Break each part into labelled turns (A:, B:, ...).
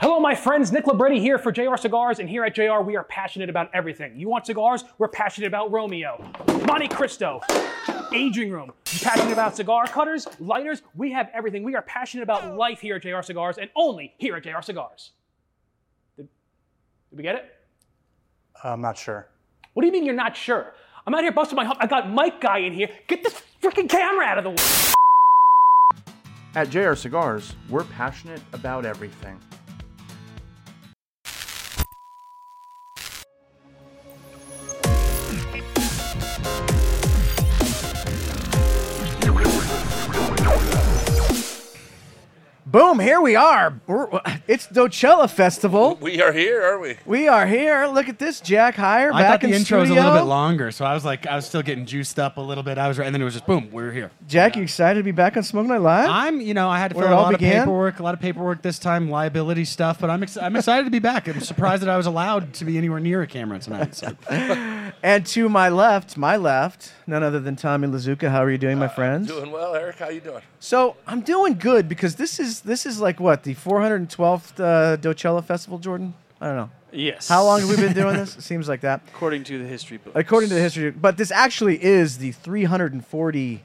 A: Hello, my friends. Nick Labretti here for JR Cigars, and here at JR, we are passionate about everything. You want cigars? We're passionate about Romeo, Monte Cristo, aging room. You passionate about cigar cutters, lighters? We have everything. We are passionate about life here at JR Cigars, and only here at JR Cigars. Did, did we get it?
B: Uh, I'm not sure.
A: What do you mean you're not sure? I'm out here busting my hump. I got Mike guy in here. Get this freaking camera out of the way.
B: At JR Cigars, we're passionate about everything.
C: Boom, here we are. We're- It's Dochella Festival.
D: We are here, are we?
C: We are here. Look at this, Jack Hire
E: I
C: back
E: thought the
C: in
E: intro was a
C: studio.
E: little bit longer, so I was like, I was still getting juiced up a little bit. I was, and then it was just boom, we were here.
C: Jack, you excited to be back on Smoke Night Live?
E: I'm, you know, I had to
C: Where
E: fill
C: it
E: out a
C: all
E: lot
C: began?
E: of paperwork, a lot of paperwork this time, liability stuff. But I'm, ex- I'm excited to be back. I'm surprised that I was allowed to be anywhere near a camera tonight. So.
C: and to my left, my left, none other than Tommy Lazuka. How are you doing, my friends?
D: Uh, Doing well, Eric. How you doing?
C: So I'm doing good because this is this is like what the 412th uh, Dochella Festival, Jordan. I don't know.
F: Yes.
C: How long have we been doing this? It seems like that.
F: According to the history book.
C: According to the history, but this actually is the 345th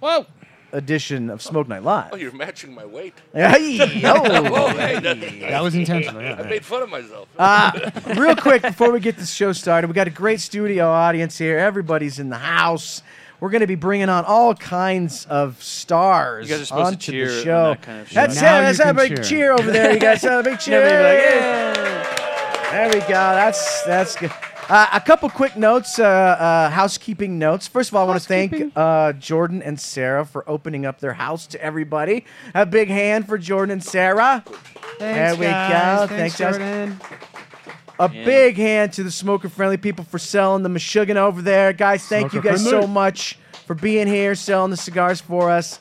E: Whoa!
C: edition of Smoke Night Live.
D: Oh, you're matching my weight.
C: Hey,
D: Oh,
C: yo.
D: hey, nothing.
E: That was intentional.
D: I
E: Yeah.
D: made fun of myself.
C: Uh, Real quick before we get this show started, we got a great studio audience here. Everybody's in the house. We're going to be bringing on all kinds of stars
F: You guys are supposed to
C: onto
F: cheer
C: the
F: on
C: show.
F: that kind of
C: That's
E: show.
C: it.
E: Now
C: That's
E: you
C: a
E: can
C: big cheer.
E: cheer.
C: over there. You guys have a big cheer. There we go. That's that's good. Uh, a couple quick notes, uh, uh, housekeeping notes. First of all, I want to thank uh, Jordan and Sarah for opening up their house to everybody. A big hand for Jordan and Sarah. There we go. Thanks, guys.
E: Jordan.
C: A big hand to the smoker friendly people for selling the Meshuggah over there. Guys, thank you guys
E: Smoker-friendly.
C: so much for being here, selling the cigars for us.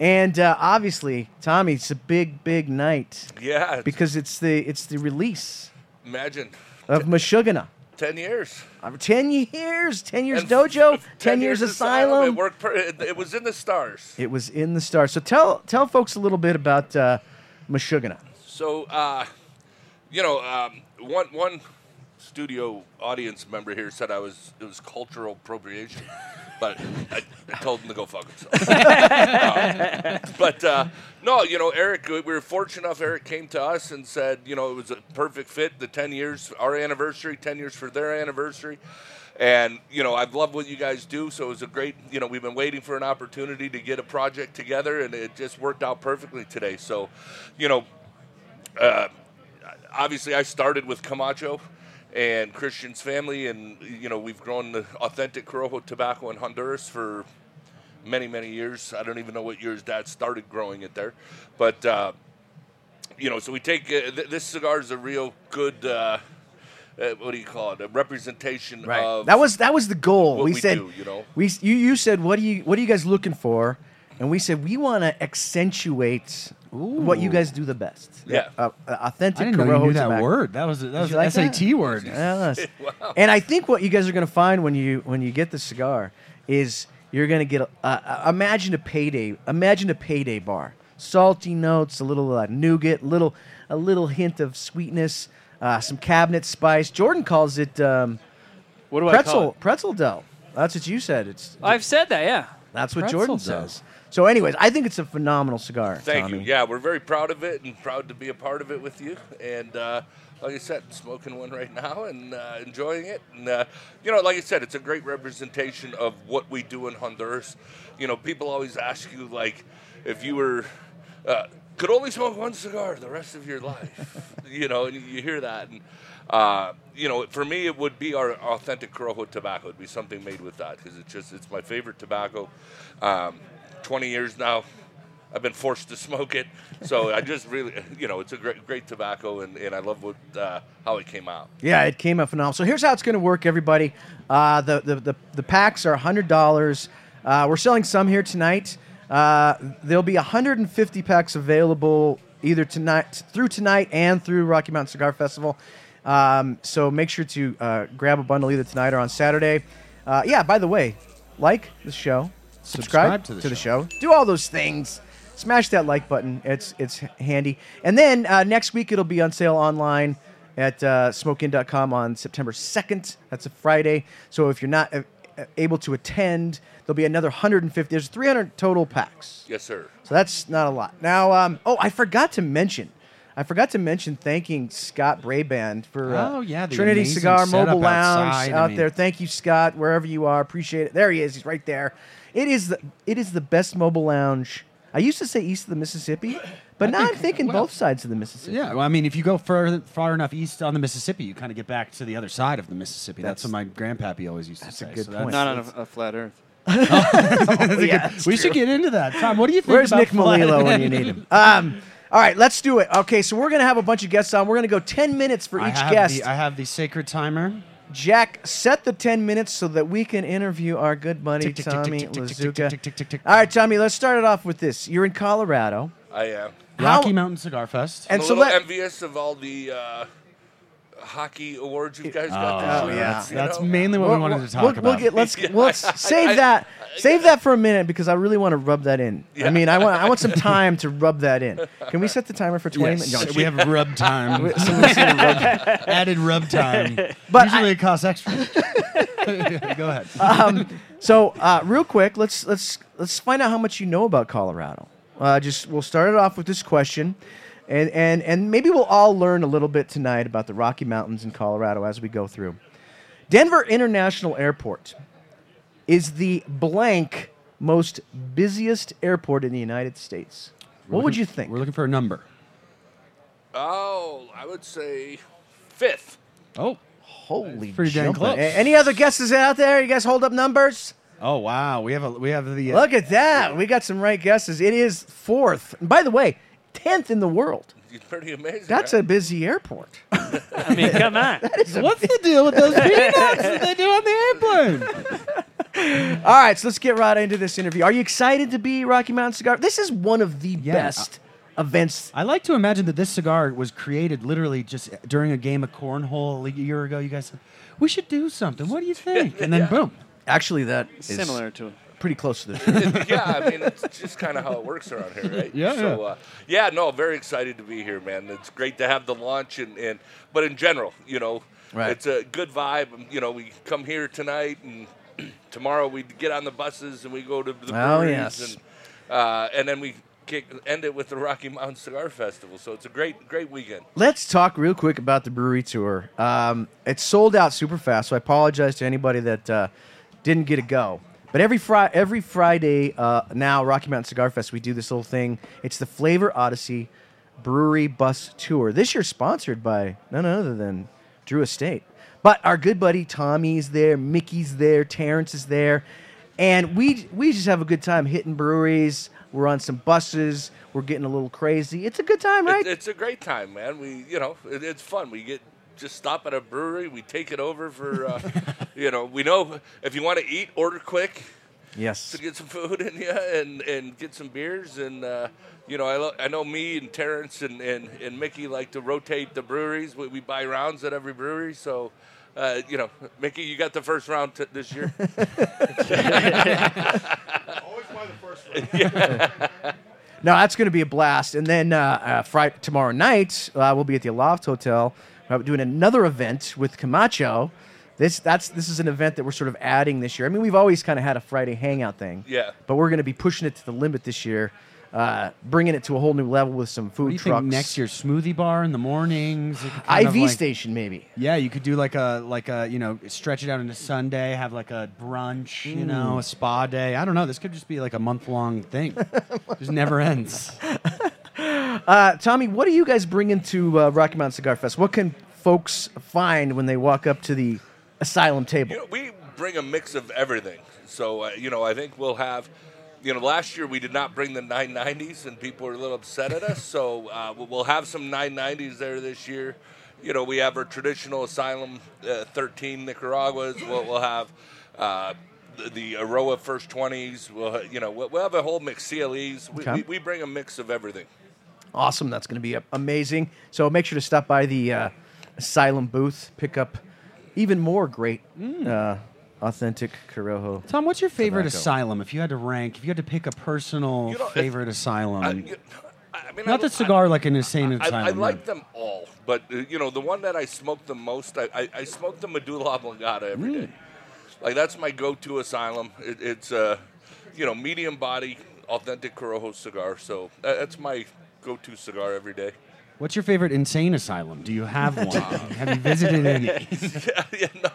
C: And uh, obviously, Tommy, it's a big, big night
D: yeah, it's-
C: because it's the it's the release
D: imagine
C: of Meshuggah.
D: ten years.
C: Ten years, ten years
D: And
C: dojo, ten,
D: f-
C: years, asylum.
D: It worked. Per- it, it was in the stars.
C: It was in the stars. So tell tell folks a little bit about uh, Meshuggah.
D: So, uh, you know, um, one one studio audience member here said I was it was cultural appropriation, but I, I told them to go fuck themselves. Um, but uh, no, you know, Eric, we were fortunate enough. Eric came to us and said, you know, it was a perfect fit. The ten years, our anniversary, ten years for their anniversary. And you know, I've loved what you guys do, so it was a great. You know, we've been waiting for an opportunity to get a project together, and it just worked out perfectly today. So, you know, Uh, obviously I started with Camacho and Christian's family, and you know we've grown the authentic Corojo tobacco in Honduras for many many years. I don't even know what years Dad started growing it there, but uh, you know so we take uh, th- this cigar is a real good. Uh, uh, what do you call it? A representation of
C: that was that was the goal.
D: what
C: we,
D: we
C: said
D: do, you know?
C: we you you said what do you what are you guys looking for? And we said we want to accentuate what you guys do the best.
D: Yeah.
C: Uh, uh, authentic.
E: I didn't know you
C: Corojo
E: knew that
C: tobacco.
E: word. That was that was
C: you
E: an
C: like that?
E: SAT word.
C: Yes. And I think what you guys are going to find when you when you get the cigar is you're going to get a, a, a- imagine a payday imagine a payday bar salty notes a little uh, nougat little a little hint of sweetness uh, some cabinet spice Jordan calls it um,
F: What do I call
C: pretzel
F: it?
C: pretzel dough that's what you said it's
F: I've said that, yeah.
C: that's what
E: pretzel
C: Jordan
E: dough.
C: says so anyways I think it's a phenomenal cigar
D: Thank
C: Tommy.
D: you. Yeah, we're very proud of it and proud to be a part of it with you. And uh, like I said, smoking one right now and uh, enjoying it. And uh, you know, like I said, it's a great representation of what we do in Honduras. You know, people always ask you like, if you were uh, could only smoke one cigar the rest of your life, you know, and you hear that. And uh, you know, for me, it would be our authentic Corojo tobacco. It'd be something made with that because it's just it's my favorite tobacco. Um, Twenty years now, I've been forced to smoke it, so I just really, you know, it's a great, great tobacco, and, and I love what uh, how it came out.
C: Yeah, it came out phenomenal. So here's how it's going to work, everybody. Uh, the, the, the, the packs are $100. Uh, we're selling some here tonight. Uh, there'll be 150 packs available either tonight through tonight and through Rocky Mountain Cigar Festival. Um, so make sure to uh, grab a bundle either tonight or on Saturday. Uh, yeah, by the way, like the show, subscribe, to, the, show. do all those things. smash that like button. It's it's handy. And then uh, next week it'll be on sale online at uh, smokein.com on September 2nd. That's a Friday. So if you're not uh, able to attend, there'll be another 150. There's 300 total packs.
D: Yes, sir.
C: So that's not a lot. Now, um, oh, I forgot to mention. I forgot to mention thanking Scott Braband for uh,
E: Oh, yeah, the
C: Trinity
E: amazing
C: Cigar
E: setup
C: Mobile Lounge
E: outside. I
C: out
E: mean-
C: there. Thank you, Scott, wherever you are. Appreciate it. There he is. He's right there. It is the it is the best mobile lounge. I used to say east of the Mississippi, but now I'm thinking
E: well-
C: both sides of the Mississippi.
E: Yeah, well, I mean, if you go far, far enough east on the Mississippi, you kind of get back to the other side of the Mississippi. That's, what
C: That's-
E: my grandpappy always used to say.
C: good
E: so
C: point.
E: That's, Oh,
F: Not on a, a flat Earth.
E: that's a good- we should get into that. Tom, what do you think
C: Where's
E: about
C: Nick
E: fly-
C: Malilo when you need him? Um, all right, let's do it. Okay, so we're gonna have a bunch of guests on. We're gonna go ten minutes for
E: I
C: each
E: have
C: guest.
E: The, I have the sacred timer.
C: Jack, set the 10 minutes so that we can interview our good buddy
E: Tick, tick, tick,
C: Tommy
E: tick, tick, tick, tick, tick, tick, tick, tick,
C: Lazuka.
E: tick.
C: All right, Tommy, let's start it off with this. You're in Colorado.
D: I am.
C: How-
E: Rocky Mountain Cigar Fest.
D: I'm
C: And
D: a
C: so
D: little
C: let,
D: envious of all the uh, hockey awards you guys got
C: Oh,
D: this year.
C: yeah.
D: you
E: That's
D: know?
E: mainly what we wanted
C: we'll-
E: to talk
C: we'll,
E: about.
C: We'll get, let's let's save that save that for a minute because I really want to rub that in. I mean, I want I want some time to rub that in. Can we set the timer for 20
E: Yes,
C: minutes? No,
E: we have rub time. Someone said rub- added rub time.
C: But
E: Usually
C: I-
E: it costs extra. Go ahead.
C: Uh, So, uh, real quick, let's let's let's find out how much you know about Colorado. Uh, just we'll start it off with this question, and and and maybe we'll all learn a little bit tonight about the Rocky Mountains in Colorado as we go through. Denver International Airport is the blank most busiest airport in the United States. What would you think?
E: We're looking for a number.
D: Oh, I would say fifth.
E: Oh.
C: Holy
E: pretty damn
C: jumping.
E: close.
C: A- Any other guesses out there? You guys hold up numbers.
E: Oh wow. We have a we have the uh,
C: Look at that. We got some right guesses. It is fourth. And by the way, 10th in the world.
D: It's pretty amazing.
C: That's
D: right?
C: a busy airport.
A: I mean, come on.
E: What's the deal with those peanuts that they do on the airplane?
C: All right, so let's get right into this interview. Are you excited to be Rocky Mountain Cigar? This is one of the
E: Yeah. uh,
C: best events.
E: I like to imagine that this cigar was created literally just during a game of cornhole a year ago. You guys said, "We should do something. What do you think?" And then boom.
C: Actually, that is
F: Similar to it.
C: pretty close to the truth.
D: yeah, I mean, it's just kind of how it works around here, right?
E: Yeah,
D: So,
E: yeah.
D: Uh, yeah, no, very excited to be here, man. It's great to have the launch, and, and but in general, you know,
C: Right.
D: it's a good vibe. and, You know, we come here tonight, and tomorrow we get on the buses and we go to the breweries,
C: Oh, yes.
D: and uh, and then we kick, end it with the Rocky Mountain Cigar Festival. So it's a great, great weekend.
C: Let's talk real quick about the brewery tour. Um, it sold out super fast, so I apologize to anybody that uh, didn't get a go. But every Fri every Friday uh, now, Rocky Mountain Cigar Fest, we do this little thing. It's the Flavor Odyssey Brewery Bus Tour. This year, sponsored by none other than Drew Estate. But our good buddy Tommy's there, Mickey's there, Terrence is there, and we we just have a good time hitting breweries. We're on some buses. We're getting a little crazy. It's a good time, right?
D: It's, it's a great time, man. We, you know, it, it's fun. We get just stop at a brewery. We take it over for, uh, you know, we know if you want to eat, order quick.
C: yes.
D: to get some food in you and, and get some beers and uh, you know I, lo- I know me and Terrence and, and, and Mickey like to rotate the breweries we, we buy rounds at every brewery so uh, you know Mickey you got the first round t- this year
B: Always by the first
C: No, that's going to be a blast. And then uh, uh, Friday, tomorrow night, uh, we'll be at the Aloft Hotel uh, doing another event with Camacho. This that's this is an event that we're sort of adding this year. I mean, we've always kind of had a Friday hangout thing.
D: Yeah.
C: But we're going to be pushing it to the limit this year, uh, bringing it to a whole new level with some food
E: What do you
C: trucks.
E: think next year? Smoothie bar in the mornings. It could kind
C: IV
E: of like-
C: station maybe.
E: Yeah, you could do like a like a you know stretch it out into Sunday, have like a brunch, you
C: Mm.
E: know, a spa day. I don't know. This could just be like a month long thing. just never ends.
C: Uh, Tommy, what are you guys bringing to uh, Rocky Mountain Cigar Fest? What can folks find when they walk up to the asylum table?
D: You know, we bring a mix of everything. So, uh, you know, I think we'll have, you know, last year we did not bring the 990s and people were a little upset at us. So uh, we- we'll have some 990s there this year. You know, we have our traditional Asylum uh, 13 Nicaraguas. We'll, we'll have uh, the, the Aroa First 20s. We'll, ha- you know, we'll, we'll have a whole mix. CLEs. We,
C: Okay.
D: we, we bring a mix of everything.
C: awesome. That's going to be a- amazing. So make sure to stop by the uh, Asylum booth, pick up even more great uh, authentic Corojo.
E: Tom, what's your favorite
C: Tobacco.
E: asylum? If you had to rank, if you had to pick a personal
D: You know, it-
E: favorite asylum,
D: I, I mean,
E: not
D: I-
E: the cigar like an insane
D: I,
E: asylum.
D: I like
E: yeah.
D: them all, but uh, you know the one that I smoke the most, I, I, I smoke the medulla oblongata every day. Like that's my go-to asylum. It, it's uh, you know medium body, authentic Corojo cigar. So that, that's my go-to cigar every day. Um,
E: What's your favorite insane asylum? Do you have one? have you visited any?
D: yeah, yeah, no.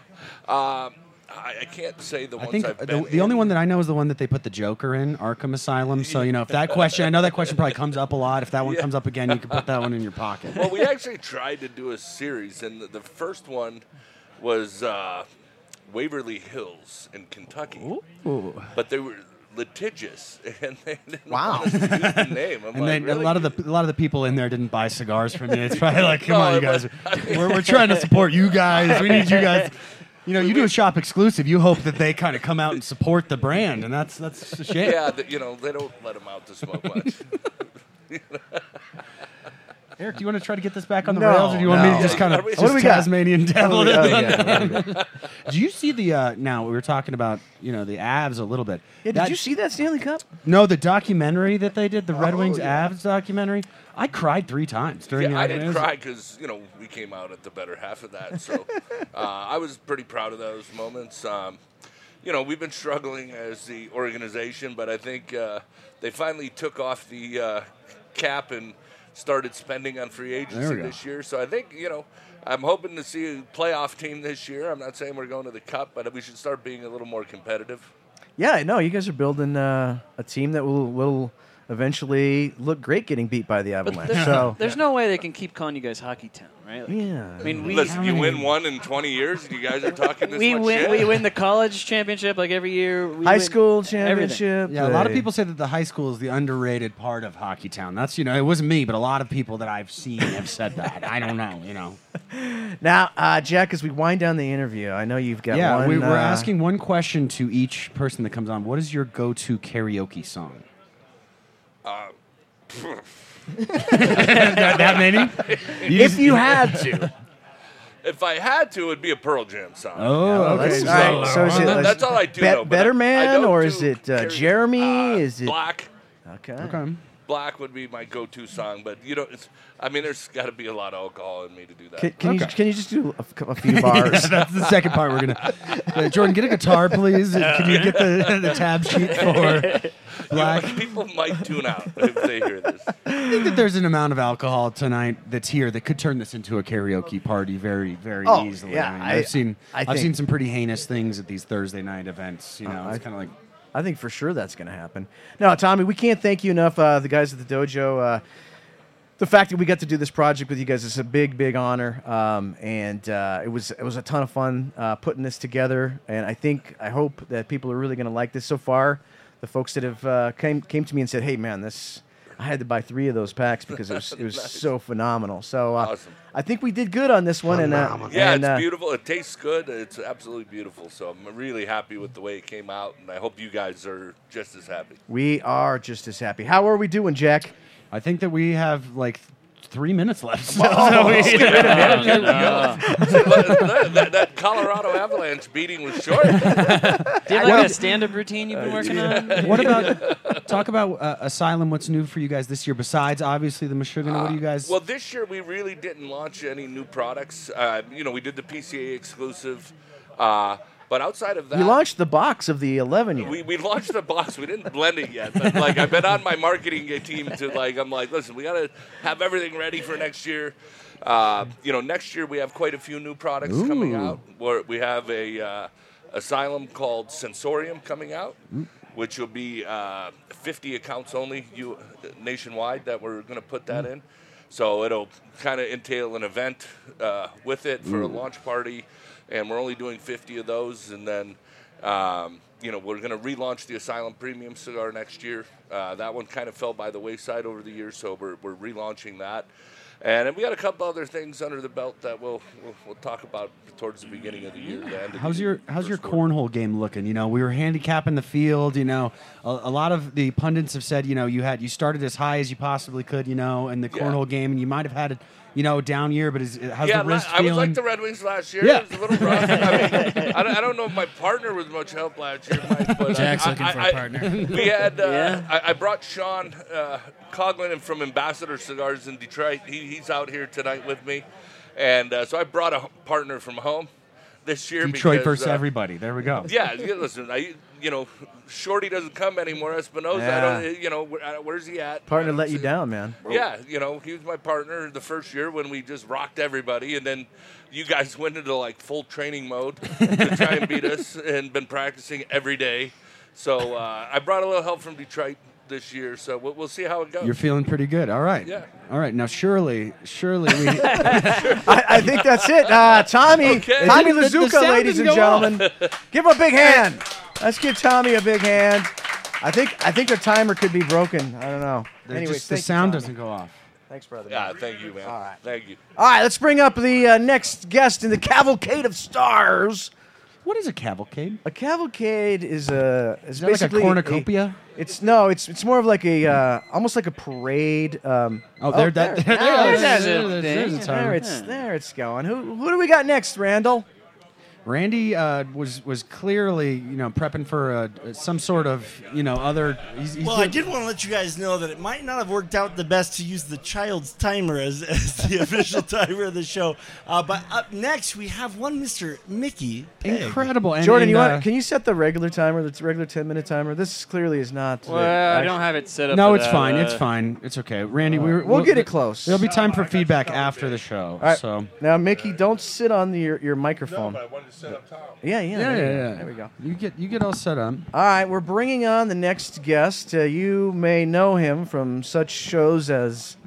D: Um, I, I can't say the
E: I
D: ones
E: think
D: I've
E: the,
D: been
E: the only
D: in.
E: one that I know is the one that they put the Joker in, Arkham Asylum. So you know, if that question, I know that question probably comes up a lot. If that one
D: Yeah.
E: comes up again, you can put that one in your pocket.
D: well, we actually tried to do a series, and the, the first one was uh, Waverly Hills in Kentucky. But they were litigious, and they didn't
C: Wow.
D: want us to use the name. I'm
E: And
D: like,
E: then
D: really?
E: a lot of the a lot of the people in there didn't buy cigars from you. It's probably like, come
D: No,
E: on, you
D: it
E: guys,
D: was- I mean-
E: we're, we're trying to support you guys. We need you guys. You know, you do a shop exclusive. You hope that they kind of come out and support the brand, and that's that's a shame.
D: yeah, the, you know they don't let them out to smoke much.
E: Eric, do you want to try to get this back on the
C: No,
E: rails, or do you want me
C: no.
E: to just kind
D: Are
E: of
D: we-
E: just
D: What do
C: we got?
E: Tasmanian devil?
C: Oh,
E: it?
C: yeah, yeah.
E: Do you see the uh, now we were talking about you know the abs a little bit?
C: Yeah, did
E: That-
C: you see that Stanley Cup?
E: No, the documentary that they did, the Red
C: Oh,
E: Wings
C: yeah.
E: abs documentary. I cried three times during
D: Yeah,
E: the
D: I didn't
E: it was-
D: cry because you know we came out at the better half of that, so uh, I was pretty proud of those moments. Um, you know, we've been struggling as the organization, but I think uh, they finally took off the uh, cap and started spending on free
E: There
D: agency
E: we go.
D: this year. So I think you know I'm hoping to see a playoff team this year. I'm not saying we're going to the cup, but we should start being a little more competitive.
C: Yeah, I know. You guys are building uh, a team that will will eventually look great getting beat by the Avalanche.
F: there's,
C: So
F: there's no way they can keep calling you guys Hockey Town, right? Like,
C: Yeah.
F: I mean, we
D: Listen, you
E: many-
D: win one in 20 years, and you guys are talking this
F: we
D: much
F: win
D: shit.
F: we win the college championship like every year. We
C: high
F: win
C: school
F: everything.
C: championship.
E: Yeah, a lot of
C: they-
E: people say that the high school is the underrated part of Hockey Town. That's you know, it wasn't me, but a lot of people that I've seen have said that. I don't know, you know.
C: Now, uh, Jack, as we wind down the interview, I know you've got
E: yeah,
C: one.
E: we, we're
C: uh,
E: asking one question to each person that comes on. What is your go-to karaoke song?
G: Uh,
E: that, that many? You
C: If
E: just-
C: you had to.
D: If I had to, it'd be a Pearl Jam song.
E: oh, okay.
C: All right, so is it
D: That-
C: like
D: that's all I do.
C: Bet-
D: know, but
C: Better
D: I- I
C: Man,
D: don't
C: or
D: do
C: is it uh,
D: karaoke.
C: Jeremy?
D: Uh,
C: is it
D: Black?
C: Okay.
E: Okay.
D: Black would be my go-to song, but you know, it's, I mean, there's got to be a lot of alcohol in me to do that.
C: Can, can you
E: Okay.
C: can you just do a, f- a few bars?
E: That's the second part we're gonna. Uh, Jordan, get a guitar, please. Can you get the, the tab sheet for Black?
D: People might tune out if they hear this.
E: I think that there's an amount of alcohol tonight that's here that could turn this into a karaoke party very, very
C: Oh,
E: easily.
C: yeah,
E: I mean,
C: I-
E: I've seen
C: I
E: have
C: think- Uh,
E: seen some pretty heinous things at these Thursday night events. You know, it's kind of like
C: I think for sure that's going to happen. No, Tommy, we can't thank you enough. Uh, the guys at the dojo. Uh, the fact that we got to do this project with you guys is a big, big honor, um, and uh, it was it was a ton of fun uh, putting this together. And I think I hope that people are really going to like this so far. The folks that have uh, came came to me and said, "Hey, man, this." I had to buy three of those packs because it was, it was so phenomenal. So uh,
D: Awesome.
C: I think we did good on this one. And, uh,
D: Yeah,
C: and,
D: it's
C: uh,
D: beautiful. It tastes good. It's absolutely beautiful. So I'm really happy with the way it came out, and I hope you guys are just as happy.
C: We are just as happy. How are we doing, Jack?
E: I think that we have like th- three minutes left. So,
F: Oh, no.
D: that, that- that Colorado Avalanche beating was short.
F: Do you have like a stand-up routine
D: Uh,
F: you've been working on?
E: what about talk about uh, Asylum? What's new for you guys this year besides obviously the Meshuggah? what do you guys?
D: Well, this year we really didn't launch any new products. Uh, you know, we did the PCA exclusive, uh, but outside of that,
C: You launched the box of the 11 year.
D: We, we launched the box. We didn't blend it yet. But, like I've been on my marketing team to like I'm like, listen, we gotta have everything ready for next year. Uh, you know, next year we have quite a few new products coming out. Where we have a uh, asylum called Sensorium coming out,
H: Uh,
D: which will be uh, 50 accounts only you nationwide that we're gonna put that
E: Mm.
D: in. So it'll kind of entail an event uh, with it for
E: Mm.
D: a launch party, and we're only doing 50 of those, and then. Um, you know, we're going to relaunch the Asylum Premium cigar next year. Uh, that one kind of fell by the wayside over the years, so we're, we're relaunching that. And then we got a couple other things under the belt that we'll we'll, we'll talk about towards the beginning of the year. The end of
E: How's
D: the
E: your
D: year,
E: How's your
D: first quarter.
E: cornhole game looking? You know, we were handicapping the field. You know, a, a lot of the pundits have said, you know, you had you started as high as you possibly could. You know, in the
D: Yeah.
E: cornhole game, and you might have had, you you know, down year, but is, how's
D: Yeah,
E: the wrist
D: la- I was
E: feeling?
D: like the Red Wings last year.
E: Yeah.
D: It was a little rough. I, mean, I, don't, I don't know if my partner was much help last year, Mike, but
I: Jack's
D: I,
I: looking
D: I-
I: for
D: I-
I: a partner.
D: We had, uh,
F: Yeah.
D: I, I brought Sean uh, Coglin in from Ambassador Cigars in Detroit. He, he's out here tonight with me. And uh, so I brought a h- partner from home this year.
E: Detroit
D: because,
E: versus
D: uh,
E: everybody. There we go.
D: Yeah, you listen, I, you know, Shorty doesn't come anymore. Espinosa, I don't, you know, where, uh, where's he at?
C: Partner
D: I don't
C: let you
D: see-
C: down, man.
D: yeah, you know, he was my partner the first year when we just rocked everybody, and then you guys went into like full training mode to try and beat us, and been practicing every day. So uh, I brought a little help from Detroit this year, so we'll, we'll see how it goes.
E: You're feeling pretty good. All right.
D: Yeah.
E: All right. Now, surely, surely we.
C: I, I think that's it. Uh, Tommy,
D: Okay.
C: Tommy
E: The- the- the
C: Lazuka,
E: sound
C: ladies and
E: didn't go
C: gentlemen, give him a big hand. Let's give Tommy a big hand. I think I think the timer could be broken. I don't know.
E: They're
C: Anyways,
E: just, the
C: thank you,
E: sound
C: Tommy.
E: doesn't go off.
C: Thanks, brother.
D: yeah, thank you, man.
C: All right.
D: Thank you.
C: All right, let's bring up the uh, next guest in the cavalcade of stars.
E: What is a cavalcade?
C: A cavalcade is a is,
E: that like a
C: basically
E: cornucopia?
C: it's no, it's it's more of like a uh, almost like a parade. Um,
E: Oh, there, that, there, there,
C: Now
E: there,
C: it's-
E: there,
F: a
E: there, there's
F: thing.
E: a
C: there
E: timer.
C: it's there it's going. Who who do we got next, Randall?
E: Randy uh, was was clearly you know prepping for uh some sort of you know other. He's, he's
I: Well, I did want to let you guys know that it might not have worked out the best to use the child's timer as, as the official timer of the show. Uh, but up next, we have one Mr. Mickey. Pegg.
E: incredible. And,
C: Jordan,
E: and,
C: you
E: uh,
C: want? Can you set the regular timer, the regular ten minute timer? This clearly is not. the
F: Well, I
C: actual-
F: don't have it set up.
E: No,
F: for
E: it's
F: that,
E: fine.
F: uh,
E: it's fine. It's okay. Randy, we were,
C: We'll get it close.
E: There'll be time
B: I
E: for
B: got
E: feedback
B: you covered,
E: after
B: baby.
E: the show.
C: All right.
E: So
C: now, Mickey, don't sit on the, your your microphone.
B: I wanted to set up Tom.
C: yeah, yeah,
E: yeah, yeah,
C: there you go.
E: yeah.
C: There we go.
E: You get you get all set up.
C: All right, we're bringing on the next guest. Uh, you may know him from such shows as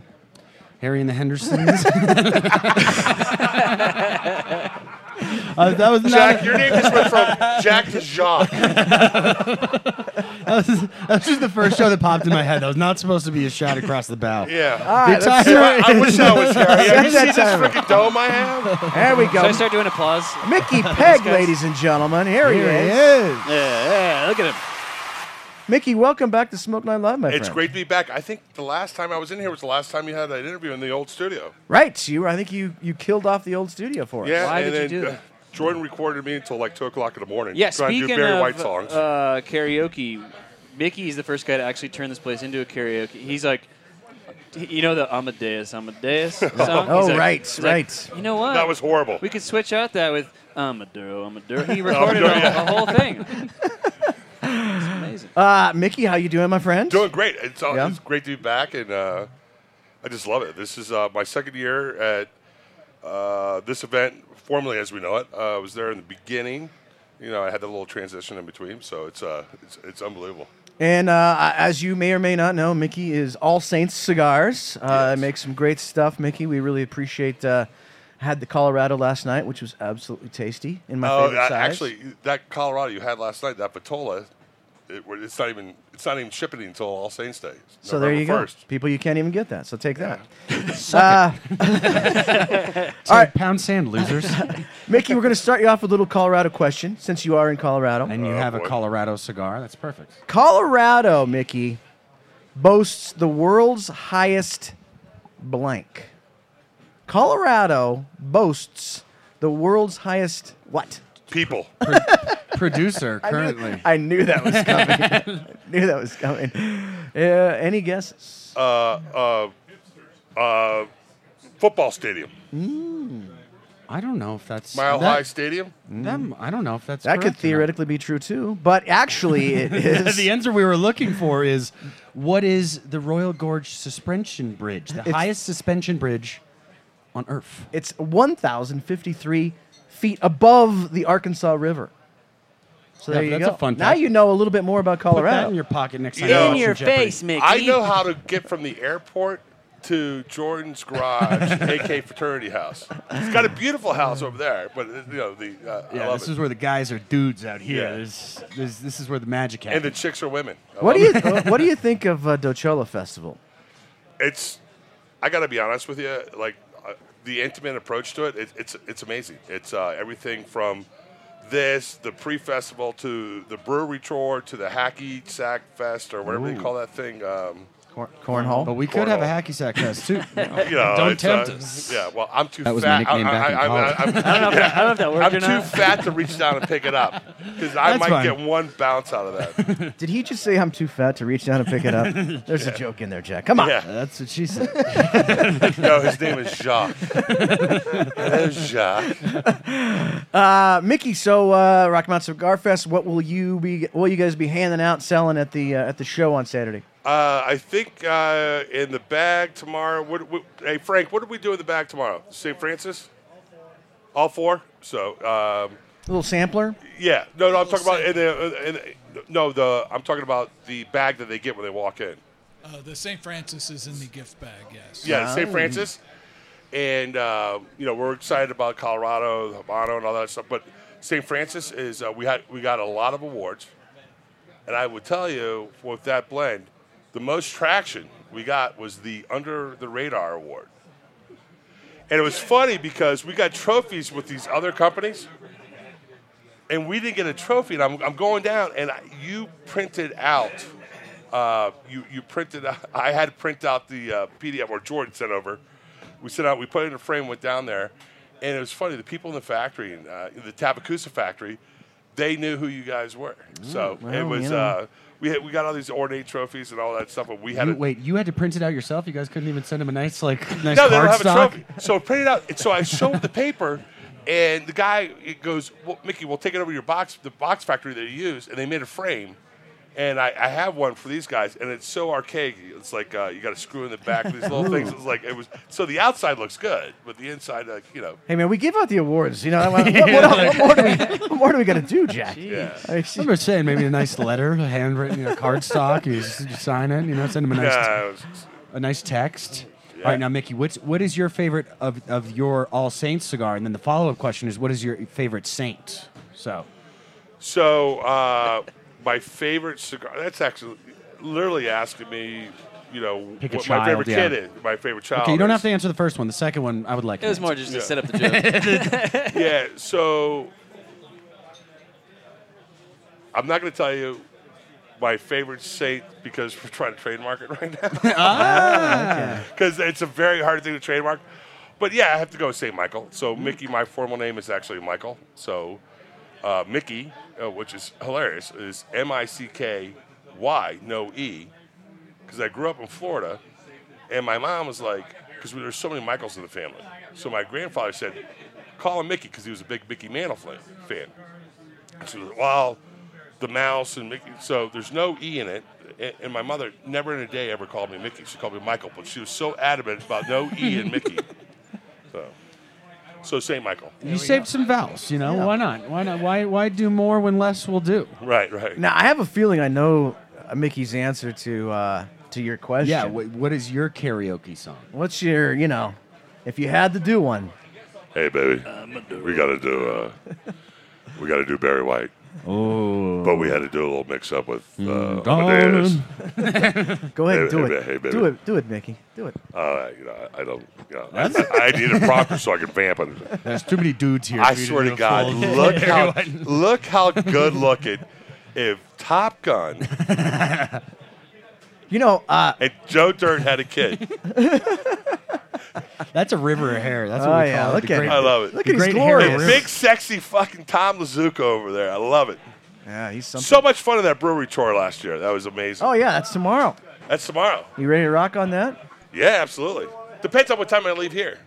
E: Harry and the Hendersons. Uh, that was not.
B: Jack, your name just went from Jack to Jacques.
E: That was, that was the first show that popped in my head. That was not supposed to be a shot across the bow.
B: Yeah.
E: The timer-
B: I wish I was here. Yeah, you see
C: Set that
B: this
C: timer.
B: freaking dome I have?
C: There we
F: Should
C: go.
F: I start doing applause?
C: Mickey Pegg, ladies and gentlemen. Here,
E: Here
C: he
E: he
C: is.
E: is.
F: Yeah, yeah. Look at him.
C: Mickey, welcome back to Smoke Nine Live, my friend.
B: It's great to be back. I think the last time I was in here was the last time you had that interview in the old studio.
C: Right, you. I think you you killed off the old studio for us.
B: Yeah.
F: Why
B: and
F: did you
B: then, uh,
F: do that?
B: Jordan recorded me until like two o'clock in the morning.
F: Yeah,
B: trying
F: speaking
B: to do Barry
F: of
B: White songs.
F: Uh, karaoke, Mickey is the first guy to actually turn this place into a karaoke. He's like, you know the Amadeus, Amadeus song?
C: Oh,
F: He's like-
C: right,
F: he's like,
C: right.
F: you know what?
B: that was horrible.
F: We could switch out that with Amaduro, Amaduro. He recorded
B: Amaduro,
F: a, a whole thing. It's amazing.
C: Uh, Mickey, how you doing, my friend?
B: Doing great. It's, uh,
C: Yeah.
B: it's great to be back, and uh, I just love it. This is uh, my second year at uh, this event, formerly as we know it. Uh, I was there in the beginning. You know, I had the little transition in between, so it's uh, it's, it's unbelievable.
C: And uh, as you may or may not know, Mickey is All Saints Cigars. Uh,
B: Yes.
C: Makes some great stuff, Mickey. We really appreciate. Uh, had the Colorado last night, which was absolutely tasty in my
B: Oh,
C: favorite
B: uh,
C: size.
B: actually, that Colorado you had last night, that Patola, it, we're- it's not even it's not even shipping until All Saints Day. It's
C: so there
B: November
C: you go.
B: 1st.
C: People, you can't even get that. So take that. Uh,
E: All
C: right.
E: right. Pound sand, losers.
C: Mickey, we're going to start you off with a little Colorado question since you are in Colorado.
E: and you
B: Oh,
E: have a
B: boy.
E: Colorado cigar. That's perfect.
C: Colorado, Mickey, boasts the world's highest blank. Colorado boasts the world's highest what?
B: People,
E: Producer currently.
C: I knew that was coming. I knew that was coming. Uh, any guesses?
B: Uh, football stadium,
E: Mm, I don't know if that's
B: Mile
E: that-
B: High Stadium.
E: that- I don't know if that's
C: that could
E: correct or not.
C: theoretically be true too, but actually it is.
E: the answer we were looking for is what is the Royal Gorge suspension bridge, the highest suspension bridge on Earth?
C: It's 1,053 feet above the Arkansas River. So
E: Yeah,
C: there you
E: that's
C: go.
E: a fun
C: now
E: fact.
C: you know a little bit more about
E: Put that
C: Colorado.
E: in your pocket next time.
B: You
E: you're
B: know-
F: In
E: watching
F: your
E: Jeopardy.
F: face, Mickey.
B: I know how to get from the airport to Jordan's garage, AK fraternity house. It's got a beautiful house over there, but uh, you know the uh, I
E: Yeah,
B: love
E: this
B: it.
E: is where the guys are dudes out here.
B: Yeah.
E: There's, there's, this is where the magic happens.
B: and the chicks are women. I
C: What do
B: love
E: Oh.
C: you What do you think of uh, Dochola Festival?
B: it. It's I got to be honest with you, like uh, the intimate approach to it, it it's it's amazing. It's uh, everything from this, the pre-festival, to the brewery tour, to the hacky sack fest or whatever they call that thing. Um,
C: Cor- cornhole.
E: But we could have a
B: Cornhole.
E: hacky sack test too.
B: You know,
H: Don't
B: it's,
H: tempt
B: uh,
H: us.
B: Yeah, well, I'm too
E: That was my
B: fat.
E: nickname back in college.
B: I'm,
F: I don't know. If that, I don't know if that worked
B: I'm
F: or
B: too
F: not.
B: fat to reach down and pick it up because I
E: That's
B: might
E: fine.
B: get one bounce out of that.
C: Did he just say I'm too fat to reach down and pick it up? There's a joke in there, Jack. Come on.
B: Yeah.
E: That's what she said.
B: No, his name is Jacques. Hello, Jacques.
C: Uh, Mickey, so uh, Rocky Mountain Cigar Fest, what will you be? What will you guys be handing out, selling at the uh, at the show on Saturday?
B: Uh, I think uh, in the bag tomorrow. What, what, hey, Frank, what do we do in the bag tomorrow? St. Francis? All four? So, um,
C: A little sampler.
B: yeah. No, no, I'm talking about in the, in the, no, the I'm talking about the bag that they get when they walk in.
H: Uh, the St. Francis is in the gift bag, yes.
B: Yeah, St. Francis. And, uh, you know, we're excited about Colorado, Habano, and all that stuff. But St. Francis is, uh, we, had, we got a lot of awards. And I would tell you, with that blend, the most traction we got was the Under the Radar Award. And it was funny because we got trophies with these other companies. And we didn't get a trophy. And I'm, I'm going down, and I, you printed out uh, you, you printed out, I had to print out the uh, PDF or Jordan sent over. We sent out, we put it in a frame, went down there, and it was funny. The people in the factory, uh, in the Tabacusa factory, they knew who you guys were. so it
C: Mm, well,
B: was.
C: you know.
B: Uh, we had, we got all these ornate trophies and all that stuff, but we had
E: You-
B: a-
E: wait, you had to print it out yourself. You guys couldn't even send him a nice like nice
B: no, they don't
E: card
B: have
E: stock.
B: a trophy. So I printed out. and So I showed the paper, and the guy it goes, well, "Mickey, we'll take it over to your box, the box factory that you use." And they made a frame, and I, I have one for these guys, and it's so archaic. It's like uh, you got to screw in the back of these little things. It's like it was. So the outside looks good, but the inside, like you know,
C: Hey man, we give out the awards. You know, what, what- what more do we what more do we got to do, Jack?
B: yeah.
C: I mean, she-
E: I remember saying maybe a nice letter, a handwritten, you know, card stock. You, s- you sign it, you know, send him a nice,
B: Yeah, it was-
E: a nice text. All right, now Mickey, what's what is your favorite of, of your All Saints cigar? And then the follow up question is, what is your favorite saint? So
B: So uh, my favorite cigar. That's actually literally asking me, you know,
E: Pick a
B: what my
E: child,
B: favorite
E: yeah.
B: kid is. My favorite child.
E: okay, you don't
B: is.
E: have to answer the first one. The second one, I would like.
F: It was
E: an
F: more
E: answer.
F: just to set up the joke.
B: Yeah, so I'm not going to tell you my favorite saint because we're trying to trademark it right now. Because it's a very hard thing to trademark. But yeah, I have to go with St. Michael. So Mickey, my formal name is actually Michael. So uh, Mickey, uh, which is hilarious, is M I C K Y, no E. Because I grew up in Florida and my mom was like, because there were so many Michaels in the family. So my grandfather said, call him Mickey because he was a big Mickey Mantle fan. fan. And she was like, well, the mouse and Mickey. So there's no E in it. And- And my mother never in a day ever called me Mickey. She called me Michael, but she was so adamant about no E in Mickey. So, so St. Michael.
E: You saved some vowels, you know. Why not? Why not? Why why do more when less will do?
B: Right, right.
C: now I have a feeling I know uh, Mickey's answer to uh, to your question.
E: Yeah. What, what is your karaoke song?
C: What's your you know, if you had to do one?
B: Hey, baby, we got to Uh, do uh, we got to do Barry White. Oh. But we had to do a little mix up with uh, Amadeus.
C: Mm, Go
B: Hey,
C: ahead, do
B: hey,
C: it.
B: hey, baby.
C: do it, do it, Mickey. Do it.
B: Uh, you know, I I don't. You know, I, I need a proper so I can vamp it.
E: There's too many dudes here.
B: I swear to God, look how look how good looking. If Top Gun
C: You know, uh,
B: and Joe Dirt had a kid,
E: That's a river of hair. That's
C: Oh,
E: what we
C: yeah,
E: call
C: look
E: it. the
C: at
E: great-
B: I love
C: look
B: it.
C: at his
E: great hair
C: glory.
E: of
B: And big, sexy fucking Tom Lazuka over there. I love it.
C: Yeah, he's something.
B: So much fun in that brewery tour last year. That was amazing.
C: oh yeah, that's tomorrow.
B: That's tomorrow.
C: You ready to rock on that?
B: Yeah, absolutely. Depends on what time I leave here.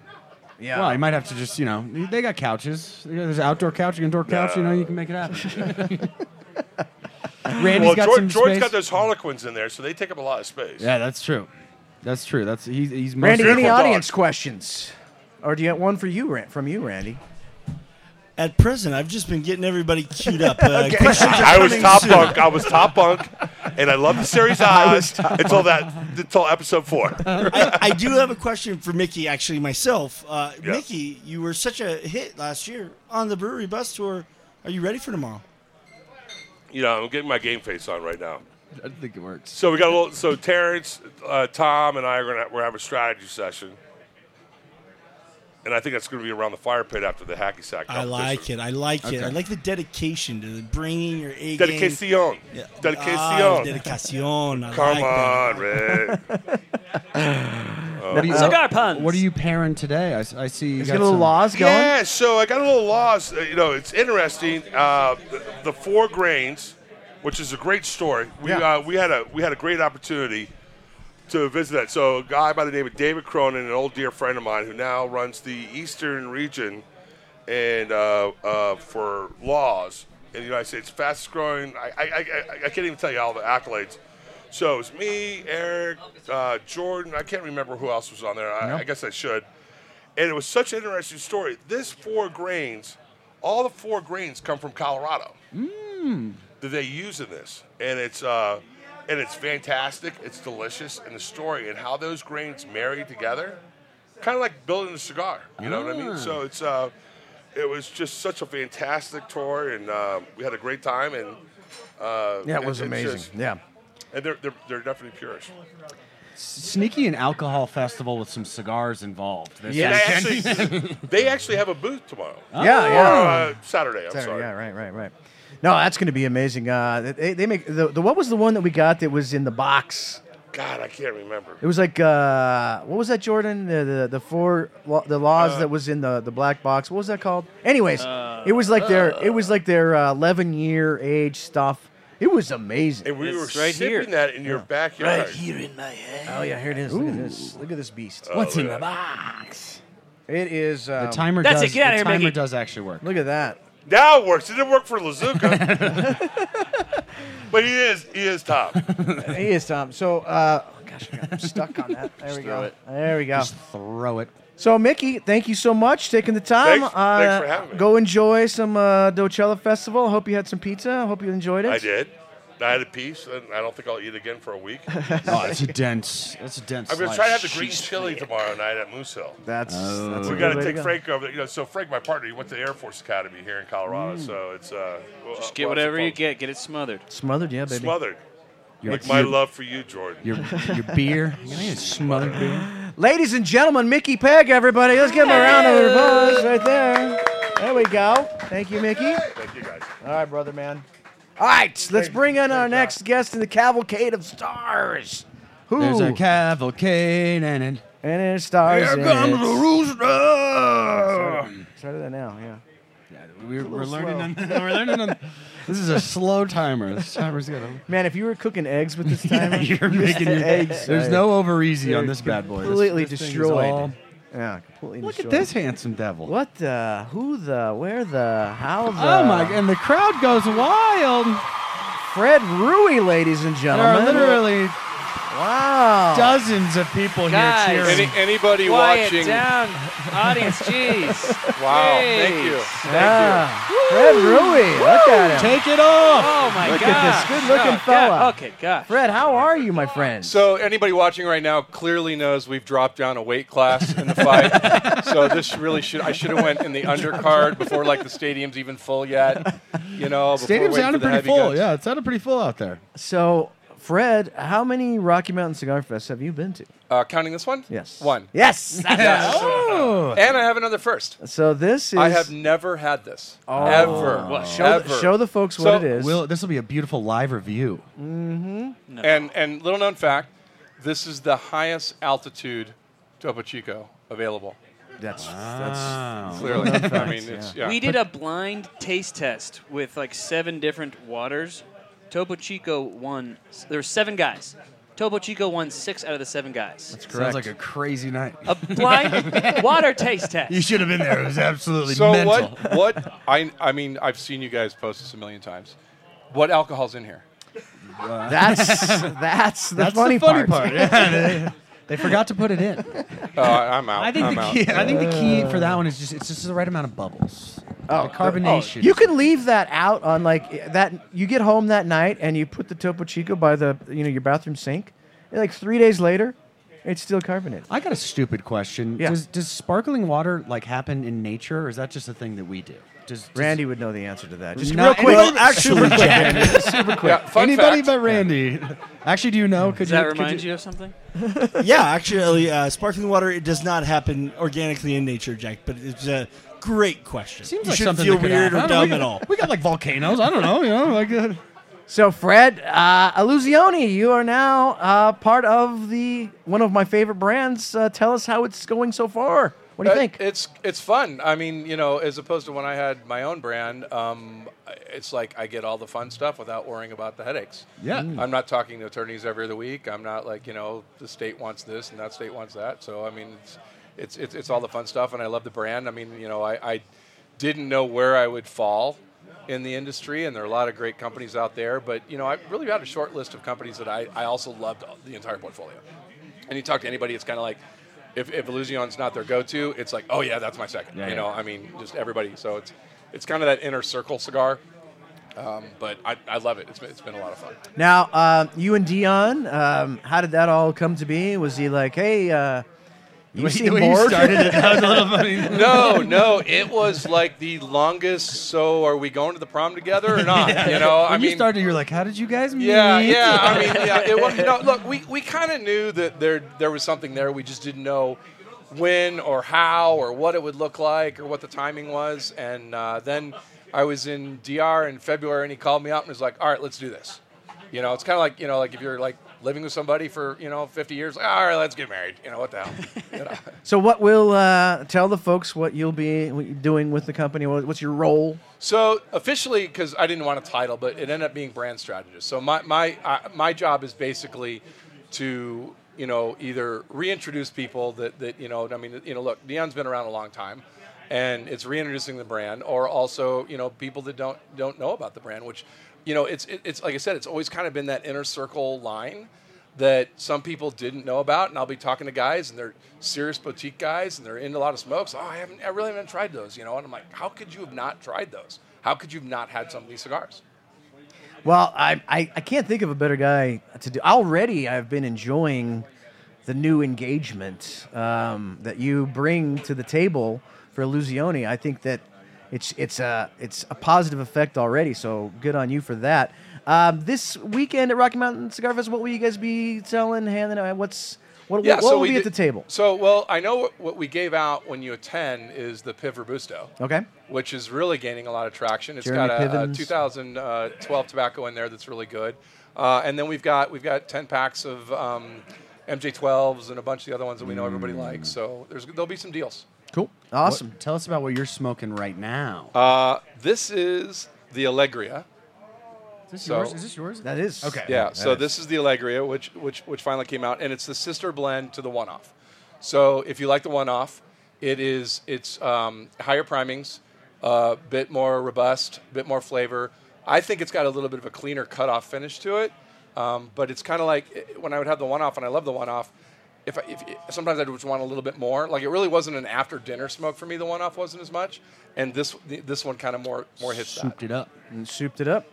C: Yeah.
E: Well, you might have to just, you know, they got couches. There's an outdoor couch, an indoor couch. You know, you can make it happen. Randy's
B: well,
E: got
B: George,
E: some
B: George's
E: space.
B: got those Harlequins in there, so they take up a lot of space.
E: yeah, that's true. That's true. That's he's he's
C: Randy,
E: mostly-
C: any
B: Beautiful
C: audience
B: dog.
C: questions? Or do you have one for you, Ran- from you, Randy?
I: At present, I've just been getting everybody queued up. Uh, questions are
B: I was
I: coming
B: top
I: soon.
B: bunk. I was top bunk, and I love the series Oz until that until episode four.
I: I, I do have a question for Mickey, actually, myself. Uh,
B: Yeah.
I: Mickey, you were such a hit last year on the brewery bus tour. Are you ready for tomorrow?
B: You know, I'm getting my game face on right now.
E: I think it works.
B: So we got a little. So Terrence, uh, Tom, and I are gonna we're having a strategy session, and I think that's going to be around the fire pit after the hacky sack.
I: I like it. I like it. I like the dedication to the bringing your A game.
B: Dedication.
I: Yeah. Ah,
B: Dedication.
I: dedication. I
B: Come
I: like that.
B: on, Rick. Uh,
E: What do you,
F: Cigar puns.
E: What are you pairing today? I, s- I see you
C: He's
E: got
C: got a little
E: some-
C: laws going.
B: Yeah, so I got a little lost. Uh, you know, it's interesting. Uh, the, the four grains, which is a great story. We
C: Yeah.
B: uh, we had a we had a great opportunity to visit that. So a guy by the name of David Cronin, an old dear friend of mine, who now runs the Eastern region and uh, uh, for laws in the United States, fastest growing. I I, I, I- I can't even tell you all the accolades. So it's me, Eric, uh, Jordan. I can't remember who else was on there. I, I guess I should and it was such an interesting story. This four grains, all the four grains come from Colorado that they use in this, and it's uh, and it's fantastic. It's delicious, and the story and how those grains marry together, kind of like building a cigar. You know what I
C: Ah.
B: mean? So it's uh, it was just such a fantastic tour, and uh, we had a great time, and uh,
C: Yeah, it was
B: it's
C: amazing.
B: just-
C: yeah.
B: and they're, they're they're definitely purists.
E: sneaky an alcohol festival with some cigars involved. This
C: Yeah.
B: They
E: is-
B: actually they actually have a booth tomorrow.
C: Yeah,
B: Or,
C: yeah.
B: uh, Saturday. I'm
C: Saturday,
B: sorry.
C: Yeah, right, right, right. No, that's going to be amazing. Uh, they, they make the, the what was the one that we got that was in the box?
B: God, I can't remember.
C: It was like uh, what was that, Jordan? The the, the four lo- the
B: Uh,
C: laws that was in the, the black box. What was that called? Anyways, it was like their it was like their uh, eleven year age stuff. It was amazing.
B: And we
F: It's
B: were
F: right
B: sipping
F: here.
B: that in your backyard.
C: oh yeah, here it is. Look at this. Look at this beast.
B: What's in the
C: box? It is. Um,
E: the timer
F: That's
E: does.
F: it. Get outta
E: the
F: here,
E: timer
F: Mickey.
E: does actually work.
C: Look at that.
B: Now it works. It didn't work for Lazuka. but he is he is top.
C: He is Tom. So, uh, oh, gosh, I got stuck on that. There we go. There we go.
E: Just throw it.
C: So, Mickey, thank you so much taking the time. Uh,
B: Thanks- thanks for having me.
C: Go enjoy some uh, Docella Festival. I hope you had some pizza. I hope you enjoyed it.
B: I did. I had a piece, and I don't think I'll eat again for a week. I'm
E: Oh, it's a dense. It's a dense.
B: going to
E: slice. Oh.
B: try to have the green chili tomorrow night at Moose Hill.
C: That's, that's
B: We
C: a
B: got
C: good way
B: to take
C: go.
B: Frank over. there. You know, so Frank, my partner, he went to the Air Force Academy here in Colorado. So it's uh, we'll-
F: Just get
B: we'll have some
F: whatever you
B: fun.
F: get. Get it smothered.
C: Smothered, yeah, baby.
B: Smothered,
E: Your,
B: like my
E: your,
B: love for you, Jordan.
E: Your, your beer. You need a smothered beer.
C: Ladies and gentlemen, Mickey Pegg, everybody. Let's give him a round of applause right there. There we go. Thank you, Mickey.
B: Thank you guys.
C: All right, brother, man. All right, let's bring in our next guest in the cavalcade of stars. Who?
E: There's a cavalcade and an
C: and it stars. in it.
E: rooster.
C: Started that now, yeah.
E: We're, we're learning. On, we're learning. On, this is a slow timer. This timer's got a.
C: Man, if you were cooking eggs with this timer,
E: You're making it.
C: eggs.
E: There's no over easy on
C: They're
E: this bad boy. This-
C: completely
E: this thing is
C: destroyed.
E: all-
C: yeah, completely
E: Look at
C: destroyed.
E: this handsome devil.
C: What the? Who the? Where the? How the?
E: Oh my! And the crowd goes wild.
C: Fred Rui, ladies and
E: There are
C: gentlemen.
E: literally
C: wow.
E: dozens of people
F: Guys.
E: here cheering.
J: Any, anybody
F: Quiet
J: watching?
F: down, audience. Jeez.
J: Wow,
F: Jeez.
J: thank you. Thank you.
C: Yeah. Fred Rui, look at him.
E: Take it off.
F: Oh my
C: Look
F: God.
C: at this good-looking fella.
F: Okay, gosh.
C: Fred, how are you, my friend?
J: So anybody watching right now clearly knows we've dropped down a weight class in the fight. so this really should I should have went in the undercard before like the stadium's even full yet. You know, before
E: Stadium
J: waiting
E: sounded
J: for the
E: pretty
J: heavy
E: full.
J: guns.
E: Yeah, it sounded pretty full out there.
C: So, Fred, how many Rocky Mountain Cigar Fests have you been to?
J: Uh, counting this one?
C: Yes.
J: One.
C: Yes.
E: Oh,
J: And I have another first.
C: so this is. Oh.
J: I have never had this. ever.
C: show,
J: ever.
C: show the folks
J: So-
C: what it is. Mm-hmm.
E: will this will be a beautiful live review?
J: And and little known fact, this is the highest altitude Topo Chico available.
C: that's that's
J: Clearly, I mean, it's, yeah.
F: Um, We did a blind taste test with like seven different waters. Topo Chico won. There were seven guys. Topo Chico won six out of the seven guys.
E: Sounds like a crazy night.
F: A blind water taste test.
E: You should have been there. It was absolutely
J: So
E: mental.
J: what? What? I I mean, I've seen you guys post this a million times. What alcohol's in here?
C: that's that's the
E: That's
C: funny
E: the funny part. Yeah, they, they forgot to put it in.
J: Uh, I'm out.
E: I think
J: I'm
E: the
J: out.
E: key. I think the key for that one is just it's just the right amount of bubbles. Oh, the carbonation.
C: You can leave that out on like that. You get home that night and you put the Topo Chico by the you know your bathroom sink. And like three days later, It's still carbonated.
E: I got a stupid question.
C: Yeah.
E: Does, does sparkling water like happen in nature, or is that just a thing that we do? Does, does
C: Randy would know the answer to that. Just
E: No,
C: real quick.
E: anybody-
I: actually,
C: super quick.
J: Yeah, fun
E: anybody
J: fact,
E: but Randy? Actually, do you know? Could
F: Does that
E: you, could
F: remind you of something?
I: yeah, actually, uh, sparkling water it does not happen organically in nature, Jack. But it's a great question.
E: Seems
I: you
E: like
I: shouldn't
E: something
I: feel
E: that could
I: weird
E: happen.
I: or
E: I don't know, we
I: dumb at
E: got-
I: all.
E: We got like volcanoes. I don't know. You know, like uh,
C: So, Fred uh, Illusione, you are now uh, part of the one of my favorite brands. Uh, tell us how it's going so far. What do you
J: Uh,
C: think?
J: It's it's fun. I mean, you know, as opposed to when I had my own brand, um, it's like I get all the fun stuff without worrying about the headaches.
E: Yeah. Mm.
J: I'm not talking to attorneys every other week. I'm not like you know the state wants this and that state wants that. So I mean, it's it's it's, it's all the fun stuff, and I love the brand. I mean, you know, I, I didn't know where I would fall in the industry, and there are a lot of great companies out there. But you know, I really had a short list of companies that I, I also loved the entire portfolio and you talk to anybody, it's kind of like if, if Illusion's not their go-to, it's like, oh yeah, that's my second. you know, I mean, just everybody. So it's it's kind of that inner circle cigar. Um, but I, I love it. It's been, it's been a lot of fun.
C: now, uh, you and Dion, um, how did that all come to be? Was he like, hey, uh, you
E: the
C: seem
E: way you
C: bored?
E: started it. That was a little funny.
J: No, no, it was like the longest. So are we going to the prom together or not? You know, I
E: when
J: mean,
E: you started, you're like, how did you guys meet?
J: Yeah, yeah. I mean, yeah. It was, no, look, we, we kind of knew that there there was something there. We just didn't know when or how or what it would look like or what the timing was. And uh, then I was in DR in February, and he called me up and was like, "All right, let's do this." You know, it's kind of like you know, like if you're like living with somebody for you know 50 years, like, all right, let's get married. You know what the hell?
C: So, what will uh, tell the folks what you'll be what you're doing with the company? What- What's your role?
J: So officially, because I didn't want a title, but it ended up being brand strategist. So my my uh, my job is basically to you know either reintroduce people that that you know I mean you know look Neon's been around a long time, and it's reintroducing the brand, or also you know people that don't don't know about the brand, which you know it's it, it's like I said, it's always kind of been that inner circle line that some people didn't know about, and I'll be talking to guys, and they're serious boutique guys, and they're into a lot of smokes. Oh, I haven't, I really haven't tried those, you know. And I'm like, how could you have not tried those? How could you have not had some of these cigars?
C: Well, I, I, I can't think of a better guy to do. Already, I've been enjoying the new engagement um, that you bring to the table for Illusione. I think that it's it's a it's a positive effect already. So good on you for that. Um, this weekend at Rocky Mountain Cigar Fest, what will you guys be selling, handing out? What's what, what, will be
J: did-
C: at the table?
J: So, well, I know what, what we gave out when you attend is the Piv Robusto.
C: Okay.
J: which is really gaining a lot of traction. It's
C: Jeremy
J: got a, a
C: Pivens.
J: 2012 tobacco in there that's really good, uh, and then we've got we've got 10 packs of um, MJ12s and a bunch of the other ones that we know everybody likes. So there's there'll be some deals.
C: Cool. Awesome.
E: What- tell us about what you're smoking right now.
J: Uh, this is the Allegria.
E: is this
J: so-
E: yours? Is this yours?
C: That is
E: Okay.
J: Yeah.
E: that
J: so
E: is-
J: this is the Allegria, which which which finally came out, and it's the sister blend to the one off. So if you like the one off, it is it's um, higher primings, a bit more robust, bit more flavor. I think it's got a little bit of a cleaner cutoff finish to it, um, but it's kind of like eh, when I would have the one off, and I love the one off. If, I, if eh, sometimes I just want a little bit more, like it really wasn't an after dinner smoke for me. The one off wasn't as much, and this this one kind of more more hits that.
E: souped it up.
C: And souped it up.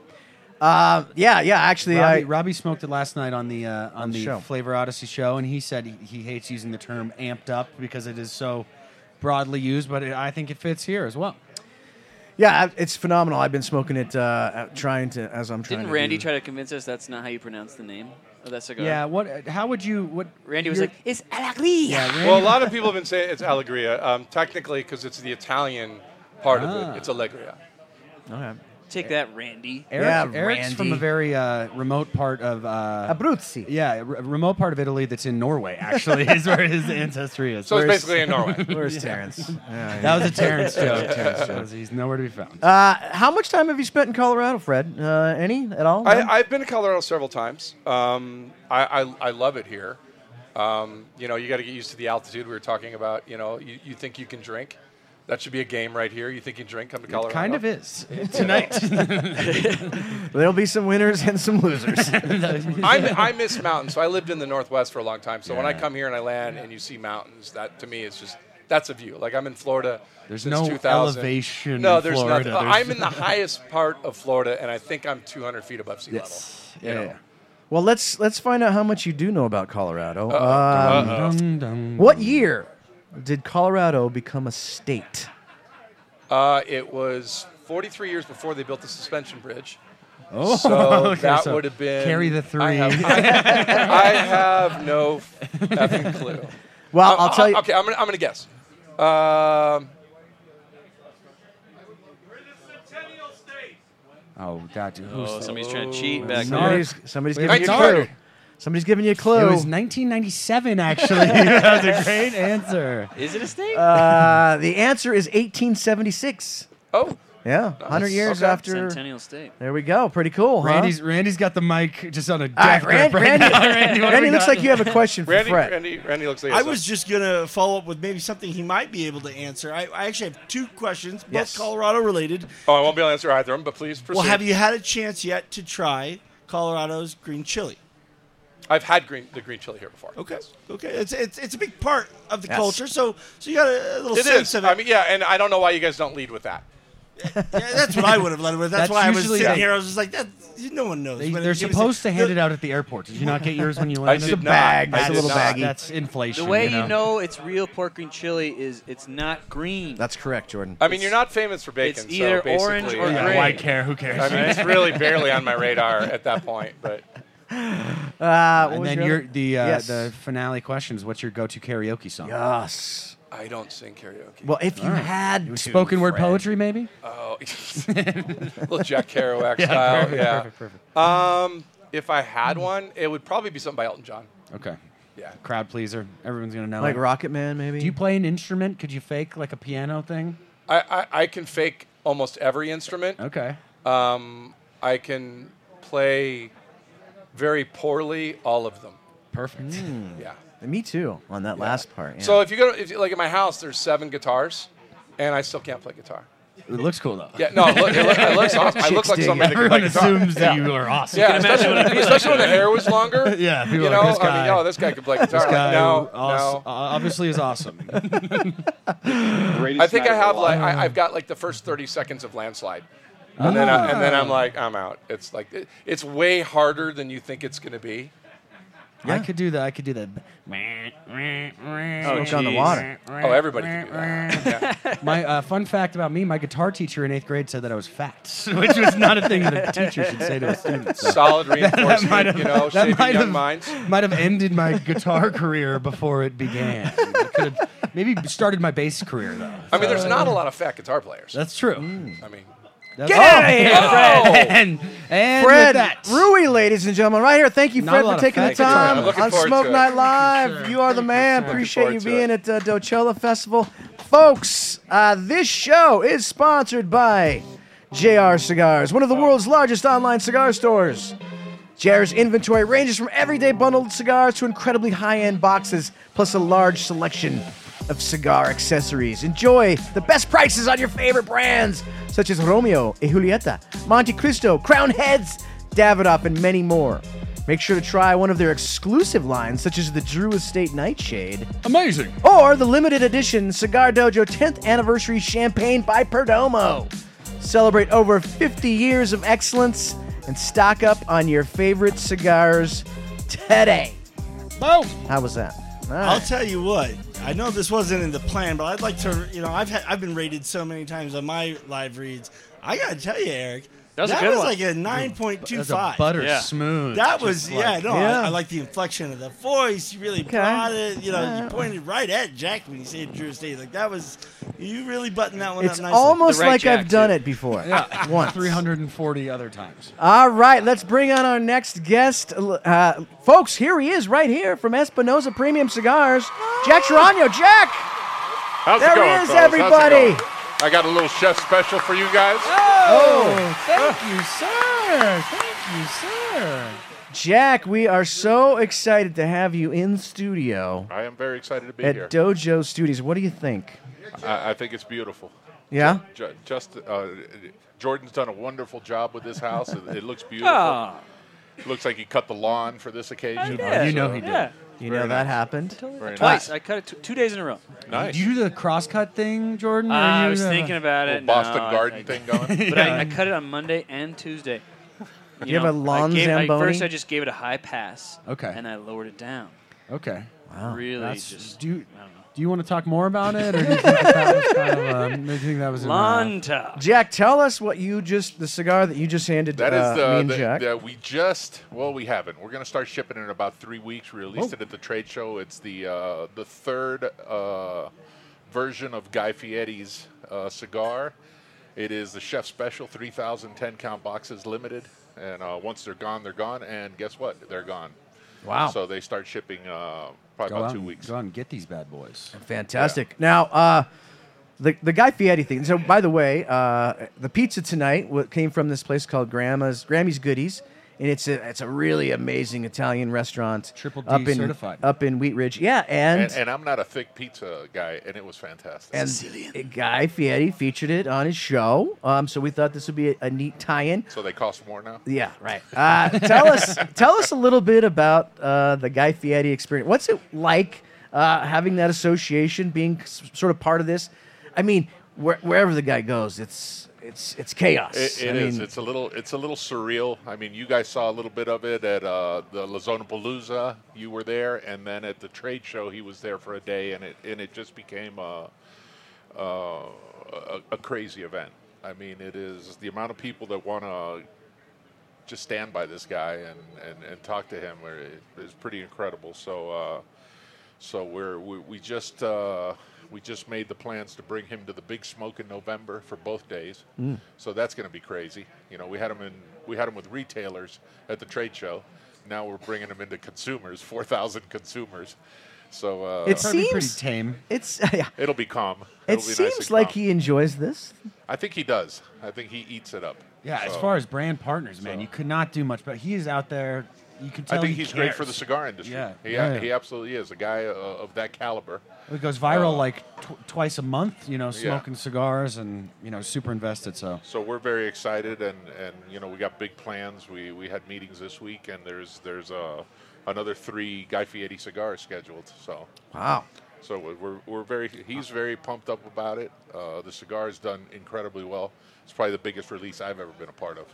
C: Uh, yeah, yeah. Actually,
E: Robbie,
C: I
E: Robbie smoked it last night on the uh, on
C: the
E: the
C: show.
E: Flavor Odyssey show, and he said he, he hates using the term "amped up" because it is so broadly used, but it, I think it fits here as well.
C: yeah, I- it's phenomenal. I've been smoking it, uh, out- trying to as I'm trying.
F: Didn't
C: to
F: Randy
C: do-
F: try to convince us that's not how you pronounce the name of that cigar?
E: Yeah. What? How would you? What?
F: Randy was
E: you're-
F: like, "It's Alagri."
E: Yeah, Randy-
J: Well, a lot of people have been saying it's Allegria, um, technically because it's the Italian part
E: Ah.
J: of it. It's Allegria.
C: Okay.
F: Take that, Randy.
E: Eric,
C: Yeah,
E: Eric's
C: Randy.
E: from a very uh, remote part of. Uh,
C: Abruzzi.
E: yeah, a re- remote part of Italy that's in Norway. Actually, is where his ancestry is.
J: So it's
E: Where's-
J: basically in Norway.
C: Where's Terrence? Yeah, yeah.
E: that was a Terrence joke. Terrence joke. He's nowhere to be found.
C: Uh, how much time have you spent in Colorado, Fred? Uh, any at all? None?
J: I, I've been to Colorado several times. Um, I, I, I love it here. Um, you know, you got to get used to the altitude we were talking about. You know, you, you think you can drink. That should be a game right here. You think you can drink? Come to Colorado.
E: Kind of is tonight.
C: There'll be some winners and some losers.
J: I, I miss mountains. So I lived in the Northwest for a long time. So when I come here and I land and you see mountains, that to me is just that's a view. Like I'm in Florida.
E: There's
J: since
E: no
J: 2000.
E: elevation
J: No,
E: in
J: there's
E: Florida.
J: nothing.
E: There's-
J: I'm in the highest part of Florida, and I think I'm 200 feet above sea level.
E: yeah.
C: Well, let's let's find out how much you do know about Colorado. Um,
B: Uh-oh.
C: What year did Colorado become a state?
J: Uh, it was 43 years before they built the suspension bridge. Oh, so
E: okay,
J: that
E: so
J: would have been
E: carry the
J: I
E: three.
J: have, I have- I have no effing clue.
C: Well,
J: Um,
C: I'll tell you.
J: Okay, I'm gonna, I'm gonna guess. Um,
E: Oh, God, dude. who's
F: Oh,
E: that?
F: somebody's trying to cheat back there.
C: Somebody's, somebody's
E: Wait,
C: giving you a
E: retard.
C: clue. Somebody's giving you a
E: It
C: clue.
E: was 1997, actually. That's a great answer.
F: Is it a state?
C: Uh, the answer is 1876.
J: oh,
C: Yeah, 100 years
J: Okay.
C: after.
F: Centennial state.
C: There we go. Pretty cool, huh?
E: Randy's Randy's got the mic just on a
C: All right,
E: death
C: Ran-
E: grip right
C: Randy,
E: now. Randy, what have
C: Randy
E: we
C: looks
E: got?
C: like you have a question for
B: Randy,
C: Fred.
B: Randy, Randy looks like he
I: I
B: has
I: was just gonna follow up with maybe something he might be able to answer. I, I actually have two questions, both
C: Yes.
I: Colorado related.
B: a- Oh, I won't be able to answer either of them, but please proceed.
I: Well, have you had a chance yet to try Colorado's green chili?
J: I've had green the green chili here before.
I: Okay, okay, it's it's, it's a big part of the
C: Yes.
I: culture. So so you got a, a little
J: It
I: sense
J: is.
I: of it.
J: I mean, yeah, and I don't know why you guys don't lead with that.
I: Yeah, that's what I would have led with. That's,
E: That's
I: why I was
E: usually-
I: sitting
E: yeah.
I: here. I was just like, that. No one knows.
E: They,
I: whether
E: they're
I: you give a-
E: supposed to hand
I: the-
E: it out at the airport. Did you not get yours when you landed?
J: did not. I
C: That's a
J: did
C: little
J: not.
C: baggy.
E: That's inflation.
F: The way
E: you know.
F: it's real pork green chili is it's not green.
C: That's correct, Jordan.
J: I mean, you're not famous for bacon.
F: it's either
J: so basically,
F: orange or
J: yeah.
F: gray.
E: Why care? Who cares?
J: I mean, it's really barely on my radar at that point, but
C: Uh, what
E: and
C: was
E: then
C: your
E: your
C: other-
E: the uh,
C: Yes.
E: the finale question is what's your go-to karaoke song?
C: Yes.
J: I don't sing karaoke.
C: Well, if you had to,
E: Spoken word
C: Fred.
E: poetry, maybe.
J: Oh, little Jack Kerouac style. yeah. Um, if I had one, it would probably be something by Elton John.
E: Okay.
J: Yeah.
E: Crowd pleaser. Everyone's gonna know.
C: Like
E: it.
C: Rocket Man, maybe.
E: Do you play an instrument? Could you fake like a piano thing?
J: I, I, I can fake almost every instrument.
E: Okay.
J: Um, I can play very poorly all of them.
E: Perfect.
J: Yeah.
C: Hmm. Me too. On that last part. yeah.
J: So if you go to, if you, like in my house, there's seven guitars, and I still can't play guitar.
E: It looks cool though.
J: Yeah, no, it, look, it, look, it looks awesome. I look
C: Chicks
J: like
C: dig
J: somebody that can play
E: Everyone
J: guitar.
E: assumes that you are awesome.
J: yeah, especially, when, especially when the hair was longer.
E: Yeah, people
J: you
E: are like,
J: know,
E: "This
J: I
E: guy-
J: mean, oh, this guy could play guitar. Like,
E: Guy
J: no,
E: also-
J: no.
E: obviously is awesome.
J: I think I have like I, I've got like the first thirty seconds of landslide, and then I, and then I'm like I'm out. It's like it, it's way harder than you think it's going to be.
E: I could do that. I could do that.
C: Smoke on the water.
J: Oh, everybody can do that. Yeah.
E: My uh, fun fact about me: my guitar teacher in eighth grade said that I was fat, which was not a thing that a teacher should say to a student. So
J: Solid
E: that might
J: reinforcement,
E: have,
J: you know,
E: that
J: shaping
E: might
J: young
E: have-
J: minds.
E: might have ended my guitar career before it began. I could have maybe started my bass career though.
J: I mean, there's not a lot of fat guitar players.
E: That's true.
J: I mean,
E: Get out of here,
J: Fred!
E: Hmm. And, and with
C: Fred
E: that,
C: Rui, ladies and gentlemen, right here. Thank you,
E: Not
C: Fred,
E: a lot
C: for
E: of
C: taking the
E: facts. Thank you, Fred.
C: time
J: I'm looking
C: on
J: forward
C: Smoke
J: to it.
C: Night Live. You are the man.
J: Looking
C: Appreciate
J: forward
C: you
J: to it.
C: being at uh, Dochella Festival, folks. Uh, this show is sponsored by JR Cigars, one of the world's largest online cigar stores. JR's inventory ranges from everyday bundled cigars to incredibly high-end boxes, plus a large selection of cigar accessories. Enjoy the best prices on your favorite brands, such as Romeo e Julieta, Monte Cristo, Crown Heads, Davidoff, and many more. Make sure to try one of their exclusive lines, such as the Drew Estate Nightshade,
E: amazing.
C: or the limited edition Cigar Dojo 10th Anniversary Champagne by Perdomo. Celebrate over 50 years of excellence and stock up on your favorite cigars today.
E: Boom.
C: How was that? All
I: I'll
C: right.
I: tell you what. I know this wasn't in the plan, but I'd like to. You know, I've had I've been rated so many times on my live reads. I gotta tell you, Eric, that
F: was
I: was,
F: a good one.
I: like a nine point two
E: That's a
I: five.
E: butter
F: Yeah.
E: smooth.
I: That
E: Just
I: was
E: like-
I: yeah. No,
C: Yeah.
I: I, I like the inflection of the voice. You really brought it. You know, you pointed right at Jack when you said Drew Estate. Like that was you really buttoned that one
C: It's
I: up nicely.
C: almost
F: The right
C: like I've
F: jack,
C: done
F: too.
C: it before.
E: Yeah,
C: Once.
E: 340 other times.
C: All right, let's bring on our next guest. Uh, folks, here he is right here from Espinosa Premium Cigars, Jack Serrano. Jack!
B: How's
C: There
B: it going,
C: is
B: fellas? How's it
C: everybody.
B: going? I got a little chef special for you guys.
E: Oh, thank you, sir. Thank you, sir.
C: Jack, we are so excited to have you in studio.
B: I am very excited to be
C: at
B: here.
C: Dojo Studios. What do you think?
B: I, I think it's beautiful.
C: Yeah,
B: Ju- just uh, Jordan's done a wonderful job with this house. It, it looks beautiful.
F: Oh,
B: Looks like he cut the lawn for this occasion.
F: yeah.
E: You know he did.
F: yeah.
C: you know that happened.
B: Very
F: Twice. I cut it t- two days in a row.
B: Nice.
E: Did you do the crosscut thing, Jordan?
F: Uh,
E: or
F: I
E: you
F: was
E: the-
F: thinking about it.
B: Little Boston
F: no, I-
B: Garden
F: I-
B: thing going.
F: But I, I cut it on Monday and Tuesday.
C: You have a long
F: I gave, I,
C: Zamboni?
F: first, I just gave it a high pass.
E: Okay.
F: And I lowered it down.
E: Okay.
F: Really,
E: That's-
F: just
E: do you,
F: I don't know.
E: do you want to talk more about it, or do you think that, that was kind of um, do you think that was in, uh,
F: Lawn top.
C: Jack, tell us what you just the cigar that you just handed
K: That is
C: uh, me
K: the,
C: and
K: the-
C: Jack.
K: the- we just well we haven't. We're gonna start shipping it in about three weeks. We
C: Oh.
K: released it at the trade show. It's the uh, the third uh, version of Guy Fieri's uh, cigar. It is the chef special, three thousand ten count boxes limited. And uh, once they're gone, they're gone. And guess what? They're gone.
E: Wow.
K: So they start shipping uh, probably
E: go
K: about
E: out
K: two
E: and-
K: weeks.
E: Go out and get these bad boys.
C: Fantastic. Now, uh, the the Guy Fieri thing. So, by the way, uh, the pizza tonight wa- came from this place called Grandma's Grammy's Goodies, and it's a it's a really amazing Italian restaurant.
E: Triple D
C: up in,
E: certified.
C: Up in Wheat Ridge, yeah, and
K: And, and I'm not a thick pizza guy, and it was fantastic.
C: and Guy Fieri featured it on his show. Um, so we thought this would be a, a neat tie-in.
K: so they cost more now.
C: Yeah, right. Uh, tell us, tell us a little bit about uh, the Guy Fieri experience. What's it like uh, having that association, being s- sort of part of this? I mean, where, wherever the guy goes, it's it's it's chaos.
K: It,
C: I
K: it
C: mean,
K: is. It's a little. It's a little surreal. I mean, you guys saw a little bit of it at uh, the La Zona Palooza. You were there, and then at the trade show, he was there for a day, and it and it just became a uh, a, a crazy event. I mean, it is the amount of people that want to just stand by this guy and, and, and talk to him are- is pretty incredible. So. Uh, so we're we, we just uh, we just made the plans to bring him to the Big Smoke in November for both days.
C: Mm.
K: So that's going to be crazy. You know, we had him in we had him with retailers at the trade show. Now we're bringing him into consumers, four thousand consumers. So uh,
C: It
E: Probably
C: seems
E: pretty tame.
C: it's yeah.
K: it'll be calm. It'll
C: It
K: be nice
C: seems
K: and
C: like
K: calm.
C: he enjoys this.
K: I think he does. I think he eats it up.
E: Yeah, as
K: So
E: far as brand partners, man, you could not do much. But he is out there. You can tell.
K: I think
E: he
K: he's great
E: cares.
K: for the cigar industry.
E: Yeah,
K: he,
E: yeah, yeah.
K: he absolutely is a guy uh, of that caliber.
E: It goes viral
K: Uh,
E: like tw- twice a month. You know, smoking cigars and you know, super invested. So
K: So we're very excited, and, and you know we got big plans. We we had meetings this week, and there's there's uh, another three Guy Fieri cigars scheduled. So
C: Wow.
K: so we're- we're, we're very he's very pumped up about it. Uh, the cigar's done incredibly well. It's probably the biggest release I've ever been a part of.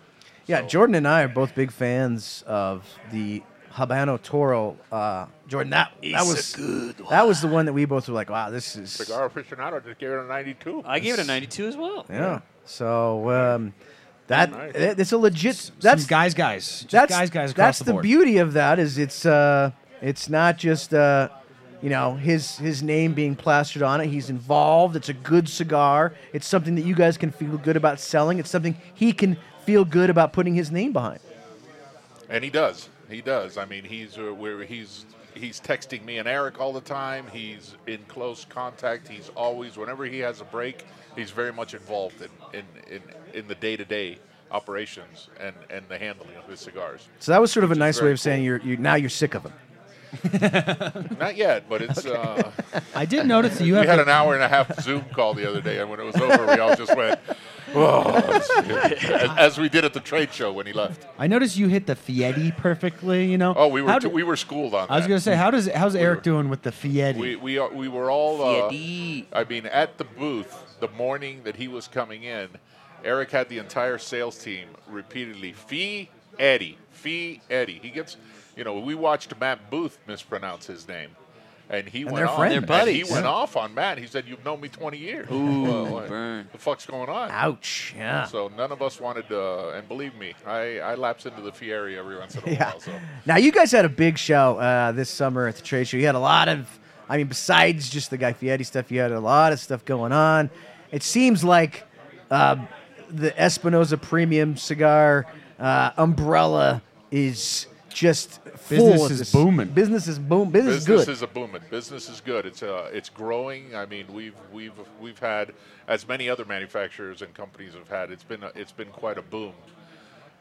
C: Yeah,
K: So-
C: Jordan and I are both big fans of the Habano Toro. Uh, Jordan, that that was good. That was the one that we both were like, wow, this is
K: Cigar aficionado just gave it a 92.
F: I gave it a 92 as well.
C: Yeah. So um, that
K: Nice.
C: it- it's a legit. That's
E: some guys, guys, just
C: that's
E: guys, guys across
C: That's
E: the board.
C: beauty of that is it's uh, it's not just uh, you know his his name being plastered on it. He's involved. It's a good cigar. It's something that you guys can feel good about selling. It's something he can feel good about putting his name behind.
K: And he does. He does. I mean, he's uh, where he's he's texting me and Eric all the time. He's in close contact. He's always whenever he has a break, he's very much involved in in in, in the day to day operations and and the handling of his cigars.
C: So that was sort of
K: is
C: a nice
K: very
C: way of saying you're you now you're sick of him.
K: Not yet, but it's. Uh,
E: I did notice that you
K: we
E: have
K: had
E: to-
K: an hour and a half Zoom call the other day, and when it was over, we all just went. Oh, as, as we did at the trade show when he left.
E: I noticed you hit the Fiedi perfectly. You know.
K: Oh, we
E: How
K: were
E: do-
K: we were schooled on.
E: I was
K: that.
E: gonna say, how does how's Eric doing with the Fiedi?
K: We uh, we are, we were all. Uh,
F: Fiedi.
K: I mean, at the booth the morning that he was coming in, Eric had the entire sales team repeatedly fee Eddie, fee Eddie. He gets, you know, we watched Matt Booth mispronounce his name. And he went
C: they're
K: off.
C: friends. They're
K: and
F: buddies.
K: he went off on Matt. He said, "You've known me 20 years. Well, what
F: burn.
K: The fuck's going on?"
C: Ouch. Yeah.
K: So none of us wanted to. And believe me, I, I lapse into the Fieri every once in a
C: Yeah.
K: while. So
C: Now you guys had a big show uh, this summer at the trade show. You had a lot of, I mean, besides just the Guy Fieri stuff, you had a lot of stuff going on. It seems like uh, the Espinosa Premium Cigar uh, umbrella is just full.
E: Business
C: of
E: is
C: this-
E: booming.
C: Business is boom. Business,
K: business
C: is good.
K: is a booming. Business is good. It's uh, it's growing. I mean, we've we've we've had as many other manufacturers and companies have had. It's been a, it's been quite a boom.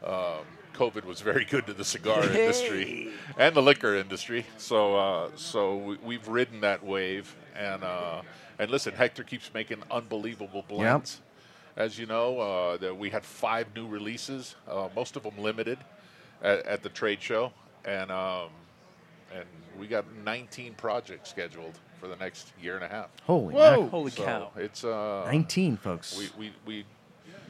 K: Um, COVID was very good to the cigar industry and the liquor industry. So uh, so we, we've ridden that wave. And uh, and listen, Hector keeps making unbelievable blends. As you know, uh, that we had five new releases, uh, most of them limited, at, at the trade show, and um, and we got 19 projects scheduled for the next year and a half.
C: Holy
E: Whoa.
C: mackerel.
F: Holy
K: so
F: cow.
K: It's uh,
C: nineteen folks.
K: We we we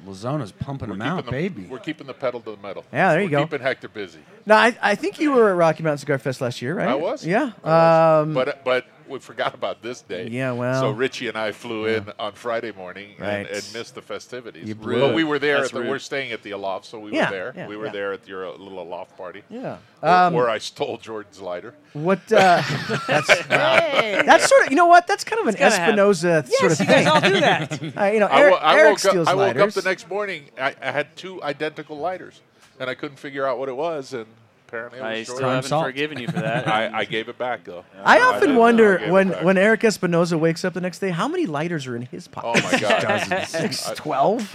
E: Lozona's pumping them
K: keeping
E: out,
K: the-
E: baby.
K: We're keeping the pedal to the metal.
C: Yeah, there you
K: We're
C: go.
K: Keeping Hector busy.
C: No, I, I think you were at Rocky Mountain Cigar Fest last year, right?
K: I was.
C: Yeah.
K: I was.
C: Um,
K: but but we forgot about this day.
C: Yeah, well.
K: So Richie and I flew in on Friday morning and-
C: Right.
K: and, missed the festivities.
C: You
K: But
C: rude.
K: we were there.
C: That's
K: At the,
C: rude.
K: we're staying at the Aloft, so we
C: Yeah,
K: were there.
C: yeah,
K: we were
C: yeah.
K: there at your uh, little Aloft party.
C: Yeah.
K: Where,
C: Um,
K: where I stole Jordan's lighter.
C: What? Uh, that's
K: Hey.
C: that's sort of you know what? That's kind of an
K: It's gotta happen.
C: Espinoza sort
K: Yes,
C: of
K: you
C: thing.
K: guys all do that.
C: Uh, you know,
K: I
C: Eric,
K: wo- I
C: Eric
K: woke,
C: steals
K: up, I woke up
C: lighters.
K: the next morning. I, I had two identical lighters, and I couldn't figure out what it was. And apparently, it was
F: I
K: Jordan's.
F: still haven't Salt. forgiven you for that.
K: I, I gave it back though.
C: I
K: did,
C: often
K: I
C: wonder
K: gave it
C: when,
K: back.
C: when Eric Espinoza wakes up the next day, how many lighters are in his pocket?
K: Oh my god,
C: Six,
K: I-
C: twelve.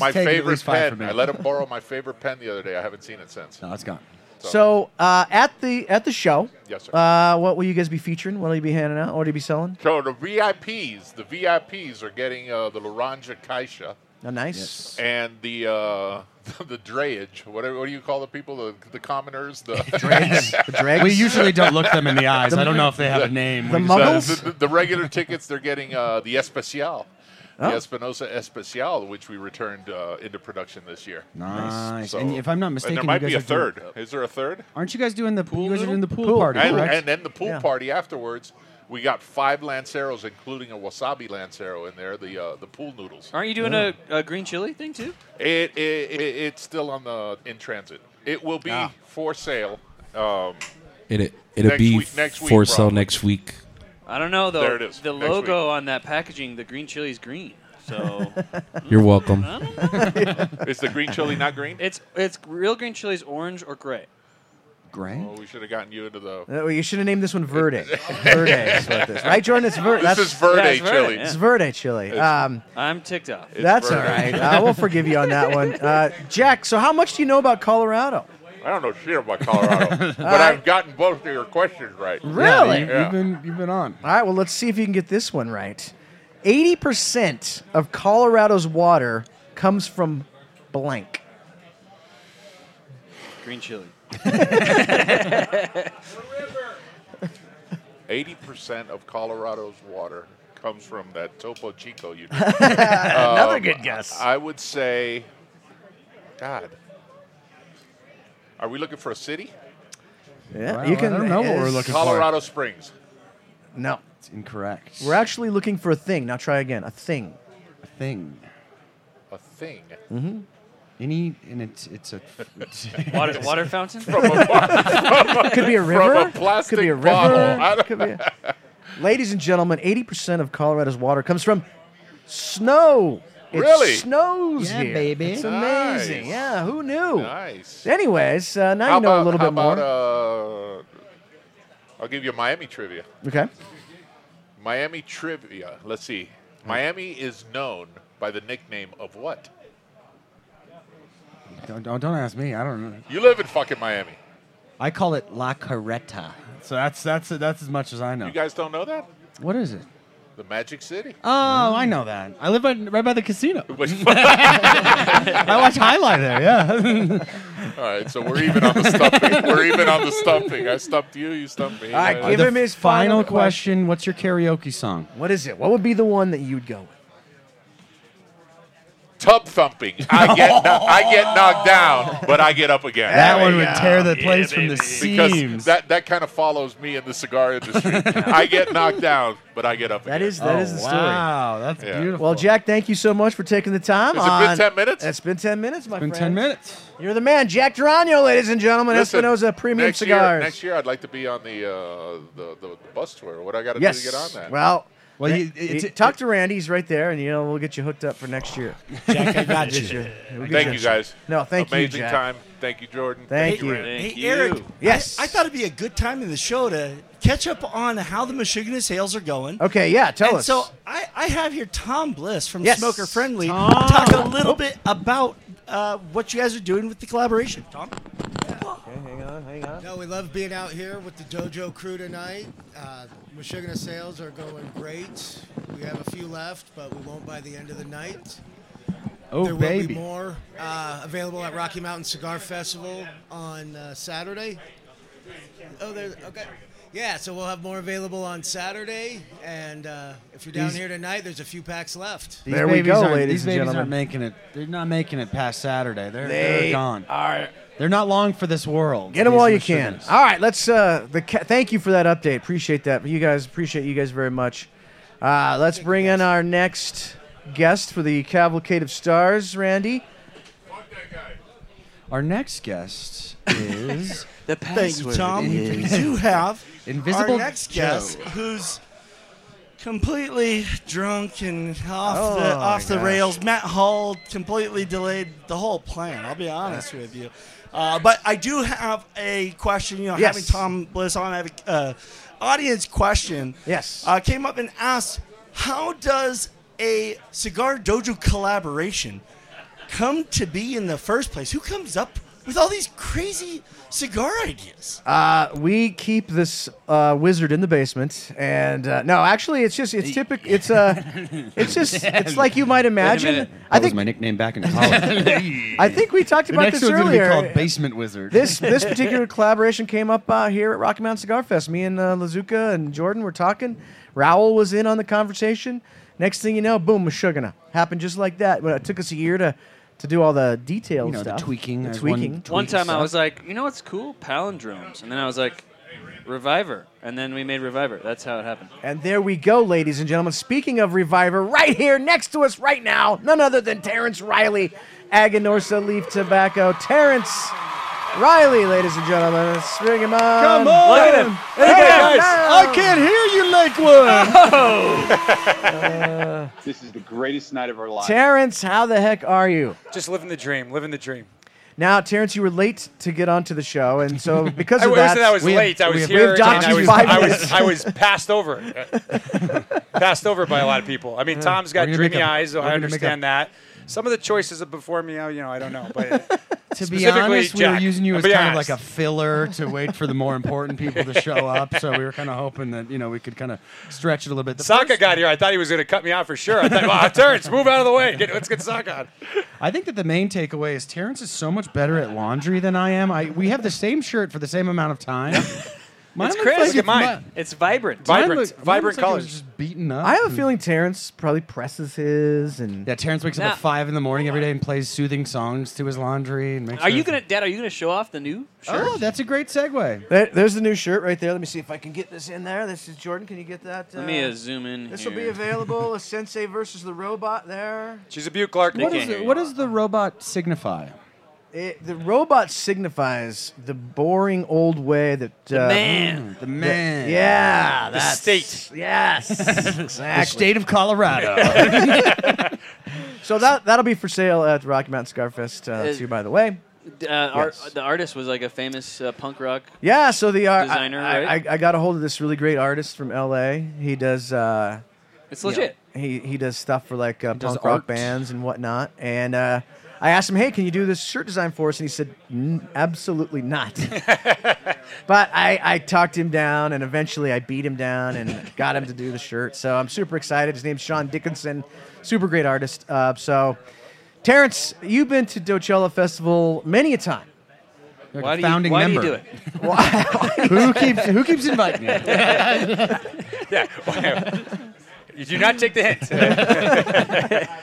K: my favorite pen. I let him borrow my favorite pen the other day. I haven't seen it since.
E: No, it's gone.
C: So uh, at the at the show,
K: Yes, sir.
C: Uh, what will you guys be featuring? What will you be handing out? What will you be selling?
K: So the VIPs, the VIPs are getting uh, the Laranja Caixa
C: Oh, nice. Yes.
K: and the uh, the drayage. Whatever, what do you call the people? The, the commoners. The dregs.
E: We usually don't look them in the eyes. I don't know if they have a name. We just-
K: The, the regular tickets. They're getting uh, the Especial. The
E: Oh.
K: Espinosa Especial, which we returned uh, into production this year.
E: Nice. And if I'm not mistaken,
K: there
E: you
K: might
E: guys
K: be a
E: are doing-
K: third. Is there a third?
E: Aren't you guys doing the pool? You guys are doing the pool, party,
K: and,
E: correct?
K: and then the pool party afterwards. We got five lanceros, including a wasabi lancero in there. The uh, the pool noodles.
F: Aren't you doing a, a green chili thing too?
K: It, it, it it's still on the in transit. It will be for sale. Um,
L: It it'll
K: next
L: be
K: week, next week,
L: for sale
K: probably.
L: next week.
F: I don't know though.
K: There it is.
F: The
K: Next
F: logo on that packaging, the green chili is green. So Hmm.
L: You're welcome.
F: I don't know.
K: Is the green chili not green?
F: It's it's real green chili is orange or gray.
E: Great.
K: Well, Oh, we should have gotten you into the.
C: Uh, well, you should have named this one Verde. Verde is what this, right, Jordan? It's Verde.
K: This is Verde Yeah, it's Verde,
F: chili. yeah.
C: It's Verde chili.
F: It's-
C: Um,
F: I'm ticked off.
C: that's all right. uh, we'll forgive you on that one, uh, Jack. So, how much do you know about Colorado?
K: I don't know shit about Colorado, but I've gotten both of your questions right.
C: Really?
E: you've,
K: Yeah.
E: you've been you've been on.
C: All right. Well, let's see if you can get this one right. Eighty percent of Colorado's water comes from blank.
F: Green chili.
K: Eighty percent of Colorado's water comes from that Topo Chico. You Um,
C: Another good guess.
K: I would say, God, are we looking for a city?
C: Yeah, Well, you I can- don't know what we're it's- looking for.
K: Colorado Springs.
C: No,
E: it's incorrect.
C: We're actually looking for a thing. Now try again. A thing.
E: A thing.
K: A thing.
C: Mm-hmm.
E: Any and it's it's a
F: Water- water fountain?
E: From a wa-
C: Could be a
E: from
C: river.
E: a
K: plastic
C: Could be a river.
K: bottle. Oh, I don't-
C: Could be a- Ladies and gentlemen, 80% of Colorado's water comes from snow. It
K: Really?
C: snows
K: Yeah,
C: here.
K: baby.
C: It's amazing.
K: Nice.
C: Yeah, who knew?
K: Nice.
C: Anyways, uh, now you know a little
K: how
C: bit more.
K: About, uh, I'll give you Miami trivia.
C: okay.
K: Miami trivia. Let's see. Miami is known by the nickname of what?
E: don't, don't don't ask me. I don't know.
K: You live in fucking Miami.
E: I call it La Carreta. So that's that's that's as much as I know.
K: You guys don't know that?
E: What is it?
K: The Magic City.
E: Oh,
K: Mm.
E: I know that. I live by, right by the casino. I
K: I
E: watch highlight there. Yeah.
K: All right, so we're even on the stumping. We're even on the stumping. I stumped you. You stumped me.
E: Uh, the final, question. What's your karaoke song?
C: What is it? What would be the one that you'd go with?
K: Tub thumping. I get kno- I get knocked down, but I get up again.
E: That There one we would go. tear the Yeah, place from the
K: Because
E: seams.
K: that, that kind of follows me in the cigar industry. I get knocked down, but I get up again.
C: That is that
E: Oh,
C: is the story.
E: that's
K: Oh, beautiful.
C: Well, Jack, thank you so much for taking the time.
K: Has it been 10
C: minutes? It's been 10 minutes, my
K: been
C: friend.
K: 10
E: minutes.
C: You're the man, Jack Durano, ladies and gentlemen.
K: Listen,
C: Espinoza Premium
K: next Year,
C: Cigars.
K: next year, I'd like to be on the uh, the, the, the bus tour. What I got to
C: yes.
K: do to get on that?
C: Well,
E: well,
C: you, talk to Randy. He's right there, and you know we'll get you hooked up for next year. Jack, I
K: got you. thank you guys.
C: No, thank
K: Amazing
C: you, Jack.
K: time. Thank you, Jordan.
C: Thank
K: you.
C: you.
K: Randy.
I: Hey, Eric. Yes. I, I thought it'd be a good time in the show to catch up on how the Michigan sales are going.
C: Okay, yeah, tell
I: And
C: us.
I: So I, I have here Tom Bliss from
C: Yes. Oh.
I: Smoker Friendly
C: Tom.
I: talk a little bit about uh, what you guys are doing with the collaboration. Tom?
C: hang on, hang on.
M: No, we love being out here with the Dojo crew tonight. Uh, Michigan sales are going great. We have a few left, but we won't by the end of the night.
E: Oh,
M: there will
E: baby.
M: be more uh, available at Rocky Mountain Cigar Festival on uh, Saturday. Oh, there. Okay. Yeah, so we'll have more available on Saturday, and uh, if you're down
E: These-
M: here tonight, there's a few packs left.
E: These babies aren't- these babies Aren't making it. They're not making it past Saturday. They're,
C: They
E: are gone.
C: are-
E: They're not long for this world.
C: Get them
E: These
C: while you
E: little
C: can.
E: shrimps.
C: All right, let's. Uh, the ca- thank you for that update. Appreciate that. You guys appreciate you guys very much. Uh, let's bring in our next guest for the cavalcade of stars, Randy.
E: Our next guest is
F: the
I: Thank you, Tom. We do have
E: Invisible
I: our next guest,
E: Joe.
I: who's completely drunk and off
E: Oh,
I: the
E: my
I: off the
E: gosh.
I: rails. Matt Hall completely delayed the whole plan. I'll be honest with you, uh, but I do have a question. You know,
C: Yes.
I: having Tom Bliss on, I have an uh, audience question.
C: Yes,
I: uh, came up and asked, "How does a cigar dojo collaboration come to be in the first place? Who comes up with all these crazy cigar ideas?"
C: Uh, we keep this uh, wizard in the basement, and uh, no, actually, it's just it's typical. It's uh, it's just it's like you might imagine. I
E: That was
C: think
E: my nickname back in college.
C: I think we talked
E: The
C: about
E: next
C: this
E: one's
C: earlier.
E: Gonna be called Basement Wizard.
C: this this particular collaboration came up uh, here at Rocky Mountain Cigar Fest. Me and uh, Lazuka and Jordan were talking. Raoul was in on the conversation. Next thing you know, boom, Meshuggah happened just like that. But it took us a year to to do all the details,
E: You know, the tweaking.
C: the
E: There's one
C: tweaking.
F: One time I was like, you know what's cool? Palindromes. And then I was like, Reviver. And then we made Reviver. That's how it happened.
C: And there we go, ladies and gentlemen. Speaking of Reviver, right here next to us right now, none other than Terrence Riley, Aganorsa Leaf Tobacco. Terrence Riley, ladies and gentlemen. Let's bring him on.
E: Come on! Look at him. Hey, guys, I
C: can't hear you, Lakewood.
N: Uh, this is the greatest night of our
E: Oh.
N: lives.
C: Terrence, how the heck are you?
N: Just living the dream, living the dream.
C: Now, Terrence, you were late to get onto the show, and so because
N: I
C: of
N: wasn't
C: that,
N: that I was late. I was
C: we've
N: here. and
C: docked
N: I
C: you
N: was,
C: five
N: I
C: minutes.
N: was I was passed over, passed over by a lot of people. I mean,
C: Yeah.
N: Tom's
C: We're
N: got
C: gonna make
N: dreamy
C: up-
N: eyes, so
C: we're
N: I
C: gonna make
N: understand that. Some of the choices before me, uh, you know, I don't know, but
E: To be
N: specifically
E: honest, we were
N: Jack.
E: using you
N: I'll
E: as
N: be
E: kind
N: honest.
E: of like a filler to wait for the more important people to show up. So we were kind of hoping that you know we could kind of stretch it a little bit. The
N: Saka got here. I thought he was going to cut me out for sure. I thought, well, Terrence, move out of the way. Get, let's get Saka on.
E: I think that the main takeaway is Terrence is so much better at laundry than I am. I we have the same shirt for the same amount of time.
F: it's
E: looks
F: crisp.
E: like it's mi-
F: It's vibrant.
E: Mine look- mine looks like it was just beaten up.
C: I have a feeling Terrence probably presses his, and
E: yeah, Terrence wakes up
F: Nah.
E: at five in the morning every day and plays soothing songs to his laundry and makes.
F: Are you gonna, Dad? Are you gonna show off the new shirt?
E: Oh, that's a great segue.
C: There, there's the new shirt right there. Let me see if I can get this in there. This is Jordan. Can you get that?
F: Let me uh, zoom in.
C: This will be
F: here.
C: available as Sensei versus the Robot there.
N: She's a Butte Clark.
E: What, is it, what does the robot signify?
C: It, the robot signifies the boring old way that
E: The
C: uh,
E: man. The man.
C: yeah,
E: The
C: that's-
E: state.
C: Yes,
E: The state of Colorado.
C: so that that'll be for sale at Rocky Mountain Scarfest uh,
F: Uh,
C: too. By the way,
F: Uh, art,
C: Yes.
F: The artist was like a famous uh, punk rock.
C: Yeah, so the art
F: Designer,
C: I,
F: right?
C: I, I got a hold of this really great artist from L.A. He does. Uh,
F: It's
C: you know,
F: legit.
C: he he does stuff for like uh,
F: does
C: punk rock
F: art.
C: bands and whatnot. And uh, I asked him, "Hey, can you do this shirt design for us?" And he said, "N- "Absolutely not." but I, I talked him down, and eventually I beat him down and got him to do the shirt. So I'm super excited. His name's Sean Dickinson, super great artist. Uh, so, Terrence, you've been to Docella Festival many a time.
E: Like Why a do you- founding why do you member. do it?
C: who keeps who keeps inviting you?
N: yeah.
C: Uh,
N: well, you do not take the hint.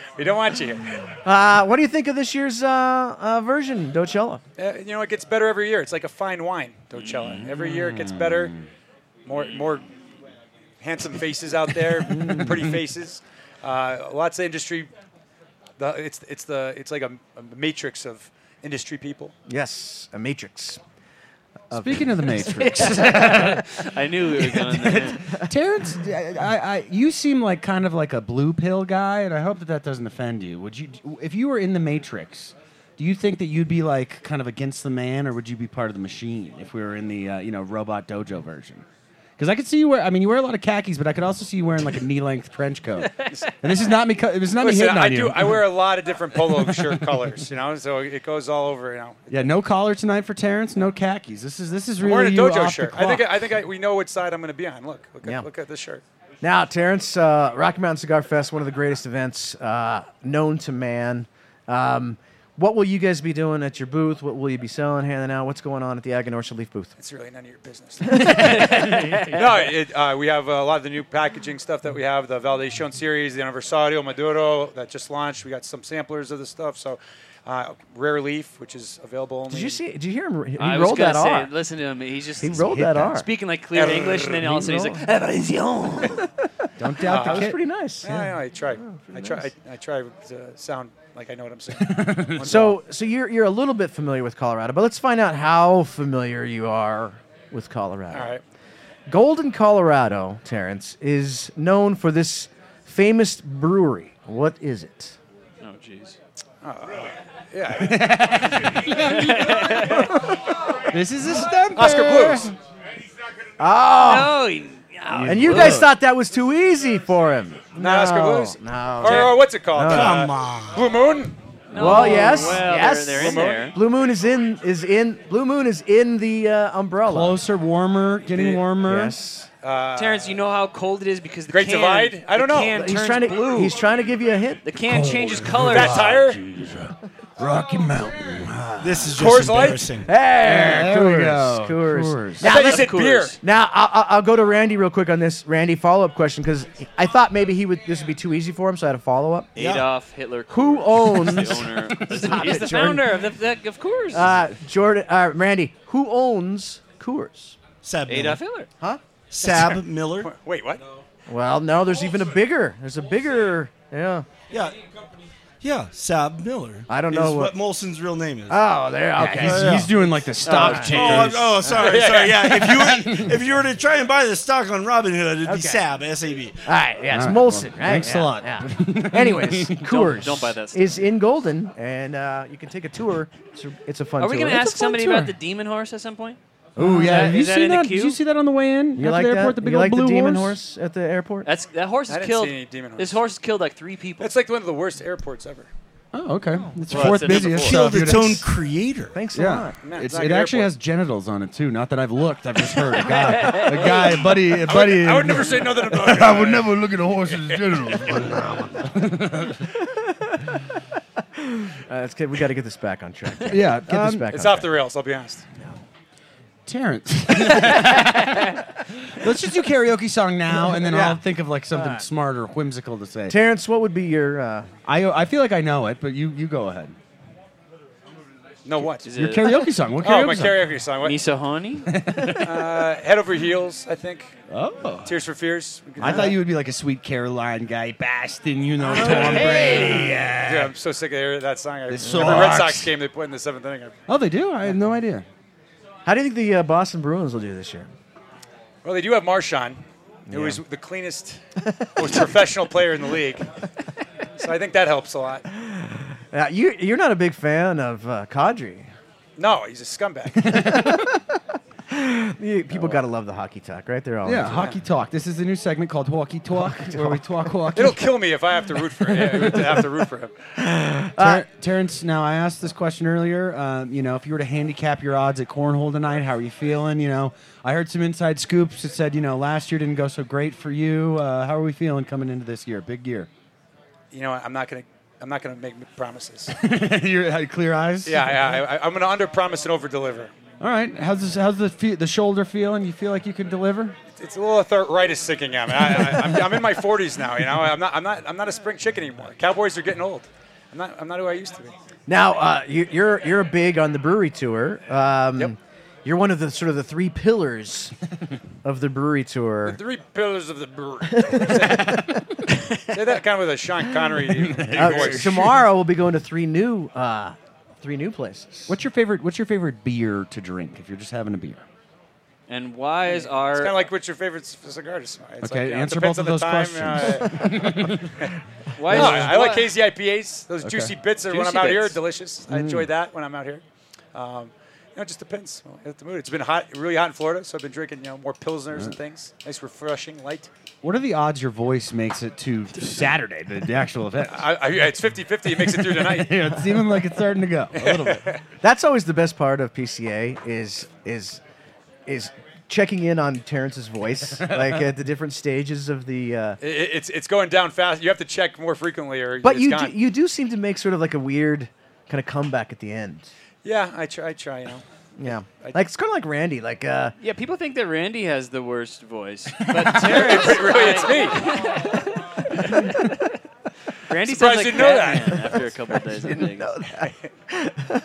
N: we don't want you here.
C: Uh, what do you think of this year's uh, uh, version, Docella?
N: Uh, you know, it gets better every year. It's like a fine wine, Docella. Every year it gets better. More, more handsome faces out there, pretty faces. Uh, lots of industry. The, it's, it's the, it's like a, a matrix of industry people.
C: Yes, a Matrix.
E: Speaking of the Matrix.
F: I knew we were going there.
E: Terrence, I, I, I- you seem like kind of like a blue pill guy, and I hope that that doesn't offend you. Would you, if you were in the Matrix, do you think that you'd be like kind of against the man, or would you be part of the machine if we were in the uh, you know robot dojo version? Because I could see you wear. I mean, you wear a lot of khakis, but I could also see you wearing like a knee-length trench coat. And this is not me. co- It's not me
N: Listen,
E: hitting on
N: I
E: you.
N: do. I wear a lot of different polo shirt colors, you know, so it goes all over. You know,
E: yeah, no collar tonight for Terrence. No khakis. This is this is
N: I'm
E: really
N: wearing a
E: you
N: dojo
E: off
N: shirt.
E: The
N: I think.
E: clock.
N: I think I, we know which side I'm going to be on. Look, look,
C: Yeah.
N: at, look at this shirt.
C: Now, Terrence, uh, Rocky Mountain Cigar Fest, one of the greatest events uh, known to man. Um, What will you guys be doing at your booth? What will you be selling, handing out? What's going on at the Aganorsa Leaf booth?
N: It's really none of your business.
C: No,
N: no, it, uh, we have a lot of the new packaging stuff that we have, the Valdeation series, the Anniversario Maduro that just launched. We got some samplers of the stuff. So, uh, Rare Leaf, which is available only.
C: Did you see? Did you hear him? He
F: I was
C: rolled
F: gonna
C: that
F: say,
C: R.
F: Listen to him. He's just
C: He rolled that R.
F: Speaking like clear English, and then all of a sudden he's like, "Abrasion."
C: Don't
F: doubt the
N: Uh, that was
F: kid.
N: pretty
C: nice.
N: Yeah, I know, I try.
C: Oh,
N: I try.
F: nice.
N: I, I try to sound like I know what I'm saying.
C: So, so you're you're a little bit familiar with Colorado, but let's find out how familiar you are with Colorado.
N: All right.
C: Golden, Colorado, Terrence is known for this famous brewery. What is it?
F: Oh, jeez.
N: Uh, yeah.
C: This is a stumper.
N: Oscar Blues.
C: Oh.
F: No, he- oh,
C: and you
F: look.
C: guys thought that was too easy for him.
N: Not Oscar
C: No,
N: Blues.
C: No.
N: Or, or what's it called? Uh,
C: No, no.
N: on. Blue Moon.
C: well, yes, yes.
F: Oh, they're in
C: Blue Moon-
F: there.
C: Blue Moon is in is in Blue Moon is in the uh, umbrella. Closer,
E: warmer, getting warmer.
C: Yes.
F: Terrence, you know how cold it is because
N: Uh,
F: the
N: Great
F: can,
N: Divide? I don't
F: the
N: know.
F: Can
C: he's
F: turns
C: trying to
F: blue.
C: he's trying to give you a hint.
F: the can changes color.
N: Fat tire.
E: Rocky Mountain.
F: Ah.
I: This is just
N: Coors Light?
I: embarrassing.
C: Hey,
E: There we go.
C: Coors, Coors.
E: Coors.
N: I thought you said
C: let's-
N: beer.
C: Now I'll, I'll- I'll go to Randy real quick on this Randy follow up question because I thought maybe he would this would be too easy for him, so I had a follow up.
F: Adolf Hitler.
C: Who
F: Coors is
C: owns-
F: the owner? He's the-
C: Stop
F: he's
C: it,
F: the
C: Jordan.
F: founder of the, the of course.
C: Uh, Jordan, uh, Randy, who owns Coors?
I: Sab
F: Adolf Hitler.
C: Huh?
I: Sab Miller.
N: Wait, what?
C: Well, no, there's even a bigger. There's a bigger. Yeah.
I: Yeah. Yeah, Sab Miller.
C: I don't know
I: is what
C: what-
I: Molson's real name is.
C: Oh, there.
I: Yeah,
C: Okay.
I: he's- he's
E: doing like the stock
I: Oh, I'm- oh, sorry, sorry. Yeah, if you were, if you were to try and buy the stock on Robinhood, it'd
C: Okay.
I: be SAB, S A B.
C: All right, yeah, it's
E: All right, well,
C: Molson, right?
E: thanks a
C: Yeah,
E: lot.
C: yeah. Anyways,
E: Don't-
C: Coors
F: don't buy that stuff.
C: is in Golden, and uh, you can take a tour. It's a, it's a fun
F: Are
C: tour.
F: we going to
C: It's a fun
F: ask somebody
C: tour.
F: about the demon horse at some point?
E: Oh
F: Is
E: yeah,
F: that-
E: have you
F: is that
E: seen
F: in the
E: that?
F: queue?
E: Did you see that on the way in?
C: You
E: After
C: like
E: the airport,
C: that?
E: the big
C: you
E: old
C: like
E: blue
C: the demon
E: horse?
C: horse? at the airport?
F: That's that horse
N: I
F: has
N: didn't
F: killed.
N: see any demon horse.
F: This horse has killed like three people.
N: That's like one of the worst airports ever.
E: Oh, okay. It's
F: Well,
E: fourth
F: it's in the
E: busiest.
F: before.
E: so if
F: Killed
E: you'd
F: its
E: ex-
F: own
I: creator.
C: Thanks a
E: Yeah,
C: lot.
N: Man,
E: it's,
N: it's not
E: it
N: good
E: actually
N: airport.
E: has genitals on it too. Not that I've looked, I've just heard a guy, a guy, a buddy, a buddy.
N: I would never say no that I'm not.
O: I would never look at a horse's genitals.
C: Uh, it's good. We got to get this back on track. Jack.
E: Yeah,
C: get this
E: um,
C: back.
N: It's
C: on
N: off the rails. I'll be honest.
E: Terrence. Let's just do karaoke song now, and then
C: Yeah.
E: I'll think of like something
C: Alright.
E: smart or whimsical to say.
C: track. Terrence, what would be your? Uh,
E: I I feel like I know it, but you you go ahead.
N: No, what? Is
E: Your karaoke song. What karaoke
N: oh, my
E: song?
N: karaoke song. What?
F: Misahani?
N: uh, head over heels, I think.
E: Oh.
N: Tears for Fears. We could
E: I
N: do
E: thought
N: that.
E: you would be like a sweet Caroline guy, Bastin, you
N: Oh,
E: know, Tom Brady. Yeah.
N: Dude, I'm so sick of hearing that song. I,
E: This
N: every Red
E: sucks.
N: Sox game they put in the seventh inning. I-
E: Oh, they do. I had no idea.
C: how do you think the uh, Boston Bruins will do this year?
N: Well, they do have Marshawn, who
C: Yeah.
N: is the cleanest, most professional player in the league. So I think that helps a lot.
C: Uh, you you're not a big fan of uh, Kadri.
N: No, he's a scumbag.
C: You- people got to love the hockey talk, right? They're all
E: Yeah,
C: into it.
E: hockey talk. This is a new segment called Hockey Talk, where we talk hockey.
N: It'll kill me if I have to root for him. Yeah, I have to root for him. Uh,
E: Ter- Terrence, now I asked this question earlier. Um, you know, if you were to handicap your odds at cornhole tonight, how are you feeling? You know, I heard some inside scoops that said you know last year didn't go so great for you. Uh, how are we feeling coming into this year? Big year.
N: You know, what? I'm not gonna, I'm not gonna make promises.
E: you had clear eyes.
N: Yeah, yeah I, I, I'm gonna under promise and over deliver.
E: All right. How's this, how's the fe- the shoulder feeling? You feel like you can deliver?
N: It's a little arthritis sinking on me. I, I, I'm, I'm in my 40s now. You know, I'm not, I'm not, I'm not a spring chicken anymore. Cowboys are getting old. I'm not, I'm not who I used to be.
C: Now uh, you, you're you're big on the brewery tour. Um, You're one of the sort of the three pillars of the brewery tour.
N: Three pillars of the brewery. say, say that kind of with a Sean Connery
C: Uh,
N: voice.
C: tomorrow we'll be going to three new uh, three new places.
E: What's your favorite? What's your favorite beer to drink if you're just having a beer?
F: and why is our
N: It's kind of like what's your favorite c- cigar to smoke. It's
E: Okay,
N: like, you know, it
E: answer
N: depends
E: both
N: on
E: of
N: the
E: those
N: time,
E: questions.
N: uh,
F: Why
N: no,
F: is-
N: I like
F: why-
N: hazy IPAs. Those
E: Okay.
N: juicy bits are when I'm
F: Juicy
N: out here are
F: bits.
N: delicious. I enjoy
E: Mm.
N: that when I'm out here. Um, you know, it just depends at the mood. It's been hot, really hot in Florida, so I've been drinking you know more pilsners and
E: Right.
N: things. Nice, refreshing, light.
E: What are the odds your voice makes it to Saturday, the, the actual event?
N: I, I, it's 50-50. It makes it through tonight.
E: yeah, it's seeming like it's starting to go a little bit.
C: That's always the best part of PCA is is is checking in on Terrence's voice, like at the different stages of the. Uh,
N: It- it- it's it's going down fast. You have to check more frequently, or
C: but
N: it's
C: you
N: gone.
C: do, you do seem to make sort of like a weird kind of comeback at the end.
N: Yeah, I try. I try. You know.
C: Yeah,
N: I-
C: like it's kind of like Randy. Like uh,
F: yeah, people think that Randy has the worst voice, but Terrence, really, it's me. Randy sounds
N: Surprised
F: like
N: you didn't know that.
F: Batman after a couple of days. I
N: Didn't
F: think.
N: know
E: Uh,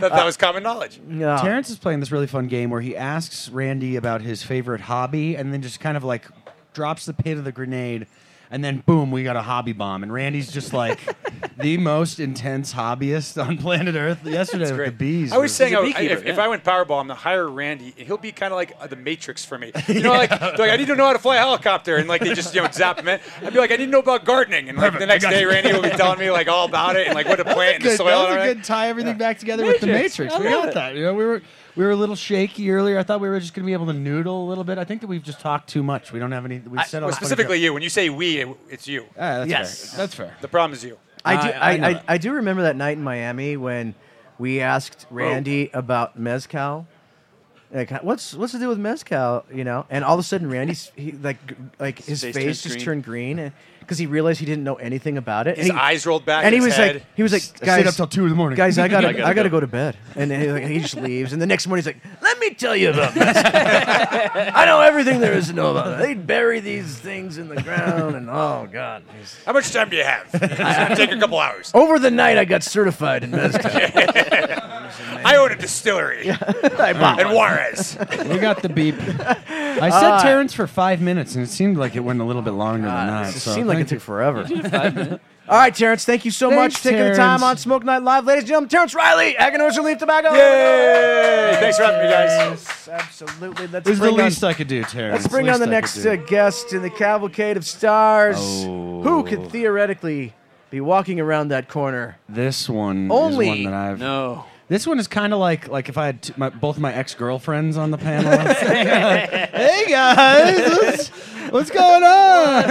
N: Thought that was common knowledge.
E: Terrence is playing this really fun game where he asks Randy about his favorite hobby and then just kind of like drops the pin of the grenade and then boom, we got a hobby bomb. And Randy's just like the most intense hobbyist on planet Earth yesterday
N: That's
E: with
N: great.
E: the bees.
N: I was saying, I,
E: He's a
N: would- I-
E: beekeeper,
N: if, if
E: yeah.
N: I went Powerball, I'm gonna hire Randy, and he'll be kind of like uh, the Matrix for me. You know, like, they're like I need to know how to fly a helicopter, and like they just you know zap him. In. I'd be like, I need to know about gardening, and like the next day, Randy will be telling me like all about it and like what to plant in the
E: Good.
N: soil.
E: That
N: and
E: was a
N: all
E: good tie everything back together with the
N: Matrix.
E: Matrix.
N: I
E: We
N: love
E: got
N: it.
E: that. You know, we were we were a little shaky earlier. I thought we were just going to be able to noodle a little bit. I think that we've just talked too much. We don't have any. We
N: I-
E: said all
N: well,
E: the funny
N: specifically you. When you say we, it- it's you.
E: Ah, that's Yes. fair. That's fair.
N: The problem is you.
C: I do. I, I, I, do remember that night in Miami when we asked Randy about mezcal. Like, what's what's to do with mezcal? You know, and all of a sudden, Randy's he, like g- like his
N: face
C: face,
N: turns
C: just
N: green.
C: turned green because he realized he didn't know anything about it.
N: His
C: and he,
N: eyes rolled back
C: and
N: in
C: he
N: his
C: was
N: head.
C: like, he was like,
N: I stayed
C: guys,
N: up till two in the morning.
C: Guys, I gotta
N: I
C: I
N: gotta
C: gotta,
N: go.
C: go. to bed. And he, like, he just leaves. And the next morning, he's like, let me tell you about mezcal. I know everything there is to know about it. They bury these things in the ground, and oh god.
N: How much time do you have? It's gonna take a couple hours.
C: Over the night, I got certified in mezcal.
N: I own a distillery
C: I bought
N: in
C: one.
N: Juarez.
E: We got the beep. I said
C: Ah.
E: Terrence for five minutes, and it seemed like it went a little bit longer than
C: God,
E: that.
C: this
E: so
C: seemed like it
E: thank
C: took
E: you.
C: forever. You did five minutes. All right, Terrence, thank you so much
E: Thanks,
C: for taking the time
E: Terrence.
C: on Smoke Night Live. Ladies and gentlemen, Terrence Riley, Aganosa Leaf Tobacco.
N: Yay! Thanks for having me, guys.
C: Yes, absolutely. Let's
E: It was the
C: bring
E: least
C: on,
E: I could do, Terrence.
C: let's bring on
E: Least
C: the
E: I could
C: next
E: do.
C: uh, guest in the cavalcade of stars. Who
E: Oh.
C: could theoretically be walking around that corner?
E: This one
C: Only-
E: is one that I've
F: no.
E: This one is kind of like like if I had t- my, both my ex girlfriends on the panel. hey guys, what's, what's going on?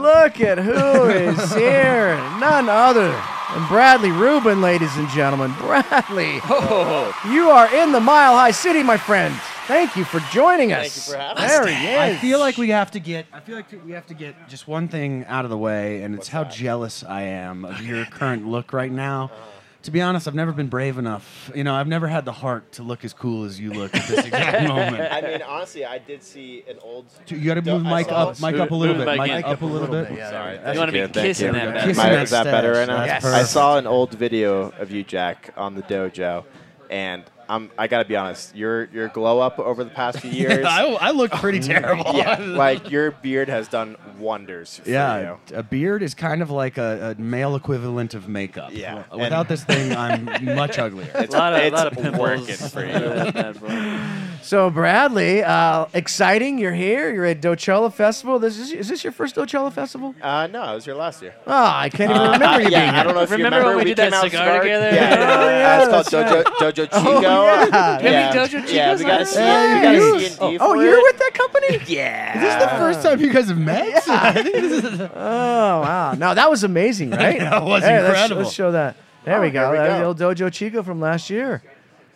C: Look at who is here. None other than Bradley Rubin, ladies and gentlemen. Bradley,
F: Oh,
C: you are in the Mile High City, my friend. Thank you for joining us. There he is.
E: I feel like we have to get. I feel like we have to get just one thing out of the way, and it's how jealous I am of your current look right now.
P: Uh-huh.
E: To be honest, I've never been brave enough. You know, I've never had the heart to look as cool as you look at this exact moment.
P: I mean, honestly, I did see an old.
E: Dude, you gotta move
P: I
E: mic
P: saw-
E: up, mic up a little bit, mic up a little bit.
P: Thank
E: Thank you. Thank you.
P: Am
E: Kissing
P: I-
E: that
P: is that better
E: stash.
P: right now?
E: That's
P: I
E: perfect.
P: saw an old video of you, Jack, on the dojo, and I'm, I gotta be honest, your your glow up over the past few years.
E: I, I look pretty terrible.
P: Oh, Mm, yeah, like your beard has done wonders. For you.
E: Yeah, a beard is kind of like a, a male equivalent of makeup.
P: Yeah,
E: W- Without this thing, I'm much uglier.
P: It's-
F: A lot of, a
P: it's
F: lot of pimples.
P: working for you.
F: That bad boy.
C: So, Bradley, uh, exciting. You're here. You're at Dochella Festival. This is, is this your first Dochella Festival?
P: Uh, no, it was your last year.
C: Oh, I can't even
P: Uh,
C: remember you
P: yeah,
C: being
P: I don't know if
F: Remember
P: you remember
F: when we did
P: came
F: that
P: out
F: cigar
P: scarred?
F: together?
P: Yeah, yeah,
F: Oh, yeah,
P: it's called
F: that's
P: Dojo,
F: right.
P: Dojo Chico.
F: Oh, yeah.
P: yeah.
F: Do you have any Dojo
P: Yeah,
F: Chicos
P: we got a
F: left?
P: C, we got a C and D
C: Oh,
P: for
C: you were
P: it.
C: with that company?
P: yeah.
E: Is this the first time you guys have met?
C: Oh wow! No, that was amazing, right?
E: That was
C: Hey, let's-
E: incredible.
C: Let's, show that. There
E: Oh,
C: we go.
E: here we
C: That
E: go.
C: old Dojo Chico from last year.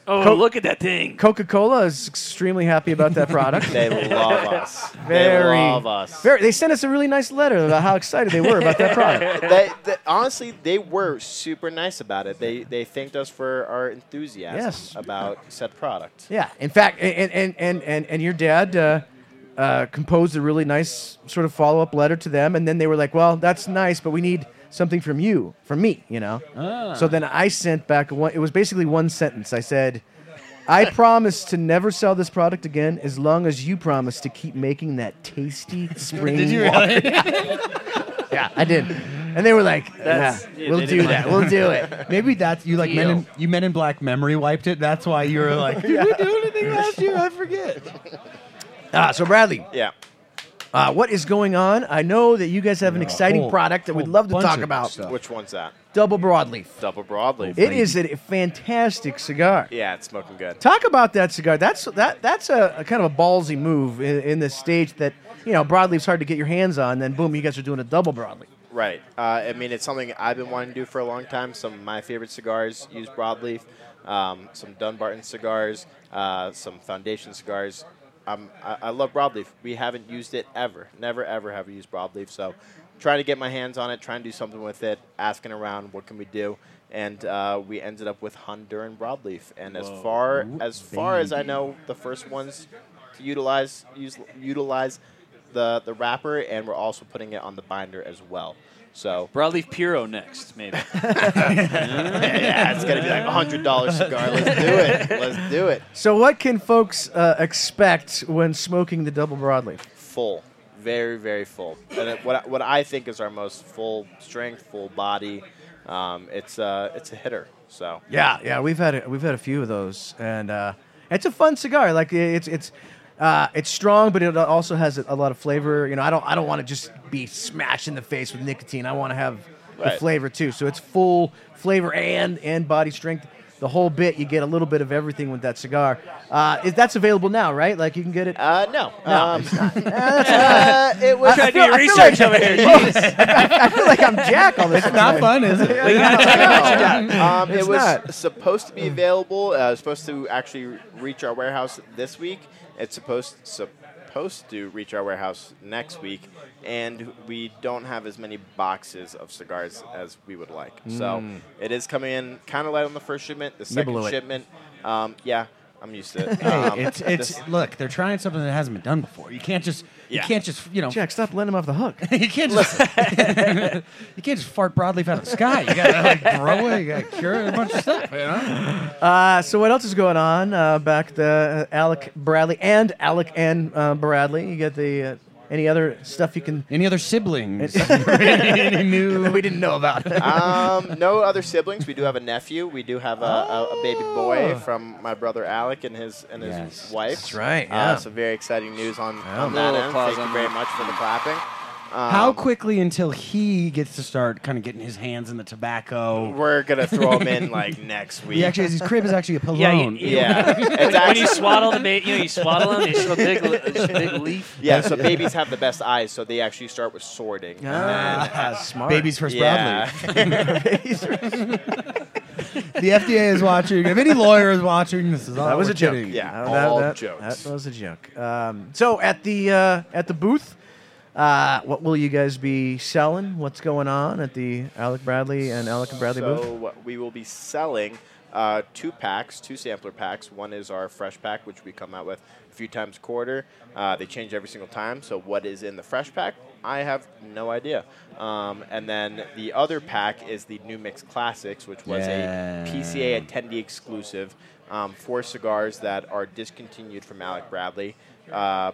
F: Oh, look at that thing.
C: Coca Cola is extremely happy about that product.
P: They love us. They
C: Very,
P: love us.
C: Very, they sent us a really nice letter about how excited they were about that product.
P: they, they- honestly, they were super nice about it. They they thanked us for our enthusiasm
C: Yes.
P: about said product.
C: Yeah. In fact, and and and and, and your dad uh, uh, composed a really nice sort of follow up letter to them, and then they were like, "Well, that's nice, but we need something from you, from me," you know.
E: Ah.
C: So then I sent back one. It was basically one sentence. I said. I promise to never sell this product again as long as you promise to keep making that tasty spring
E: Did you
C: water."
E: really?
C: yeah, I did. And they were like,
E: That's-
C: "Yeah, we'll do that. We'll do it.
E: Maybe that's you like men in, you men in black memory wiped it. That's why you were like, did we do anything last year? I forget.
C: Ah, so Bradley.
P: Yeah.
C: Uh, what is going on? I know that you guys have an exciting
P: whole-
C: product that we'd love to talk about.
P: Which one's that?
C: Double broadleaf.
P: Double broadleaf.
C: It is a fantastic cigar.
P: Yeah, it's smoking good.
C: Talk about that cigar. That's that. That's a, a kind of a ballsy move in, in this stage. That you know, broadleaf's hard to get your hands on. Then boom, you guys are doing a double broadleaf.
P: Right. Uh, I mean, it's something I've been wanting to do for a long time. Some of my favorite cigars use broadleaf, um, some Dunbarton cigars, uh, some Foundation cigars. Um, I, I love broadleaf. We haven't used it ever. Never, ever have we used broadleaf. So trying to get my hands on it, trying to do something with it, asking around, what can we do? And uh, we ended up with Honduran broadleaf. And as
Q: Whoa.
P: far
Q: Ooh,
P: as far as I
Q: baby.
P: know, the first ones to utilize use, utilize the the wrapper, and we're also putting it on the binder as well. So
F: broadleaf puro next, maybe.
P: yeah, it's gonna be like hundred dollar cigar. Let's do it. Let's do it.
C: So, what can folks uh, expect when smoking the double broadleaf?
P: full, very very full, and it, what I- what I think is our most full strength, full body. Um, it's a it's a hitter. So
C: Yeah, yeah, we've had a, we've had a few of those, and uh, it's a fun cigar. Like it's it's uh, it's strong, but it also has a lot of flavor. You know, I don't I don't want to just be smashed in the face with nicotine. I want to have the
P: Right.
C: flavor too. So it's full flavor and and body strength. The whole bit, you get a little bit of everything with that cigar. Uh, is that's available now, right? Like you can get it.
P: Uh, no,
C: no,
P: Um,
C: it's not.
P: uh, it was.
C: I feel- I feel like- I, I feel like I'm Jack all this
P: It's not
C: fun, is it?
P: um, it
C: It's
P: was
C: not.
P: supposed to be available. Uh, supposed to actually reach our warehouse this week. It's supposed supposed to reach our warehouse next week, and we don't have as many boxes of cigars as we would like. So
C: Mm.
P: it is coming in kind of light on the first shipment. The
C: You
P: second
C: blew it.
P: shipment, um, yeah, I'm used to it.
E: Hey,
P: Um,
E: it's
P: this-
E: it's look. They're trying something that hasn't been done before. You can't just
P: Yeah.
E: you can't just you know
C: Jack, stop letting him off the hook.
E: you can't just you can't just fart broadleaf out of the sky. You gotta like grow it. You gotta cure it. A bunch of stuff. You know.
C: Uh, so what else is going on uh, back the uh, Alec Bradley and Alec and uh, Bradley? You get the uh, any other stuff you can
E: any other siblings?
C: any new that we didn't know about?
P: um, no other siblings. We do have a nephew. We do have a, a, a baby
E: Oh.
P: boy from my brother Alec and his and his wife.
C: That's right,
P: Uh,
C: yeah.
P: so very exciting news on,
C: Yeah.
P: on that
C: Little
P: end.
C: applause
P: Thank
C: on
P: you very
C: that.
P: much for the clapping. Um,
E: How quickly until he gets to start kind of getting his hands in the tobacco?
P: We're gonna throw him in like next week.
E: He actually his crib is actually a
F: you-
E: pillow.
F: you- Yeah. When you swaddle the ba- you know, you swaddle 'em, it's a big li- it's a big leaf.
P: Yeah, so babies have the best eyes, so they actually start with sorting. and
E: Ah,
P: then-
E: smart. Babies first
P: yeah.
E: Bradley. the FDA is watching. If any lawyer is watching, this is all
C: that was
E: we're
C: a joke.
E: kidding.
C: Uh, that, that- That was a joke. Um, so at the uh, at the booth, uh, what will you guys be selling? What's going on at the Alec Bradley and Alec and Bradley booth?
P: So we will be selling uh, two packs, two sampler packs. One is our fresh pack, which we come out with a few times a quarter. Uh, they change every single time. So what is in the fresh pack? I have no idea. Um, and then the other pack is the New Mix Classics, which was
E: Yeah.
P: a PCA attendee exclusive um, for cigars that are discontinued from Alec Bradley. Uh,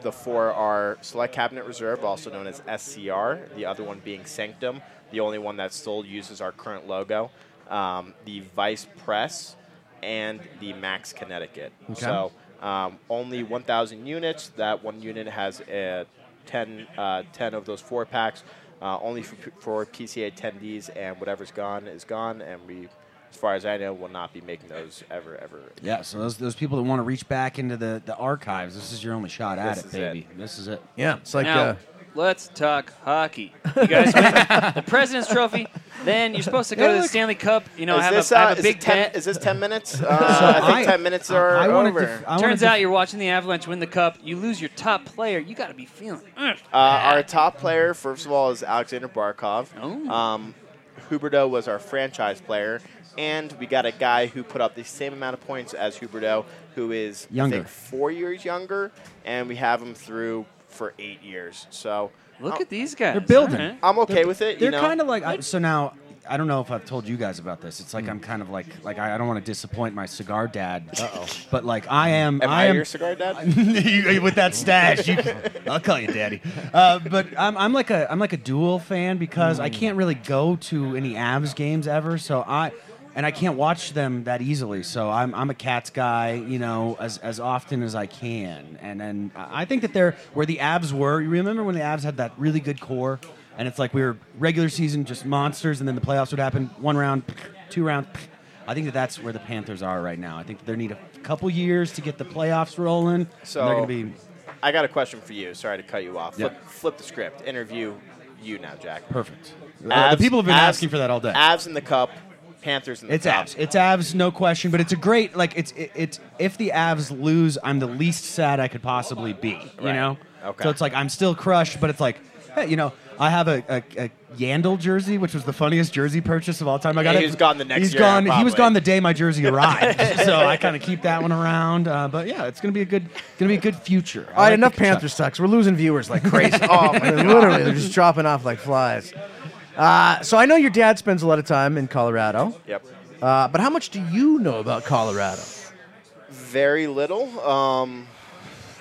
P: the four are Select Cabinet Reserve, also known as SCR, the other one being Sanctum. The only one that still uses our current logo, um, the Vice Press, and the Max Connecticut.
Q: Okay.
P: So um, only 1,000 units. That one unit has uh, 10, uh, 10 of those four packs, uh, only for, for PCA attendees, and whatever's gone is gone. And we, as far as I know, will not be making those ever, ever. again.
E: Yeah, so those, those people that want to reach back into the, the archives, this is your only shot at
P: This
E: it,
P: is
E: baby. This is it.
C: Yeah, it's like,
F: now,
E: uh,
F: let's talk hockey. You guys win the President's Trophy. Then you're supposed to go
P: Yeah,
F: to the
P: look.
F: Stanley Cup. You know,
P: Is
F: I have,
P: this,
F: a, I
P: uh,
F: have a
P: is
F: big
P: it 10
F: bet.
P: is this 10 minutes? Uh, I think I- 10 minutes are I wanna over. def- I wanna
F: Turns out
P: def-
F: you're watching the Avalanche win the cup. You lose your top player. You got to be feeling. "Mm."
P: Uh, our top player, first of all, is Alexander Barkov.
F: Oh.
P: Um, Huberto was our franchise player, and we got a guy who put up the same amount of points as Huberto, who is I
E: Younger.
P: think, four years younger, and we have him through for eight years. So
F: look
P: I'm-
F: at these guys.
E: They're building.
P: I'm okay
E: They're-
P: with it.
E: They're
P: you know?
E: kind of like I, so now. I don't know if I've told you guys about this. It's like I'm kind of like like I, I don't want to disappoint my cigar dad. Uh-oh. But like I am.
P: Am
E: I
P: I
E: am
P: your cigar dad?
E: You- with that stash, you, I'll call you daddy. Uh, but I'm, I'm like a I'm like a dual fan because I can't really go to any Avs games ever. So I. And I can't watch them that easily, so I'm, I'm a Cats guy, you know, as, as often as I can. And then I I think that they're where the Avs were. You remember when the Avs had that really good core, and it's like we were regular season just monsters, and then the playoffs would happen one round, two round. I think that that's where the Panthers are right now. I think they need a couple years to get the playoffs rolling.
P: So
E: and they're going to be
P: I got a question for you. Sorry to cut you off.
E: Yeah.
P: Flip, flip the script. Interview you now, Jack.
E: Perfect. Uh, the people have been asking for that all day.
P: Abs in the cup, Panthers in the
E: It's
P: cup.
E: Avs. It's Avs, no question. But it's a great like it's it, it's if the Avs lose, I'm the least sad I could possibly be. You
P: Right.
E: know.
P: Okay.
E: So it's like I'm still crushed, but it's like, hey, you know, I have a, a, a Yandel jersey, which was the funniest jersey purchase of all time. I got
P: Yeah,
E: it.
P: he was gone the next
E: He's
P: year,
E: gone. He was
P: probably.
E: gone the day my jersey arrived, so I kind of keep that one around. Uh, but yeah, it's gonna be a good, gonna be a good future.
C: All right, enough Panthers sucks. We're losing viewers like crazy.
E: Oh, my
C: They're
E: God.
C: literally, they're just dropping off like flies. Uh, so I know your dad spends a lot of time in Colorado.
P: Yep.
C: Uh, but how much do you know about Colorado?
P: Very little. Um,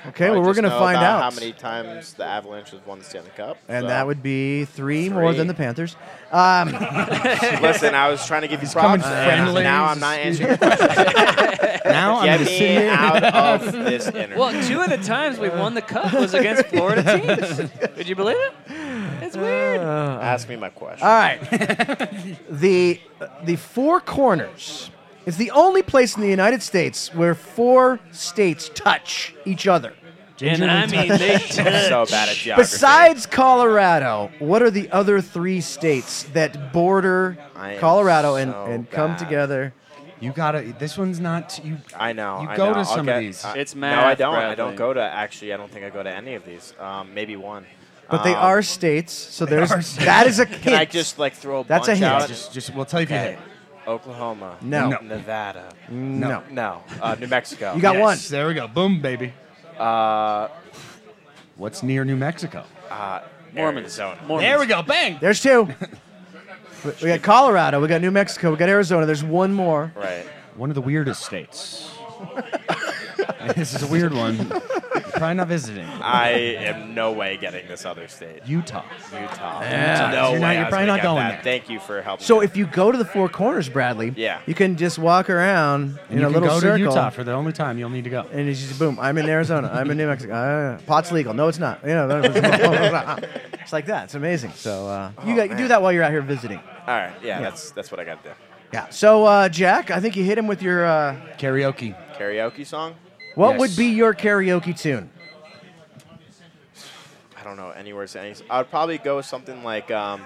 C: Okay,
P: I
C: well, we're
P: just
C: gonna
P: know
C: find
P: about
C: out.
P: how many times the Avalanche has won the Stanley Cup.
C: And
P: so.
C: that would be three, more
P: Three.
C: than the Panthers. Um,
P: Listen, I was trying to give you
C: coming
P: props. and
C: friendly.
P: Now I'm not answering your question.
C: Now I'm
P: Get
C: gonna
P: me
C: sit here.
P: out of this interview.
F: Well, two of the times we won the cup was against Florida teams. Could you believe it?
C: Uh,
F: It's weird.
P: Ask me my question.
C: All right. the the Four Corners. It's the only place in the United States where four states touch each other.
F: And I mean, they touch.
P: so bad at geography.
C: Besides Colorado, what are the other three states that border
P: I am
C: Colorado and,
P: so
C: and come
P: bad.
C: together?
E: You gotta. This one's not. You.
P: I know.
E: You
P: I
E: go
P: know.
E: to
P: I'll
E: some
P: get-
E: of these.
P: I-
F: It's
P: No, I
F: math,
P: don't. I
F: Bradley.
P: don't go to. Actually, I don't think I go to any of these. Um, maybe one.
C: But they
P: Um,
C: are states, so
P: they
C: there's
P: are states.
C: that is a hint.
P: Can I just like throw a
C: That's a
P: bunch
C: hint.
P: out?
C: Just-
E: just- we'll tell you if you
P: Okay.
E: hit.
P: Oklahoma.
C: No. No.
P: Nevada.
C: No.
P: No. Uh, New Mexico.
C: You got
E: Yes,
C: one.
E: There we go. Boom, baby.
P: Uh,
E: What's near New Mexico?
P: uh,
F: Mormons.
P: Arizona.
F: Mormons.
E: There we go. Bang.
C: There's two. We- we got Colorado, we got New Mexico, we got Arizona. There's one more.
P: Right.
E: One of the weirdest states. this is a weird one. You're probably not visiting.
P: I am no way getting this other state.
E: Utah.
P: Utah.
C: Yeah.
P: No
E: You're
P: way.
E: not-
P: I
E: you're
P: was
E: probably
P: gonna
E: not
P: get
E: going
P: that. Thank you for helping.
C: So if you go to the Four Corners, Bradley,
P: Yeah.
C: you can just walk around
E: And
C: in
E: you
C: a
E: can
C: little
E: go
C: circle.
E: to Utah for the only time you'll need to go.
C: and it's just boom. I'm in Arizona. I'm in New Mexico. Uh, pot's legal. No, it's not. You know, uh, it's like that. It's amazing. So uh, you
P: Oh,
C: got you do
P: man.
C: that while you're out here visiting.
P: All right. Yeah,
C: Yeah.
P: That's that's what I got to do.
C: Yeah. So uh, Jack, I think you hit him with your. Uh,
E: Karaoke.
P: Karaoke song?
C: what would be your karaoke tune?
P: I don't know any words. to Any. I'd probably go with something like um,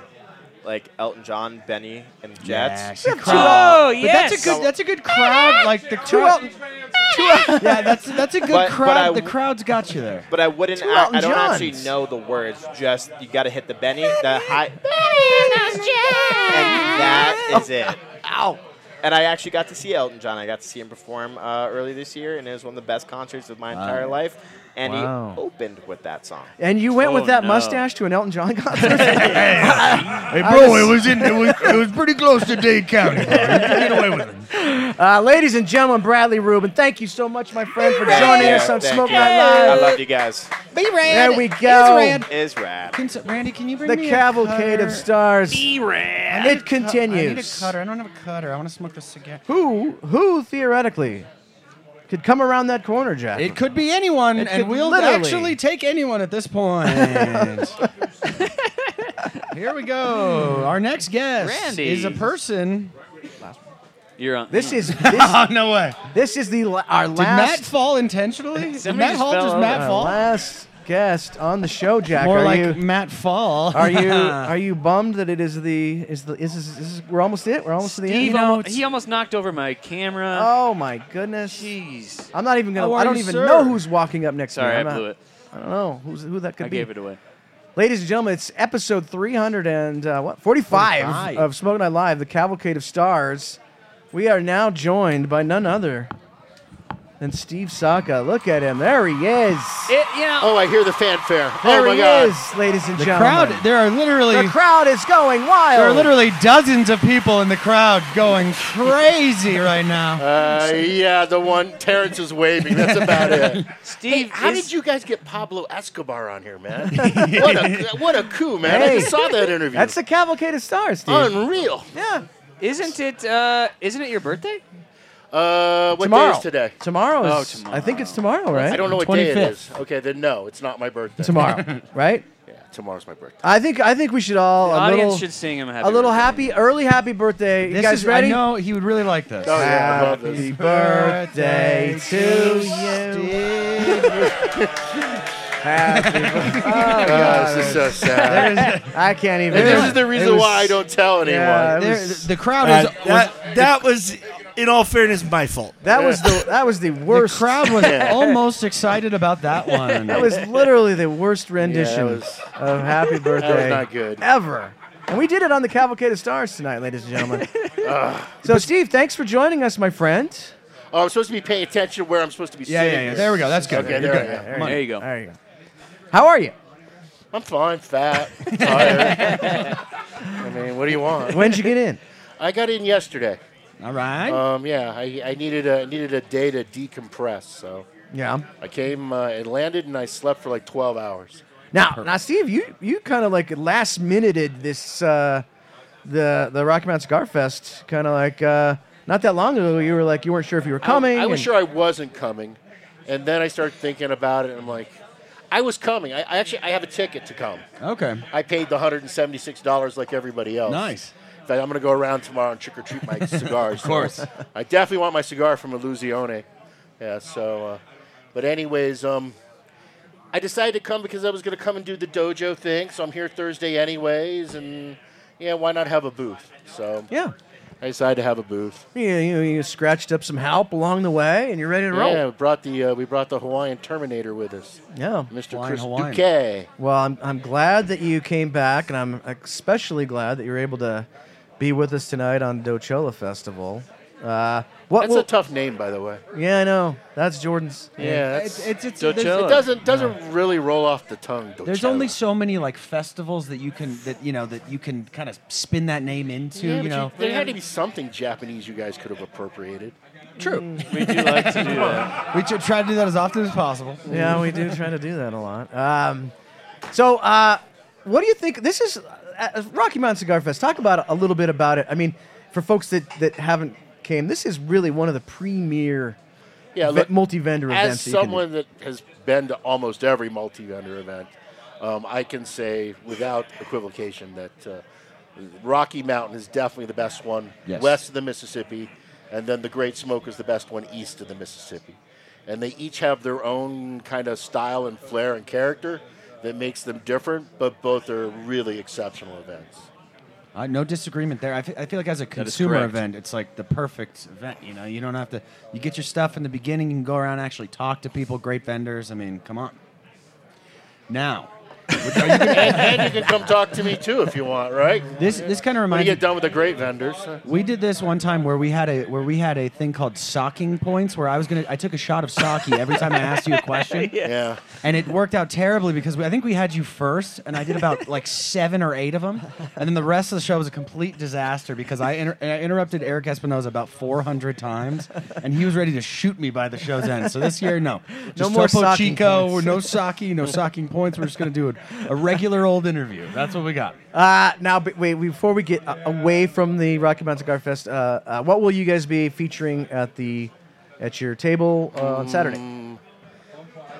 P: like Elton John, Benny, and the Jets.
E: Yes, you
P: Uh,
E: crowd.
F: Oh,
E: But That's
F: yes.
E: a good. That's a good crowd. Like the
C: Two
E: crowd.
C: Elton-
E: yeah, that's that's a good
P: But- but
E: crowd.
P: I
E: the
P: w-
E: crowd's got you there.
P: But I wouldn't.
C: Two
P: I,
C: Elton
P: I don't actually
C: Johns.
P: know the words. Just you got to hit the Benny, the high. And that is it. Ow. And I actually got to see Elton John. I got to see him perform uh, early this year, and it was one of the best concerts of my entire life. And
C: Wow.
P: he opened with that song.
C: And you went
F: Oh,
C: with that
F: no.
C: mustache to an Elton John concert.
O: Hey, bro, it was in. It was, it was pretty close to Dade County. Bro. You can get away with it.
C: uh, ladies and gentlemen, Bradley Rubin, thank you so much, my friend, for joining
P: Yeah,
C: us on
P: thank
C: Smoke
P: you.
C: Night
P: I
C: Live.
P: love you guys.
E: Be
C: There we go.
P: Is rad.
E: Can, s- Randy, can you bring
C: The
E: me
C: cavalcade
E: a
C: of stars. It
E: I need a
C: continues.
E: cutter. I don't have a cutter. I want to smoke a cigar.
C: Who, who theoretically could come around that corner, Jack?
E: It could be anyone,
C: It
E: and
C: could
E: we'll
C: literally-
E: actually take anyone at this point. Here we go. Our next guest
F: Randy.
E: is a person.
F: You're on.
C: This is this,
E: Oh no way!
C: this is the la- our
E: Did Matt
C: last
E: fall intentionally? Did
F: Somebody
E: Matt
F: just
E: Hall
F: fell
E: just
F: over.
E: Matt
C: our
E: fall?
C: last guest on the show, Jack.
E: More
C: are
E: like
C: you
E: Matt Fall.
C: are you are you bummed that it is the is the is, is, is we're almost it? We're almost to the end.
F: Steve
E: know,
F: almo-
E: it's-
F: he almost knocked over my camera.
C: Oh my goodness!
F: Jeez.
C: I'm not even gonna.
E: How
C: I
E: are
C: don't
E: you,
C: even
E: sir?
C: know who's walking up next. to
F: Sorry,
C: me.
F: I
C: I'm not-
F: blew it.
C: I don't know who's, who that could
F: I
C: be.
F: gave it away.
C: Ladies and gentlemen, it's episode 300 and uh, what 45,
E: 45.
C: of Smoke Night Live, the Cavalcade of Stars. We are now joined by none other than Steve Saka. Look at him. There he is.
F: It, you know,
Q: Oh, I hear the fanfare.
C: there
Q: oh my
C: he
Q: God!
C: is, ladies and
E: The
C: gentlemen.
E: crowd. There are literally
C: the crowd is going wild.
E: there are literally dozens of people in the crowd going crazy right now.
Q: Uh, yeah, the one Terrence is waving. That's about it.
F: Steve,
Q: How
F: is-
Q: did you guys get Pablo Escobar on here, man? what a what a coup, man! I just
C: Hey.
Q: saw that interview.
C: That's the Cavalcade of Stars, Steve.
Q: unreal.
C: yeah.
F: isn't it? Uh, isn't it your birthday?
Q: Uh, what
C: tomorrow.
Q: day is today?
C: Tomorrow is.
F: Oh, tomorrow.
C: I think it's tomorrow, right?
Q: I don't know what day it
E: 25th.
Q: is. Okay, then no, it's not my birthday.
C: Tomorrow, right?
Q: Yeah, tomorrow's my birthday.
C: I think I think we should all
F: The
C: a
F: audience
C: little
F: should sing him a happy.
C: a little
F: birthday.
C: happy early happy birthday. you
E: This
C: guys
E: is,
C: ready?
E: I know he would really like this.
Q: Oh, yeah, I love this.
C: Happy birthday to you. Happy birthday.
Q: Oh, this is so sad.
C: I can't even.
Q: And
C: do
Q: this
C: it.
Q: is the reason
C: It was-
Q: why I don't tell anyone.
C: Yeah, it
E: There-
C: was-
E: the crowd
I: Uh,
E: is.
I: that, that was in all fairness, my fault.
C: That was the that was the worst.
E: crowd was almost excited about that one.
C: that was literally the worst rendition
E: was-
C: of Happy
E: that was
C: Birthday.
E: not good.
C: ever. And we did it on the Cavalcade of Stars tonight, ladies and gentlemen. so, Steve, thanks for joining us, my friend.
Q: Oh, I'm supposed to be paying attention to where I'm supposed to be
C: Yeah, yeah,
Q: sitting.
C: yeah. There we go. That's good.
Q: Okay,
C: You're
Q: there,
C: good.
Q: I am.
C: There you There you go. go. There you go. How are you?
Q: I'm fine, fat, tired. I mean, what do you want?
C: When'd you get in?
Q: I got in yesterday.
E: All right.
Q: Um, yeah, I, I needed a needed a day to decompress, so
C: Yeah.
Q: I came uh, and landed, and I slept for like 12 hours.
C: Now, now, Steve, you you kind of like last minuted this uh, the the Rocky Mountain Cigar Fest, kind of like uh, not that long ago. You were like you weren't sure if you were coming.
Q: I, I was
C: and-
Q: sure I wasn't coming, and then I started thinking about it, and I'm like, I was coming. I, I actually I have a ticket to come.
E: Okay.
Q: I paid the $176 like everybody else.
E: Nice.
Q: In fact, I'm going to go around tomorrow and trick or treat my cigars.
E: Of course.
Q: So I definitely want my cigar from Illusione. Yeah, so, uh, but, anyways, um, I decided to come because I was going to come and do the dojo thing. So I'm here Thursday, anyways, and yeah, why not have a booth? So,
C: yeah.
Q: I decided to have a booth.
C: You, you, you scratched up some help along the way, and you're ready to roll.
Q: Yeah, we brought the uh, we brought the Hawaiian Terminator with us.
C: Yeah,
Q: Mr. Chris Duque.
C: Well, I'm, I'm glad that you came back, and I'm especially glad that you were able to be with us tonight on Dochola Festival. Uh, what?
Q: That's
C: will-
Q: a tough name, by the way.
C: yeah, I know. That's Jordan's.
Q: Yeah, it's,
E: there's-
Q: it doesn't doesn't really roll off the tongue.
E: There's only so many like festivals that you can that you know that you can kind of spin that name into.
Q: Yeah, but
E: you know,
Q: there had to be something Japanese you guys could have appropriated.
E: True.
Q: We do like to do that.
E: we tr- try to do that as often as possible.
C: Yeah, we do try to do that a lot. Um, so, uh, what do you think? This is uh, Rocky Mountain Cigar Fest. Talk about a little bit about it. I mean, for folks that, that haven't came, this is really one of the premier
Q: Yeah,
C: ve-
Q: look,
C: multi-vendor
Q: As
C: events. that you can do.
Q: someone that has been to almost every multi-vendor event, um, I can say without equivocation that uh, Rocky Mountain is definitely the best one
R: Yes.
Q: west of the Mississippi, and then the Great Smoke is the best one east of the Mississippi. And they each have their own kind of style and flair and character that makes them different, but both are really exceptional events.
E: Uh, no disagreement there. I fe- I feel like as a
Q: That is
E: consumer
Q: correct.
E: event, it's like the perfect event. You know, you don't have to. You get your stuff in the beginning. You can go around and actually talk to people. Great vendors. I mean, come on. Now,
Q: and, and you can come talk to me too if you want, right?
E: This this kind of
Q: When
E: reminds
Q: you
E: me.
Q: get done with the great vendors.
E: We did this one time where we had a where we had a thing called socking points, where I was gonna I took a shot of sake every time I asked you a question.
Q: Yeah.
E: And it worked out terribly because we, I think we had you first, and I did about like seven or eight of them, and then the rest of the show was a complete disaster because I, inter- I interrupted Eric Espinosa about four hundred times, and he was ready to shoot me by the show's end. So this year, no,
C: No
E: Just
C: more
E: Topo
C: socking
E: Chico,
C: points.
E: no sake, no socking points. We're just gonna do a, a regular old interview. That's what we got.
C: Uh, now, but wait, before we get uh, away from the Rocky Mountain Cigar Fest, uh, uh, what will you guys be featuring at the at your table uh, on Saturday?
Q: Mm,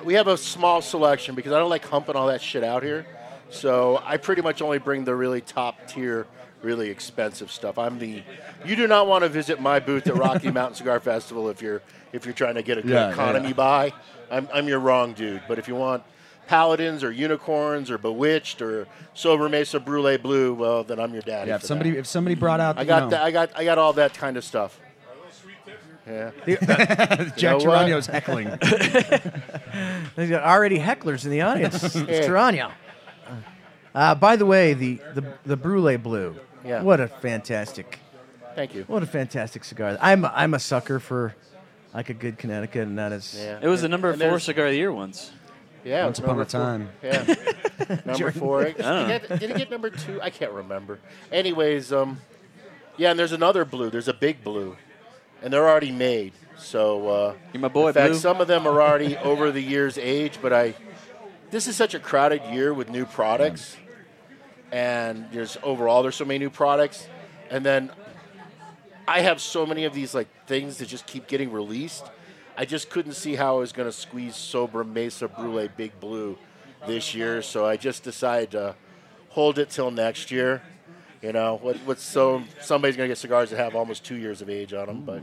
Q: We have a small selection because I don't like humping all that shit out here. So I pretty much only bring the really top tier, really expensive stuff. I'm the. You do not want to visit my booth at Rocky Mountain Cigar Festival if you're if you're trying to get a good
E: Yeah,
Q: economy
E: yeah.
Q: buy. I'm I'm your wrong dude. But if you want paladins or unicorns or bewitched or sober mesa brulee blue, well then I'm your daddy.
E: Yeah, if
Q: for
E: somebody
Q: that.
E: if somebody brought out,
Q: I
E: you
Q: got
E: know-
Q: that. I got I got all that kind of stuff. Yeah.
E: Jack
Q: You know what?
E: Geronimo's heckling.
C: There's already hecklers in the audience. It's
Q: Yeah.
C: Tarania. Uh, by the way, the the, the Brulee Blue.
Q: Yeah.
C: What a fantastic.
Q: Thank you.
C: What a fantastic cigar. I'm a, I'm a sucker for like a good Connecticut, and that is.
Q: Yeah.
F: It was the number
Q: And
F: four
Q: there's-
F: cigar of the year once.
Q: Yeah, it
E: Once
Q: was
E: upon
Q: number
E: a time.
Q: Four. Yeah, number
F: Jordan.
Q: four.
F: I
Q: Did
F: don't
Q: it, get, did it get number two? I can't remember. Anyways, um, yeah, and there's another blue. There's a big blue, and they're already made. So uh,
F: You're my boy,
Q: In fact,
F: Blue.
Q: some of them are already over the years age, but I. This is such a crowded year with new products, and there's overall there's so many new products, and then I have so many of these like things that just keep getting released. I just couldn't see how I was going to squeeze Sobra Mesa Brulee Big Blue this year, so I just decided to hold it till next year. You know, what, what's so somebody's going to get cigars that have almost two years of age on them, but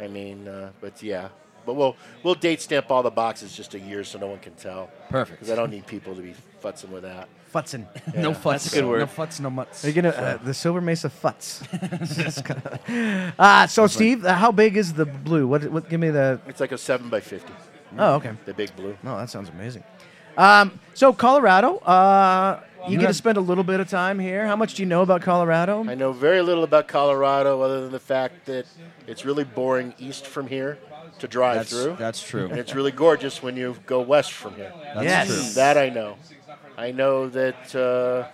Q: I mean, uh, but yeah, But we'll we'll date stamp all the boxes just a year so no one can tell.
C: Perfect.
Q: Because I don't need people to be futzing with that.
C: Futzing.
Q: Yeah.
C: No futz. No futz, no mutz. Are you gonna uh, the Silver Mesa futz? uh, so Steve, uh, how big is the blue? What? What? Give me the.
Q: It's like a seven by fifty.
C: Oh, okay.
Q: The big blue.
C: No, that sounds amazing. Um, so Colorado, uh,
Q: You
C: you, get to
Q: have-
C: spend a little bit of time here. How much do you know about Colorado?
Q: I know very little about Colorado other than the fact that it's really boring east from here to drive
E: That's-
Q: through.
E: that's true.
Q: And it's really gorgeous when you go west from here.
E: That's Yes. true.
Q: That I know. I know that. Uh,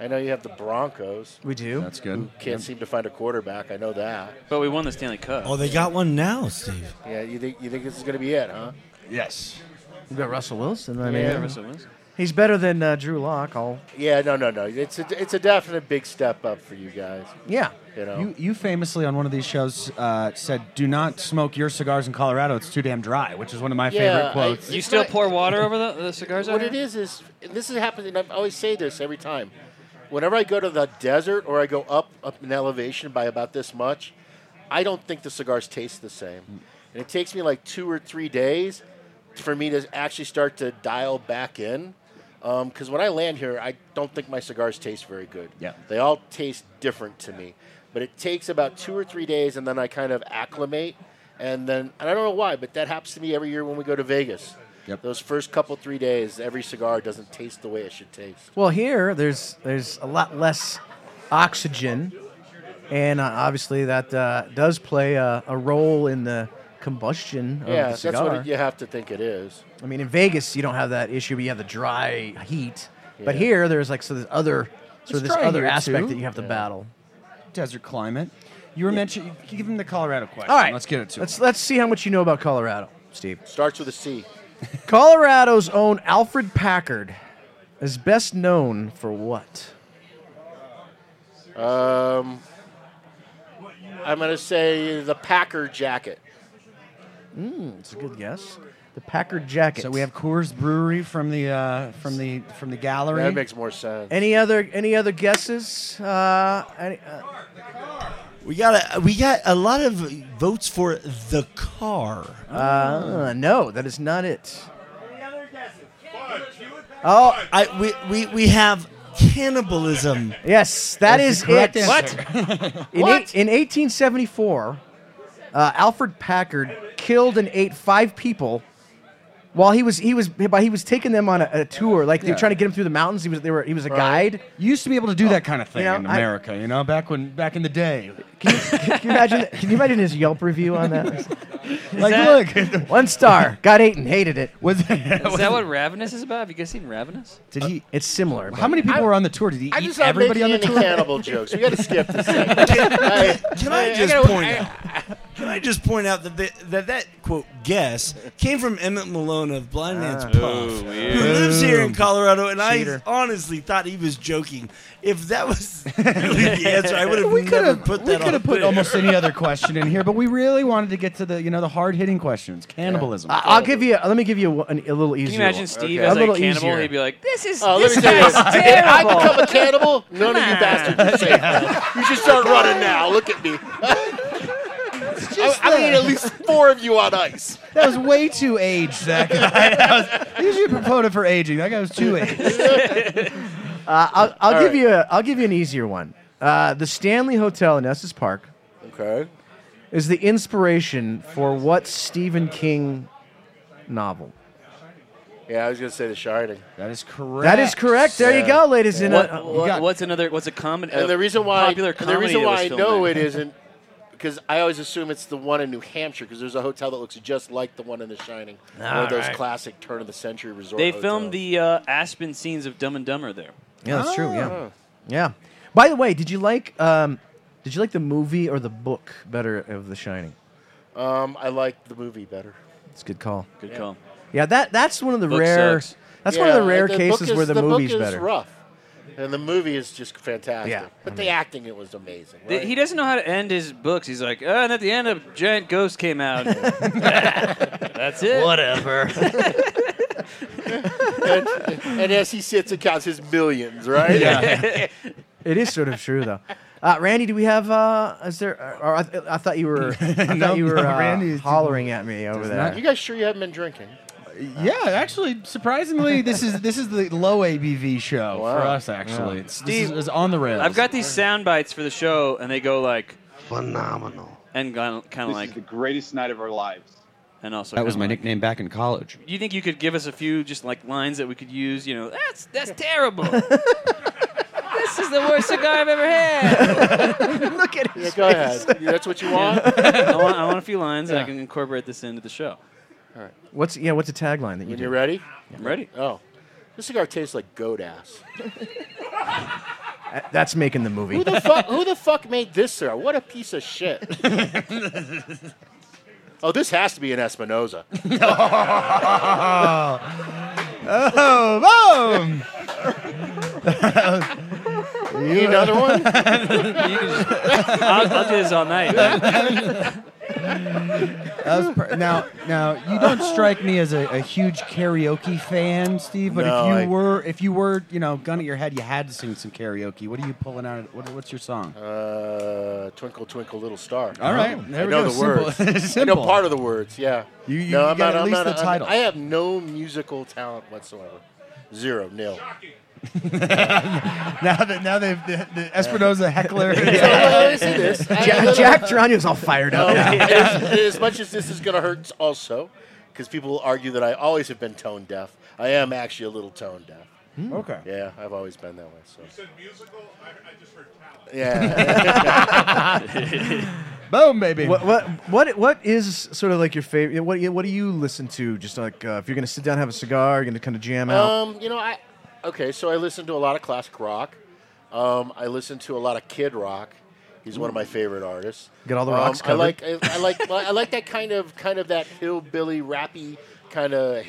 Q: I know you have the Broncos.
C: We do.
E: That's good.
Q: Who can't seem to find a quarterback. I know that.
F: But we won the Stanley Cup.
I: Oh, they got one now, Steve.
Q: Yeah, you think you think this is going to be it, huh?
E: Yes.
C: You got Russell Wilson. I mean,
Q: Yeah, Russell Wilson.
C: He's better than uh, Drew Lock. All
Q: Yeah, no, no, no. It's a it's a definite big step up for you guys.
C: yeah.
Q: You know.
E: You, you famously on one of these shows uh, said, "Do not smoke your cigars in Colorado; it's too damn dry," which is one of my favorite quotes.
F: you still pour water over the, the cigars?
Q: What it is is and this is happening. I always say this every time. Whenever I go to the desert or I go up up in elevation by about this much, I don't think the cigars taste the same. And it takes me like two or three days for me to actually start to dial back in. Because Um, when I land here, I don't think my cigars taste very good.
E: Yeah.
Q: They all taste different to me. But it takes about two or three days, and then I kind of acclimate. And then, and I don't know why, but that happens to me every year when we go to Vegas. Those first couple, three days, every cigar doesn't taste the way it should taste.
C: Well, here there's there's a lot less oxygen, and uh, obviously that uh, does play a, a role in the combustion of
Q: yeah,
C: Oh, the
Q: that's
C: cigar.
Q: what it- you have to think it is.
C: I mean, in Vegas, you don't have that issue, but you have the dry heat. But
Q: Yeah.
C: here, there's like so this other so
E: It's
C: this
E: dry
C: other
E: here,
C: aspect
E: too.
C: that you have to
E: Yeah.
C: battle.
E: Desert climate. You were mentioning. Give him the Colorado question.
C: All right,
E: let's get it to.
C: Let's
E: him.
C: let's see how much you know about Colorado, Steve.
Q: Starts with a C.
C: Colorado's own Alfred Packard is best known for what?
Q: Um, I'm going to say the Packer jacket.
C: Mm, it's a good guess. The Packard jacket.
E: So we have Coors Brewery from the uh, from the from the gallery.
Q: That makes more sense.
C: any other any other guesses? Uh, any, uh,
I: We got a we got a lot of votes for the car.
C: Uh, no, that is not it. Oh,
I: I we we, we have cannibalism.
C: Yes, that is it. In, eight- in 1874, uh, Alfred Packard killed and ate five people while he was he was but he was taking them on a, a tour. Like they
E: Yeah.
C: were trying to get him through the mountains. He was they were he was a guide. Oh,
E: You used to be able to do that kind of thing
C: You know,
E: in
C: I-
E: America, you know, back when back in the day.
C: Can you imagine? Can you imagine his Yelp review on that?
E: like,
C: look, one star. Got eaten. Hated it.
E: Was,
F: Is that what Ravenous is about? Have you guys seen Ravenous?
E: Did he?
C: It's similar.
E: How many people were on the tour? Did he
F: I'm
E: eat
F: just not
E: everybody on the
F: making
E: tour?
F: any cannibal
Q: jokes. We got to skip this.
I: Can I, just point out? Can I just point out that the, that that quote guess came from Emmett Malone of Blind Man's
O: Ah.
I: Puff,
O: Oh, yeah.
I: who lives here in Colorado, and
O: Cheater.
I: I honestly thought he was joking. If that was really the answer, I would have
E: we could
I: never
E: have
I: put
E: we
I: that.
E: could
I: on
E: have put
I: there.
E: almost any other question in here, but we really wanted to get to the you know the hard hitting questions. Cannibalism.
C: I- I'll give you. Let me give you a, an- a little easier.
F: Can you imagine
C: one.
F: Steve
C: A
F: as like
C: little
F: a cannibal?
C: easier.
F: He'd be like, "This is
Q: Oh, let
F: this
Q: me tell you
F: guy's
Q: this. If I
F: terrible."
Q: become a cannibal, none of you bastards are safe. You should start running now. Look at me. I, I need at least four of you on ice.
E: That was way too aged. That guy. That was, you should have promoted for aging. That guy was too aged.
C: Uh, I'll, I'll
E: All
C: give
E: right.
C: you. A, I'll give you an easier one. Uh, the Stanley Hotel in Estes Park.
Q: Okay.
C: Is the inspiration for what Stephen King novel?
Q: Yeah, I was gonna say The Shining.
E: That is correct.
C: That is correct. There you go, ladies and
F: What-
C: uh,
F: what- what's another? What's a common?
Q: And the reason why
F: popular
Q: and
F: comedy
Q: the reason
F: that was
Q: why I
F: filmed
Q: know
F: there.
Q: it isn't because I always assume it's the one in New Hampshire because there's a hotel that looks just like the one in The Shining, one
F: All
Q: of those
F: right.
Q: classic turn of the century resort.
F: They
Q: hotels.
F: filmed the uh, Aspen scenes of Dumb and Dumber there.
C: Yeah, that's true. Yeah,
F: Oh.
C: yeah. By the way, did you like? Um, did you like the movie or the book better of The Shining?
Q: Um, I like the movie better.
C: It's a good call.
F: Good call.
C: Yeah, that that's one of the
F: Book
C: rare.
F: sucks.
C: That's one of the
Q: Yeah,
C: rare
Q: book
C: cases
Q: is-
C: where the,
Q: book
C: movie's
Q: is
C: better.
Q: rough, and the movie is just fantastic.
C: Yeah.
Q: but the acting it was amazing.
F: Th-
Q: right?
F: He doesn't know how to end his books. He's like, oh, and at the end, a giant ghost came out. That's it.
Q: Whatever. and, and as he sits and counts his millions, right?
C: it is sort of true though. Uh, Randy, do we have? Uh, is there? Or I, I thought you were. I thought
E: No,
C: you were
E: no,
C: uh,
E: Randy is-
C: hollering at me over
E: does
C: there.
Q: You guys sure you haven't been drinking?
E: Yeah, actually, surprisingly, this is this is the low ABV show for
Q: Ah,
F: Wow.
E: us. Actually,
F: Yeah.
E: It's- this
F: Steve,
E: is, is on the rails.
F: I've got these sound bites for the show, and they go like phenomenal, and kind of
R: This
F: like
R: is the greatest night of our lives.
F: and also
E: that was
F: kinda
E: my
F: like-
E: nickname back in college.
F: Do you think you could give us a few just like lines that we could use? You know, that's that's terrible. this is the worst cigar I've ever had.
C: Look at
Q: his Yeah, go face. ahead. That's what you want?
F: I want. I want a few lines, and I
Q: Yeah.
F: can incorporate this into the show.
Q: All right.
C: What's yeah? What's a tagline that you
Q: When
C: do?
Q: you're ready?
F: I'm ready.
Q: Oh. This cigar tastes like goat ass.
C: Uh, That's making the movie.
Q: who the fuck who the fuck made this cigar? What a piece of shit. oh, this has to be an Espinosa.
E: oh, boom!
Q: You need another one?
F: I'll, I'll do this all night.
E: That was pr- now, now you don't strike me as a, a huge karaoke fan, Steve. But
Q: No,
E: if you
Q: I-
E: were, if you were, you know, gun at your head, you had to sing some karaoke. What are you pulling out? What, what's your song?
Q: Uh, twinkle, twinkle, little star.
E: All
C: Oh.
E: right, there
Q: I
E: we
Q: know
E: go.
Q: the
E: Simple.
Q: words. I know
E: Simple.
Q: part of the words. Yeah.
E: You- you-
Q: no,
E: you
Q: I'm
E: got
Q: not.
E: at
Q: I'm
E: least
Q: not,
E: the
Q: I'm-
E: title.
Q: I have no musical talent whatsoever. Zero, nil.
E: now that now they've the, the Espinosa heckler.
Q: I see this. I- Oh,
C: Jack, Jack Geronimo's all fired
Q: No,
C: up.
Q: as, as much as this is going to hurt, also, because people argue that I always have been tone deaf. I am actually a little tone deaf.
C: Hmm.
E: Okay.
Q: Yeah, I've always been that way. So. You said musical. I, I just heard talent. Yeah.
E: Boom, baby.
C: What, what what what is sort of like your favorite? What do you- what do you listen to? Just like uh, if you're gonna sit down, have a cigar, you're gonna kind of jam out.
Q: Um, you know, I okay. So I listen to a lot of classic rock. Um, I listen to a lot of Kid Rock. He's one of my favorite artists.
C: Got all the
Q: Um,
C: rocks
Q: I
C: covered.
Q: like I, I like I like that kind of kind of that hillbilly rappy kind of.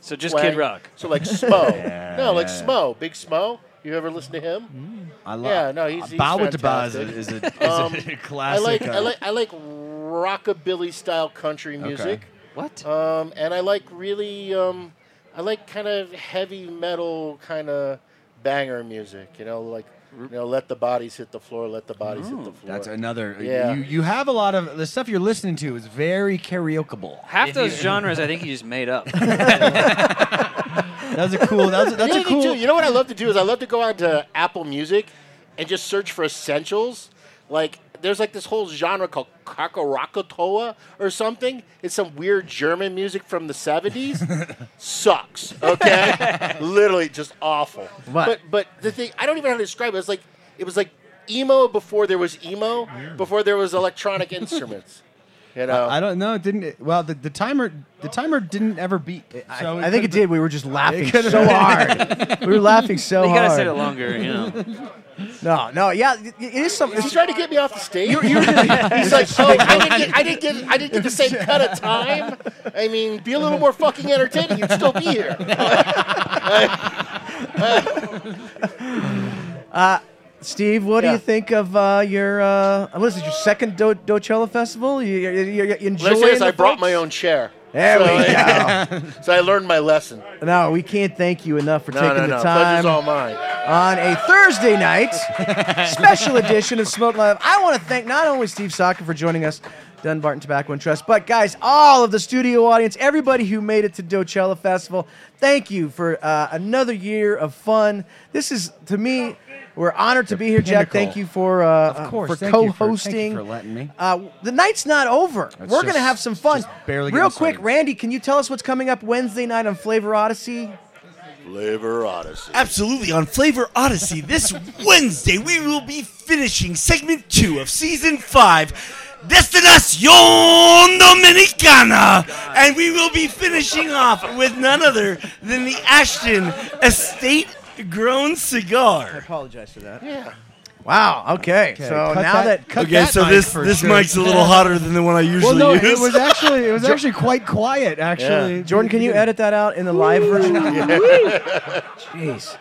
F: So just Kid Rock.
Q: So like Smo.
F: Yeah,
Q: no, like
F: yeah.
Q: Smo. Big Smo. You ever listen to him?
E: Mm. I love.
Q: yeah, no, he's, he's
E: Bow with the Bow is
Q: fantastic.
E: a, is a, is a
Q: Um,
E: classic.
Q: I like
E: uh,
Q: I like I like rockabilly style country
E: Okay.
Q: music.
F: What?
Q: Um, and I like really um, I like kind of heavy metal kind of banger music. You know, like you know, let the bodies hit the floor, let the bodies hit the floor.
E: That's another. uh,
Q: Yeah.
E: You you have a lot of the stuff you're listening to is very karaokeable.
F: Half those genres, I think you just made up.
E: That was a cool. That was, that's
Q: you know
E: a
Q: what you
E: cool.
Q: do? You know what I love to do is I love to go out to Apple Music and just search for essentials. Like there's like this whole genre called Kakarakatoa or something. It's some weird German music from the 70s. Sucks. Okay? Literally just awful.
C: What?
Q: But but the thing I don't even know how to describe it. It's like it was like emo before there was emo, before there was electronic instruments. You know.
E: I, I don't know. It didn't. It, well, the, the timer the timer didn't ever beat. So
C: I think it
E: could've-
C: did. We were just laughing
E: could've-
C: so hard. We were laughing so
E: You gotta
C: hard.
E: say it longer, you know.
C: No, no, yeah, it it is something.
Q: He's trying to get me off the stage.
C: He's
Q: He's like, oh, I didn't, get, I didn't get, I didn't get the same cut of time. I mean, be a little more fucking entertaining. You'd still be here.
C: Uh, Steve, what do you think of uh, your uh, what is it? Your second Do- Docella Festival? You, you, you, you
Q: Let's
C: enjoying?
Q: say this, I
C: the
Q: brought
C: folks?
Q: my own chair.
C: There
Q: So-
C: we go.
Q: so I learned my lesson.
C: No, we can't thank you enough for
Q: No,
C: taking
Q: no,
C: the
Q: no.
C: time
Q: Pleasure's all mine.
C: on a Thursday night special edition of Smoke Live. I want to thank not only Steve Saka for joining us, Dunbarton Tobacco and Trust, but guys, all of the studio audience, everybody who made it to Docella Festival, thank you for uh, another year of fun. This is to me. We're honored to be here, Jack.
E: pinnacle.
C: Thank you for uh,
E: Of course,
C: uh, for
E: thank you for- thank you
C: co-hosting.
E: for letting me.
C: Uh, the night's not over.
E: It's
C: We're gonna
E: just-
C: have some fun.
E: barely
C: Real
E: getting
C: quick, Randy, can you tell us what's coming up Wednesday night on Flavor Odyssey?
Q: Flavor Odyssey.
I: Absolutely. On Flavor Odyssey this Wednesday, we will be finishing segment two of season five, Destinacion Dominicana. And we will be finishing off with none other than the Ashton Estate Grown Cigar. I
C: apologize for that.
Q: Yeah.
C: Wow. Okay.
E: Okay,
C: so
E: cut
C: now
E: that-
C: that,
E: cut
I: Okay, so this this mic's a little hotter than the one I
E: Well,
I: usually
E: no,
I: use.
E: it was actually it was actually quite quiet. Actually,
C: actually, Jordan, can you edit that out in the live version? Jeez.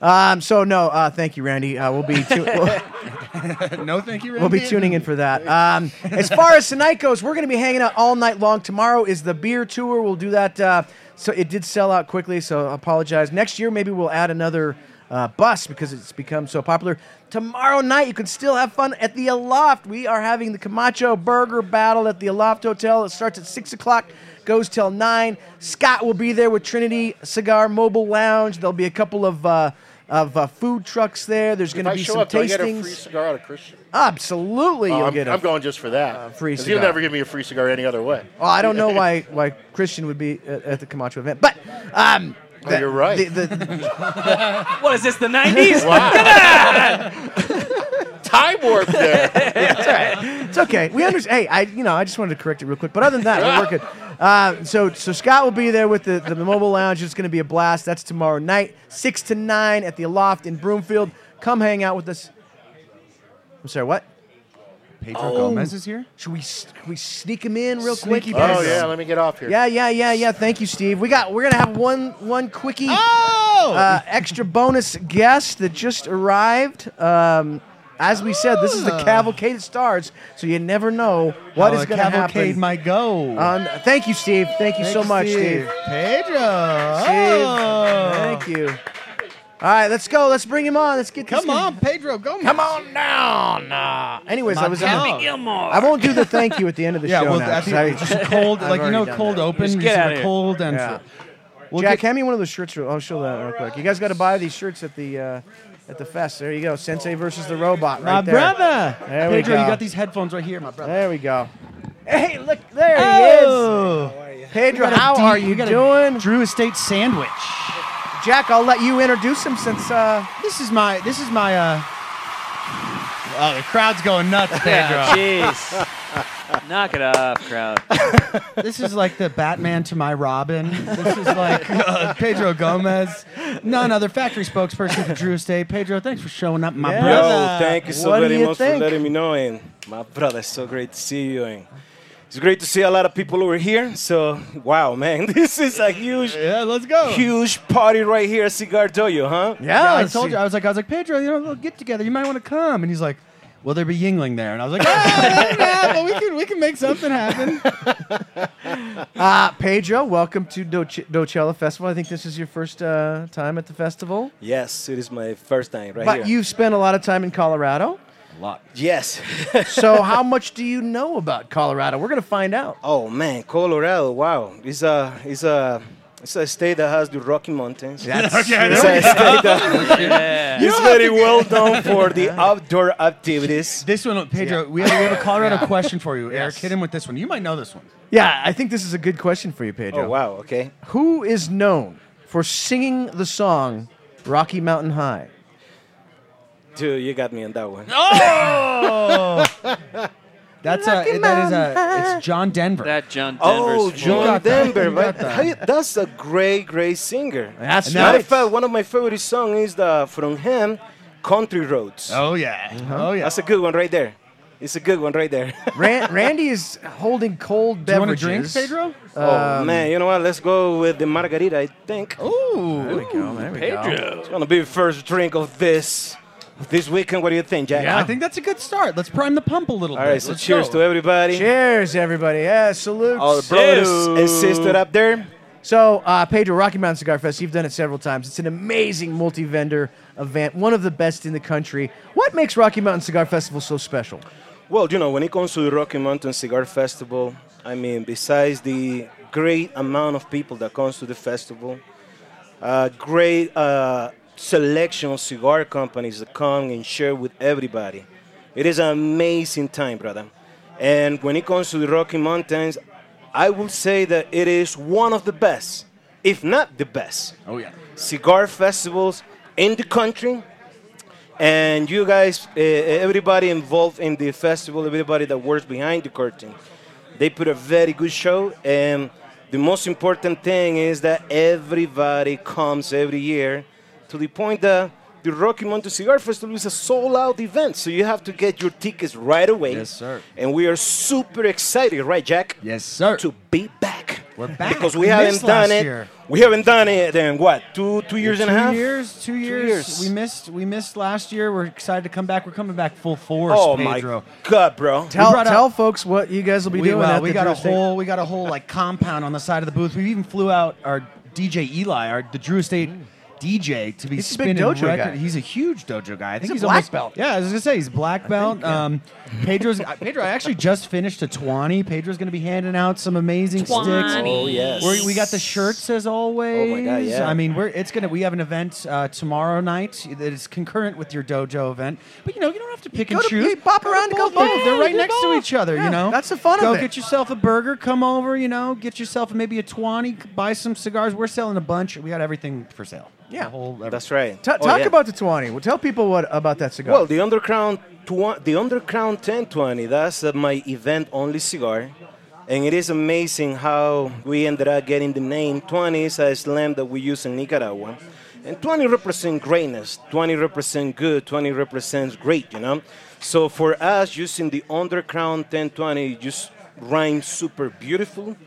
C: Um, so no, uh, thank you, Randy. Uh, we'll be tu- we'll,
E: no, thank you. Randy.
C: we'll be tuning in for that. Um, as far as tonight goes, we're going to be hanging out all night long. Tomorrow is the beer tour. We'll do that. Uh, so it did sell out quickly, so I apologize. Next year, maybe we'll add another uh, bus because it's become so popular. Tomorrow night, you can still have fun at the Aloft. We are having the Camacho Burger Battle at the Aloft Hotel. It starts at 6 o'clock, goes till 9. Scott will be there with Trinity Cigar Mobile Lounge. There'll be a couple of. Uh, of uh, food trucks there. There's going
Q: if
C: to
Q: I
C: be
Q: show
C: some
Q: up, do I get a free
C: tastings.
Q: cigar out of Christian?
C: Absolutely,
Q: Oh,
C: you'll
Q: I'm,
C: get a
Q: I'm going just for that.
C: free
Q: 'Cause He'll
C: cigar.
Q: never give me a free cigar any other way.
C: Well, oh, I don't know why why Christian would be at, at the Camacho event, but um,
Q: Oh, you're right.
C: the- the-
F: what is this, the 90s?
Q: Time warp there.
C: it's all right. It's okay. We understand. Hey, I you know I just wanted to correct it real quick, but other than that, we're good. Uh, so so Scott will be there with the, the mobile lounge. It's going to be a blast. That's tomorrow night, six to nine at the Aloft in Broomfield. Come hang out with us. I'm sorry, what?
E: Pedro Gomez is here.
C: Should we s- can we sneak him in real
E: Sneaky
C: quick?
E: Pedro. Oh, yeah, let
Q: me get off here.
C: Yeah, yeah, yeah, yeah. Thank you, Steve. We got we're gonna have one one quickie
E: Oh!
C: uh, extra bonus guest that just arrived. Um, as we said, this is the
E: Ah.
C: cavalcade of stars, so you never know what
E: How
C: is
E: a
C: going to happen.
E: cavalcade might go.
C: Um, thank you, Steve. Thank you so
E: Thanks,
C: much,
E: Steve.
C: Steve.
E: Pedro.
C: Steve,
E: Oh.
C: thank you. All right, let's go. Let's bring him on. Let's get. Come on,
E: Pedro Gomez.
C: Come on down. Uh, anyways,
E: My
C: I was.
E: dog.
C: gonna-
E: Gilmore.
C: I won't do the thank you at the end of the
E: yeah,
C: show
E: well,
C: now.
E: I
C: 'cause
E: think
C: I-
E: just cold,
C: I've
E: like you know,
C: already done
E: cold
C: that.
E: open. just the cold and
C: Yeah.
E: We'll
C: Jack,
E: get-
C: hand me one of those shirts. real- I'll show that real quick. You guys got to buy these shirts at the uh, at the fest. There you go. Sensei versus the robot. Right
E: my
C: there.
E: brother.
C: There we
E: Pedro,
C: go.
E: you got these headphones right here, my brother.
C: There we go. Hey, look there
E: Oh.
C: he is. Pedro,
E: We got a
C: how
E: deep-
C: are
E: we
C: you
E: got a
C: doing?
E: Drew Estate sandwich.
C: Jack, I'll let you introduce him since uh,
E: this is my this is my uh, Oh, the crowd's going nuts, Pedro.
F: Yeah, jeez. Knock it off, crowd.
E: this is like the Batman to my Robin. This is like uh, Pedro Gomez. None other factory spokesperson for Drew Estate. Pedro, thanks for showing up, my brother.
G: Yo, thank you so
E: What do
G: very
E: you
G: much
E: think?
G: for letting me know. And my brother, it's so great to see you. And it's great to see a lot of people over here. So, wow, man, this is a huge,
E: yeah, let's go,
G: huge party right here at Cigar Doyo, huh?
E: I told you. I was like, I was like, Pedro, you know, we'll get together. You might want to come. And he's like, Will there be Yingling there? And I was like, ah, yeah, but we can we can make something happen.
C: uh, Pedro, welcome to Doce- Docella Festival. I think this is your first uh, time at the festival,
G: Yes, it is my first time right
C: but
G: here.
C: you've spent a lot of time in Colorado.
G: a lot. Yes.
C: so how much do you know about Colorado? We're gonna find out.
G: Oh man, Colorado! Wow, it's a it's a it's a state that has the Rocky Mountains.
C: That's
O: Okay,
G: it's
O: there we
G: a
O: go.
G: state that
O: Yeah. You
G: it's
O: don't have
G: very
O: to-
G: well known for the outdoor activities.
E: This one, Pedro, we, have, we have a Colorado question for you. Eric, hit him with this one. You might know this one.
C: Yeah, I think this is a good question for you, Pedro.
E: Oh,
G: wow, okay.
C: Who is known for singing the song Rocky Mountain High?
G: Dude, you got me on that one.
E: Oh, that's
G: Lucky
E: a that is a
G: Mountain.
E: it's John Denver.
F: That John
G: Oh, John Denver,
E: right?
G: right? Hey, That's a great, great singer.
E: That's
G: Matter
E: right.
G: of fact, one of my favorite songs is the from him, "Country Roads." Uh-huh.
E: Oh yeah, oh yeah.
G: That's a good one right there. It's a good one right there.
C: Ran- Randy is holding cold
G: Do you wanna
C: beverages.
G: drink, Pedro? oh
C: Um,
G: man, you know what? Let's go with the margarita. I think.
E: Ooh,
G: there we
C: go. There we go. Pedro.
G: It's gonna be the first drink of this this weekend. What do you think, Jack?
E: I think that's a good start. Let's prime the pump a little
G: All
E: bit.
G: right, so cheers to everybody.
C: Cheers, everybody. Yeah, salute.
G: All the brothers and sisters up there.
C: So, uh, Pedro, Rocky Mountain Cigar Fest, you've done it several times. It's an amazing multi vendor event, one of the best in the country. What makes Rocky Mountain Cigar Festival so special?
G: Well, you know, when it comes to the Rocky Mountain Cigar Festival, I mean, besides the great amount of people that comes to the festival, uh, great uh, selection of cigar companies that come and share with everybody. It is an amazing time, brother. And when it comes to the Rocky Mountains, I will say that it is one of the best, if not the best.
E: Oh yeah.
G: Cigar festivals in the country, and you guys, uh, everybody involved in the festival, everybody that works behind the curtain, they put a very good show. And the most important thing is that everybody comes every year to the point that the Rocky Mountain Cigar Festival is a sold out event. So you have to get your tickets right away.
E: Yes, sir.
G: And we are super excited, right, Jack?
E: Yes, sir.
G: To be back.
E: We're back.
G: Because we
E: We
G: haven't
E: missed
G: done
E: last
G: it.
E: year.
G: We haven't done it in what? Two two years
E: two
G: and a half?
E: Years, two years,
G: years.
E: We missed. We missed last year. We're excited to come back. We're coming back full force.
G: Oh
E: Pedro.
G: my god, bro!
E: We
C: Tell,
E: brought
C: tell
E: out-
C: folks what you guys will be
E: we,
C: doing.
E: well,
C: at
E: we
C: the
E: got a
C: Drew Estate-
E: whole. We got a whole like compound on the side of the booth. We even flew out our DJ Eli, our the Drew Estate DJ to be
C: He's a big
E: spinning
C: dojo
E: record.
C: guy.
E: He's a huge dojo guy. I think
C: a
E: he's,
C: black
E: almost-
C: belt.
E: Yeah, I was gonna say he's a black belt. Um, Pedro's I- Pedro. I actually just finished a twenty. Pedro's gonna be handing out some amazing sticks.
G: 20. Oh, yes.
E: We're- we got the shirts as always.
G: Oh God, yeah.
E: I mean, we're it's gonna we have an event uh, tomorrow night that is concurrent with your dojo event. But you know, you don't have to pick and
C: go to-
E: choose.
C: you pop around
E: to
C: and
E: both
C: go
E: of them.
C: both.
E: They're
C: Yeah,
E: right
C: do
E: next to
C: both.
E: each other.
C: Yeah,
E: you know,
C: that's the fun of
E: Go
C: it.
E: get yourself a burger. Come over. You know, get yourself maybe a twenty. Buy some cigars. We're selling a bunch. We got everything for sale.
C: Yeah.
E: The whole,
G: That's right. Oh,
C: Ta- talk about the 20. Well, tell people what about that cigar.
G: Well, the Underground, tw- the Underground 1020, that's uh, my event only cigar. And it is amazing how we ended up getting the name 20 is a slam that we use in Nicaragua. And 20 represents greatness, 20 represents good, 20 represents great, you know? So for us, using the Underground 1020 just rhymes super beautiful.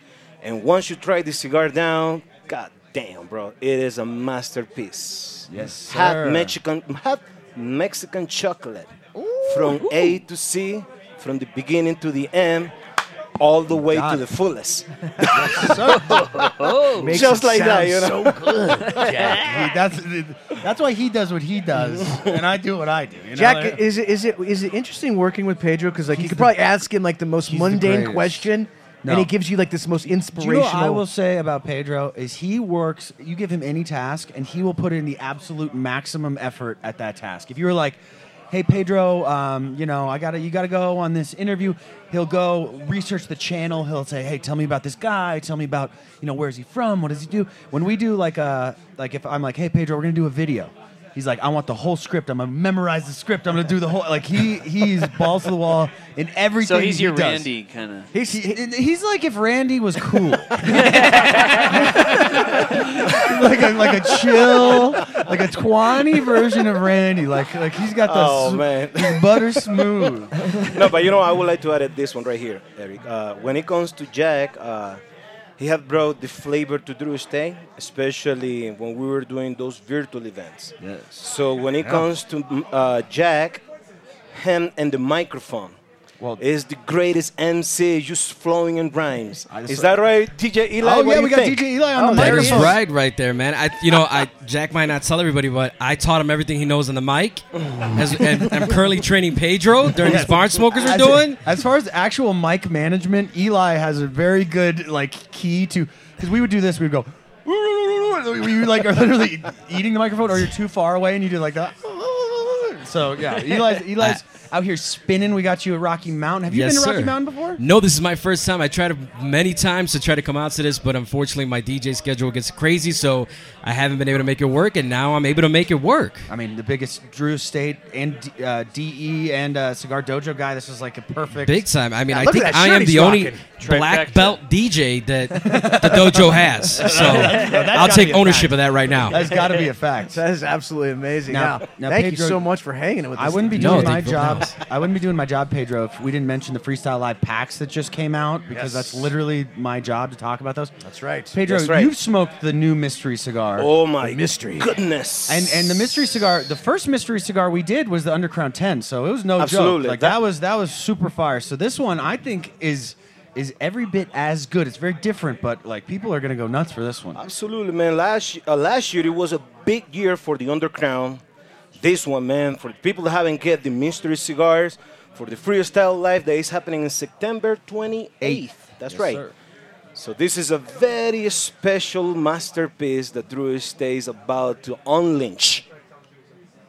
G: And once you try the cigar down, god damn, bro, it is a masterpiece.
E: Yes,
G: Hot
E: sir.
G: Mexican, hot Mexican chocolate from A to C, from the beginning to the end, all the way to the fullest.
E: Makes
G: Just
E: it
G: like that,
E: sound
G: you know.
E: So good, Jack. that's that's why he does what he does, and I do what I do. You know?
C: Jack,
E: Like-
C: is it is it is it interesting working with Pedro? Because like you could probably ask him like the most mundane
E: greatest.
C: question,
E: No.
C: and he gives you like this most
E: Do
C: inspirational.
E: you know what I will say about Pedro is he works. You give him any task, and he will put in the absolute maximum effort at that task. If you were like, "Hey Pedro, um, you know I gotta you gotta go on this interview," he'll go research the channel. He'll say, "Hey, tell me about this guy. Tell me about you know where's he from? What does he do?" When we do like a like if I'm like, "Hey Pedro, we're gonna do a video." He's like, I want the whole script. I'm gonna memorize the script. I'm gonna do the whole like he he's balls to the wall in everything.
F: So he's
E: he
F: your
E: does.
F: Randy kind of.
E: He's, he's like if Randy was cool. like a like a chill, like a twanny version of Randy. Like like he's got the
G: Oh,
E: sm-
G: man.
E: he's butter smooth.
G: no, but you know, I would like to add this one right here, Eric. Uh, when it comes to Jack, uh, he have brought the flavor to Drew Stay, especially when we were doing those virtual events.
E: Yes.
G: So when it
E: Yeah.
G: comes to mm, uh, Jack, him and the microphone.
E: Well,
G: is the greatest MC just flowing in rhymes. Is
E: saw-
G: that right, DJ Eli?
E: Oh,
G: What
E: yeah,
G: do
E: we
G: you
E: got
G: think?
E: DJ Eli on the
L: Oh, There
E: microphone.
L: is right, right there, man. I, you know, I Jack might not tell everybody, but I taught him everything he knows on the mic, as, and I'm currently training Pedro during these barn smokers are
E: As-
L: doing.
E: As far as actual mic management, Eli has a very good like key to because we would do this. We'd go. You like are literally eating the microphone, or you're too far away, and you do like that. So yeah, Eli's, Eli's out here spinning. We got you at Rocky Mountain. Have you
L: Yes,
E: been to Rocky
L: sir.
E: Mountain before?
L: No, this is my first time. I tried many times to try to come out to this, but unfortunately, my DJ schedule gets crazy, so I haven't been able to make it work. And now I'm able to make it work.
E: I mean, the biggest Drew State and uh, DE and uh, Cigar Dojo guy. This was like a perfect
L: Big time. I mean,
E: Yeah,
L: I
E: look at
L: think
E: that
L: I
E: shirt
L: am
E: he's
L: the only
E: rocking.
L: black
E: Trifecta.
L: belt DJ that the dojo has. So
E: That's
L: I'll
E: gotta be
L: take
E: a
L: ownership
E: fact.
L: of that right now.
E: That's got to be a fact.
C: That is absolutely amazing.
E: Now-
C: Now,
E: now,
C: thank you
E: Pedro-
C: so much for hanging with us.
E: I wouldn't be
L: No,
E: doing my
L: thank you.
E: job. I wouldn't be doing my job, Pedro, if we didn't mention the Freestyle Live packs that just came out
G: Yes.
E: because that's literally my job to talk about those.
C: That's right,
E: Pedro.
G: That's right.
E: You've smoked the new mystery cigar.
G: Oh my mystery goodness!
E: And and the mystery cigar, the first mystery cigar we did was the Underground Ten, so it was no
G: Absolutely.
E: joke. Like that, was that was super fire. So this one I think is is every bit as good. It's very different, but like people are gonna go nuts for this one. Uh,
G: Absolutely, man. Last y- uh, last year it was a big year for the underground. This one, man, for the people that haven't get the mystery cigars, for the freestyle life that is happening in September 28th. That's
E: Yes,
G: right.
E: sir.
G: So this is a very special masterpiece that Drew Estate is about to unleash.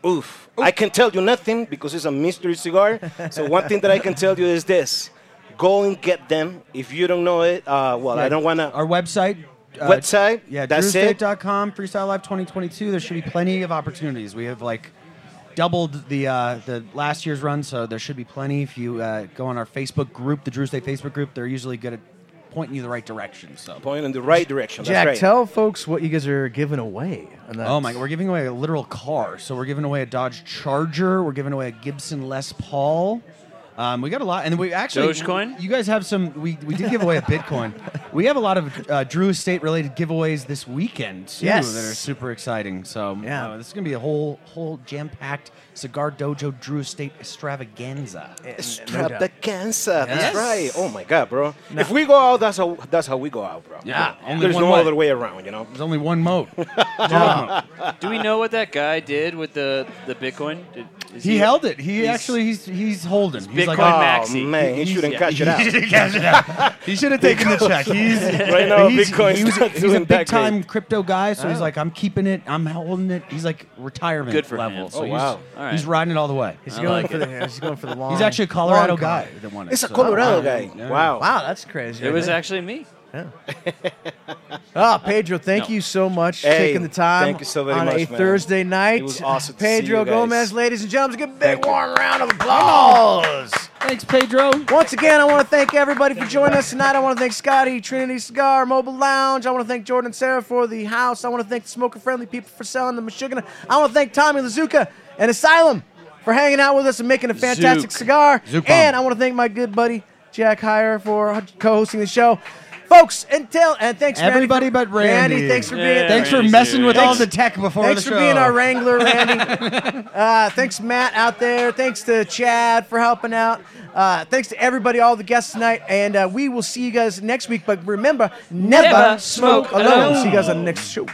G: Oof. I can tell you nothing because it's a mystery cigar. so one thing that I can tell you is this. Go and get them. If you don't know it, uh, well, I
E: Yeah,
G: don't want to.
E: Our website. uh,
G: website?
E: Yeah,
G: that's it.
E: drewstate.com, Freestyle Live 2022. There should be plenty of opportunities. We have like doubled the uh, the last year's run, so there should be plenty. If you uh, go on our Facebook group, the Drew State Facebook group, they're usually good at pointing you the right direction. So
G: pointing in the right direction.
C: Jack, tell folks what you guys are giving away. on that.
E: Oh my! We're giving away a literal car. So we're giving away a Dodge Charger. We're giving away a Gibson Les Paul. Um, we got a lot, and we actually
F: Dogecoin?
E: You guys have some. We, we did give away a Bitcoin. We have a lot of uh, Drew Estate related giveaways this weekend too
C: Yes.
E: that are super exciting. So yeah, this is gonna be a whole whole jam packed cigar dojo Drew Estate extravaganza.
G: Extravaganza.
E: Yes.
G: That's right. Oh my God, bro. If we go out, that's how that's how we go out, bro.
E: Yeah, only
G: There's
E: one
G: no
E: way.
G: other way around, you know.
E: There's only one mode.
F: Do we know what that guy did with the the Bitcoin? Did, is
E: He held it. He
F: he's-
E: actually he's he's holding. He's
F: Bitcoin maxi. man, he
E: he's-
F: shouldn't
E: yeah,
F: cash it out.
E: He shouldn't cash it out. He should have taken the check. He's
G: Right now,
E: he's,
G: Bitcoin's
E: he was-
G: not
E: he's a
G: doing that
E: big time
G: great.
E: crypto guy, so he's
G: Oh.
E: like, I'm keeping it. I'm holding it. He's like retirement
F: Good for
E: level.
F: him.
E: So
F: Oh,
E: he's,
F: wow. All right.
E: he's riding it all the way.
F: He's I going like for the- it.
C: he's going for the
E: He's
C: long-
E: actually a Colorado
C: long con.
E: guy that won it.
C: It's a
E: so-
C: Colorado guy.
E: Yeah.
C: Wow. Wow, that's crazy.
F: It was actually me.
C: Ah, Pedro, thank
F: No.
C: you so much for
F: Hey,
C: taking the time
F: thank you so very
C: on a
F: much, man.
C: Thursday night.
F: It was awesome to see
C: Pedro
F: you guys.
C: Gomez, ladies and gentlemen, give a big warm round of applause.
E: Thanks, Pedro.
C: Once again, I want to thank everybody for joining us tonight. I want to thank Scotty, Trinity Cigar, Mobile Lounge. I want to thank Jordan and Sarah for the house. I want to thank the smoker friendly people for selling the Meshuggah. I want to thank Tommy Lazuka and Asylum for hanging out with us and making a fantastic
E: Zook.
C: cigar.
E: Zook bomb.
C: and I want to thank my good buddy Jack Heyer for co hosting the show. Folks, until and thanks Randy,
E: Everybody
C: for-
E: but Randy.
C: thanks for being.
E: Yeah, Thanks for Randy's messing here. with all the tech before
C: Thanks
E: the
C: for
E: show.
C: being our wrangler, Randy. uh, thanks Matt out there. Thanks to Chad for helping out. Uh, thanks to everybody, all the guests tonight, and uh, we will see you guys next week. But remember, never,
A: Never
C: smoke,
A: smoke
C: alone.
A: alone.
C: See you guys on the next show.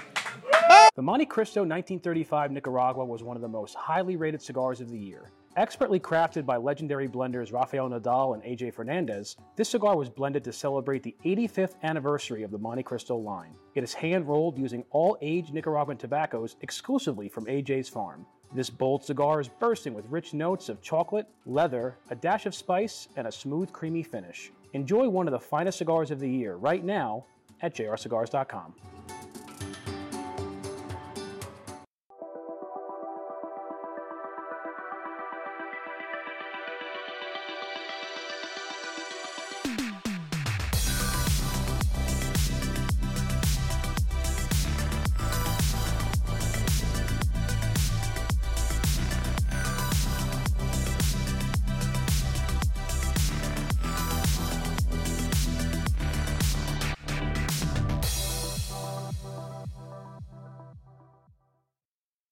A: The Monte Cristo 1935 Nicaragua was one of the most highly rated cigars of the year. Expertly crafted by legendary blenders Rafael Nadal and AJ Fernandez, this cigar was blended to celebrate the 85th anniversary of the Monte Cristo line. It is hand rolled using all aged Nicaraguan tobaccos exclusively from AJ's farm. This bold cigar is bursting with rich notes of chocolate, leather, a dash of spice, and a smooth, creamy finish. Enjoy one of the finest cigars of the year right now at jrcigars.com.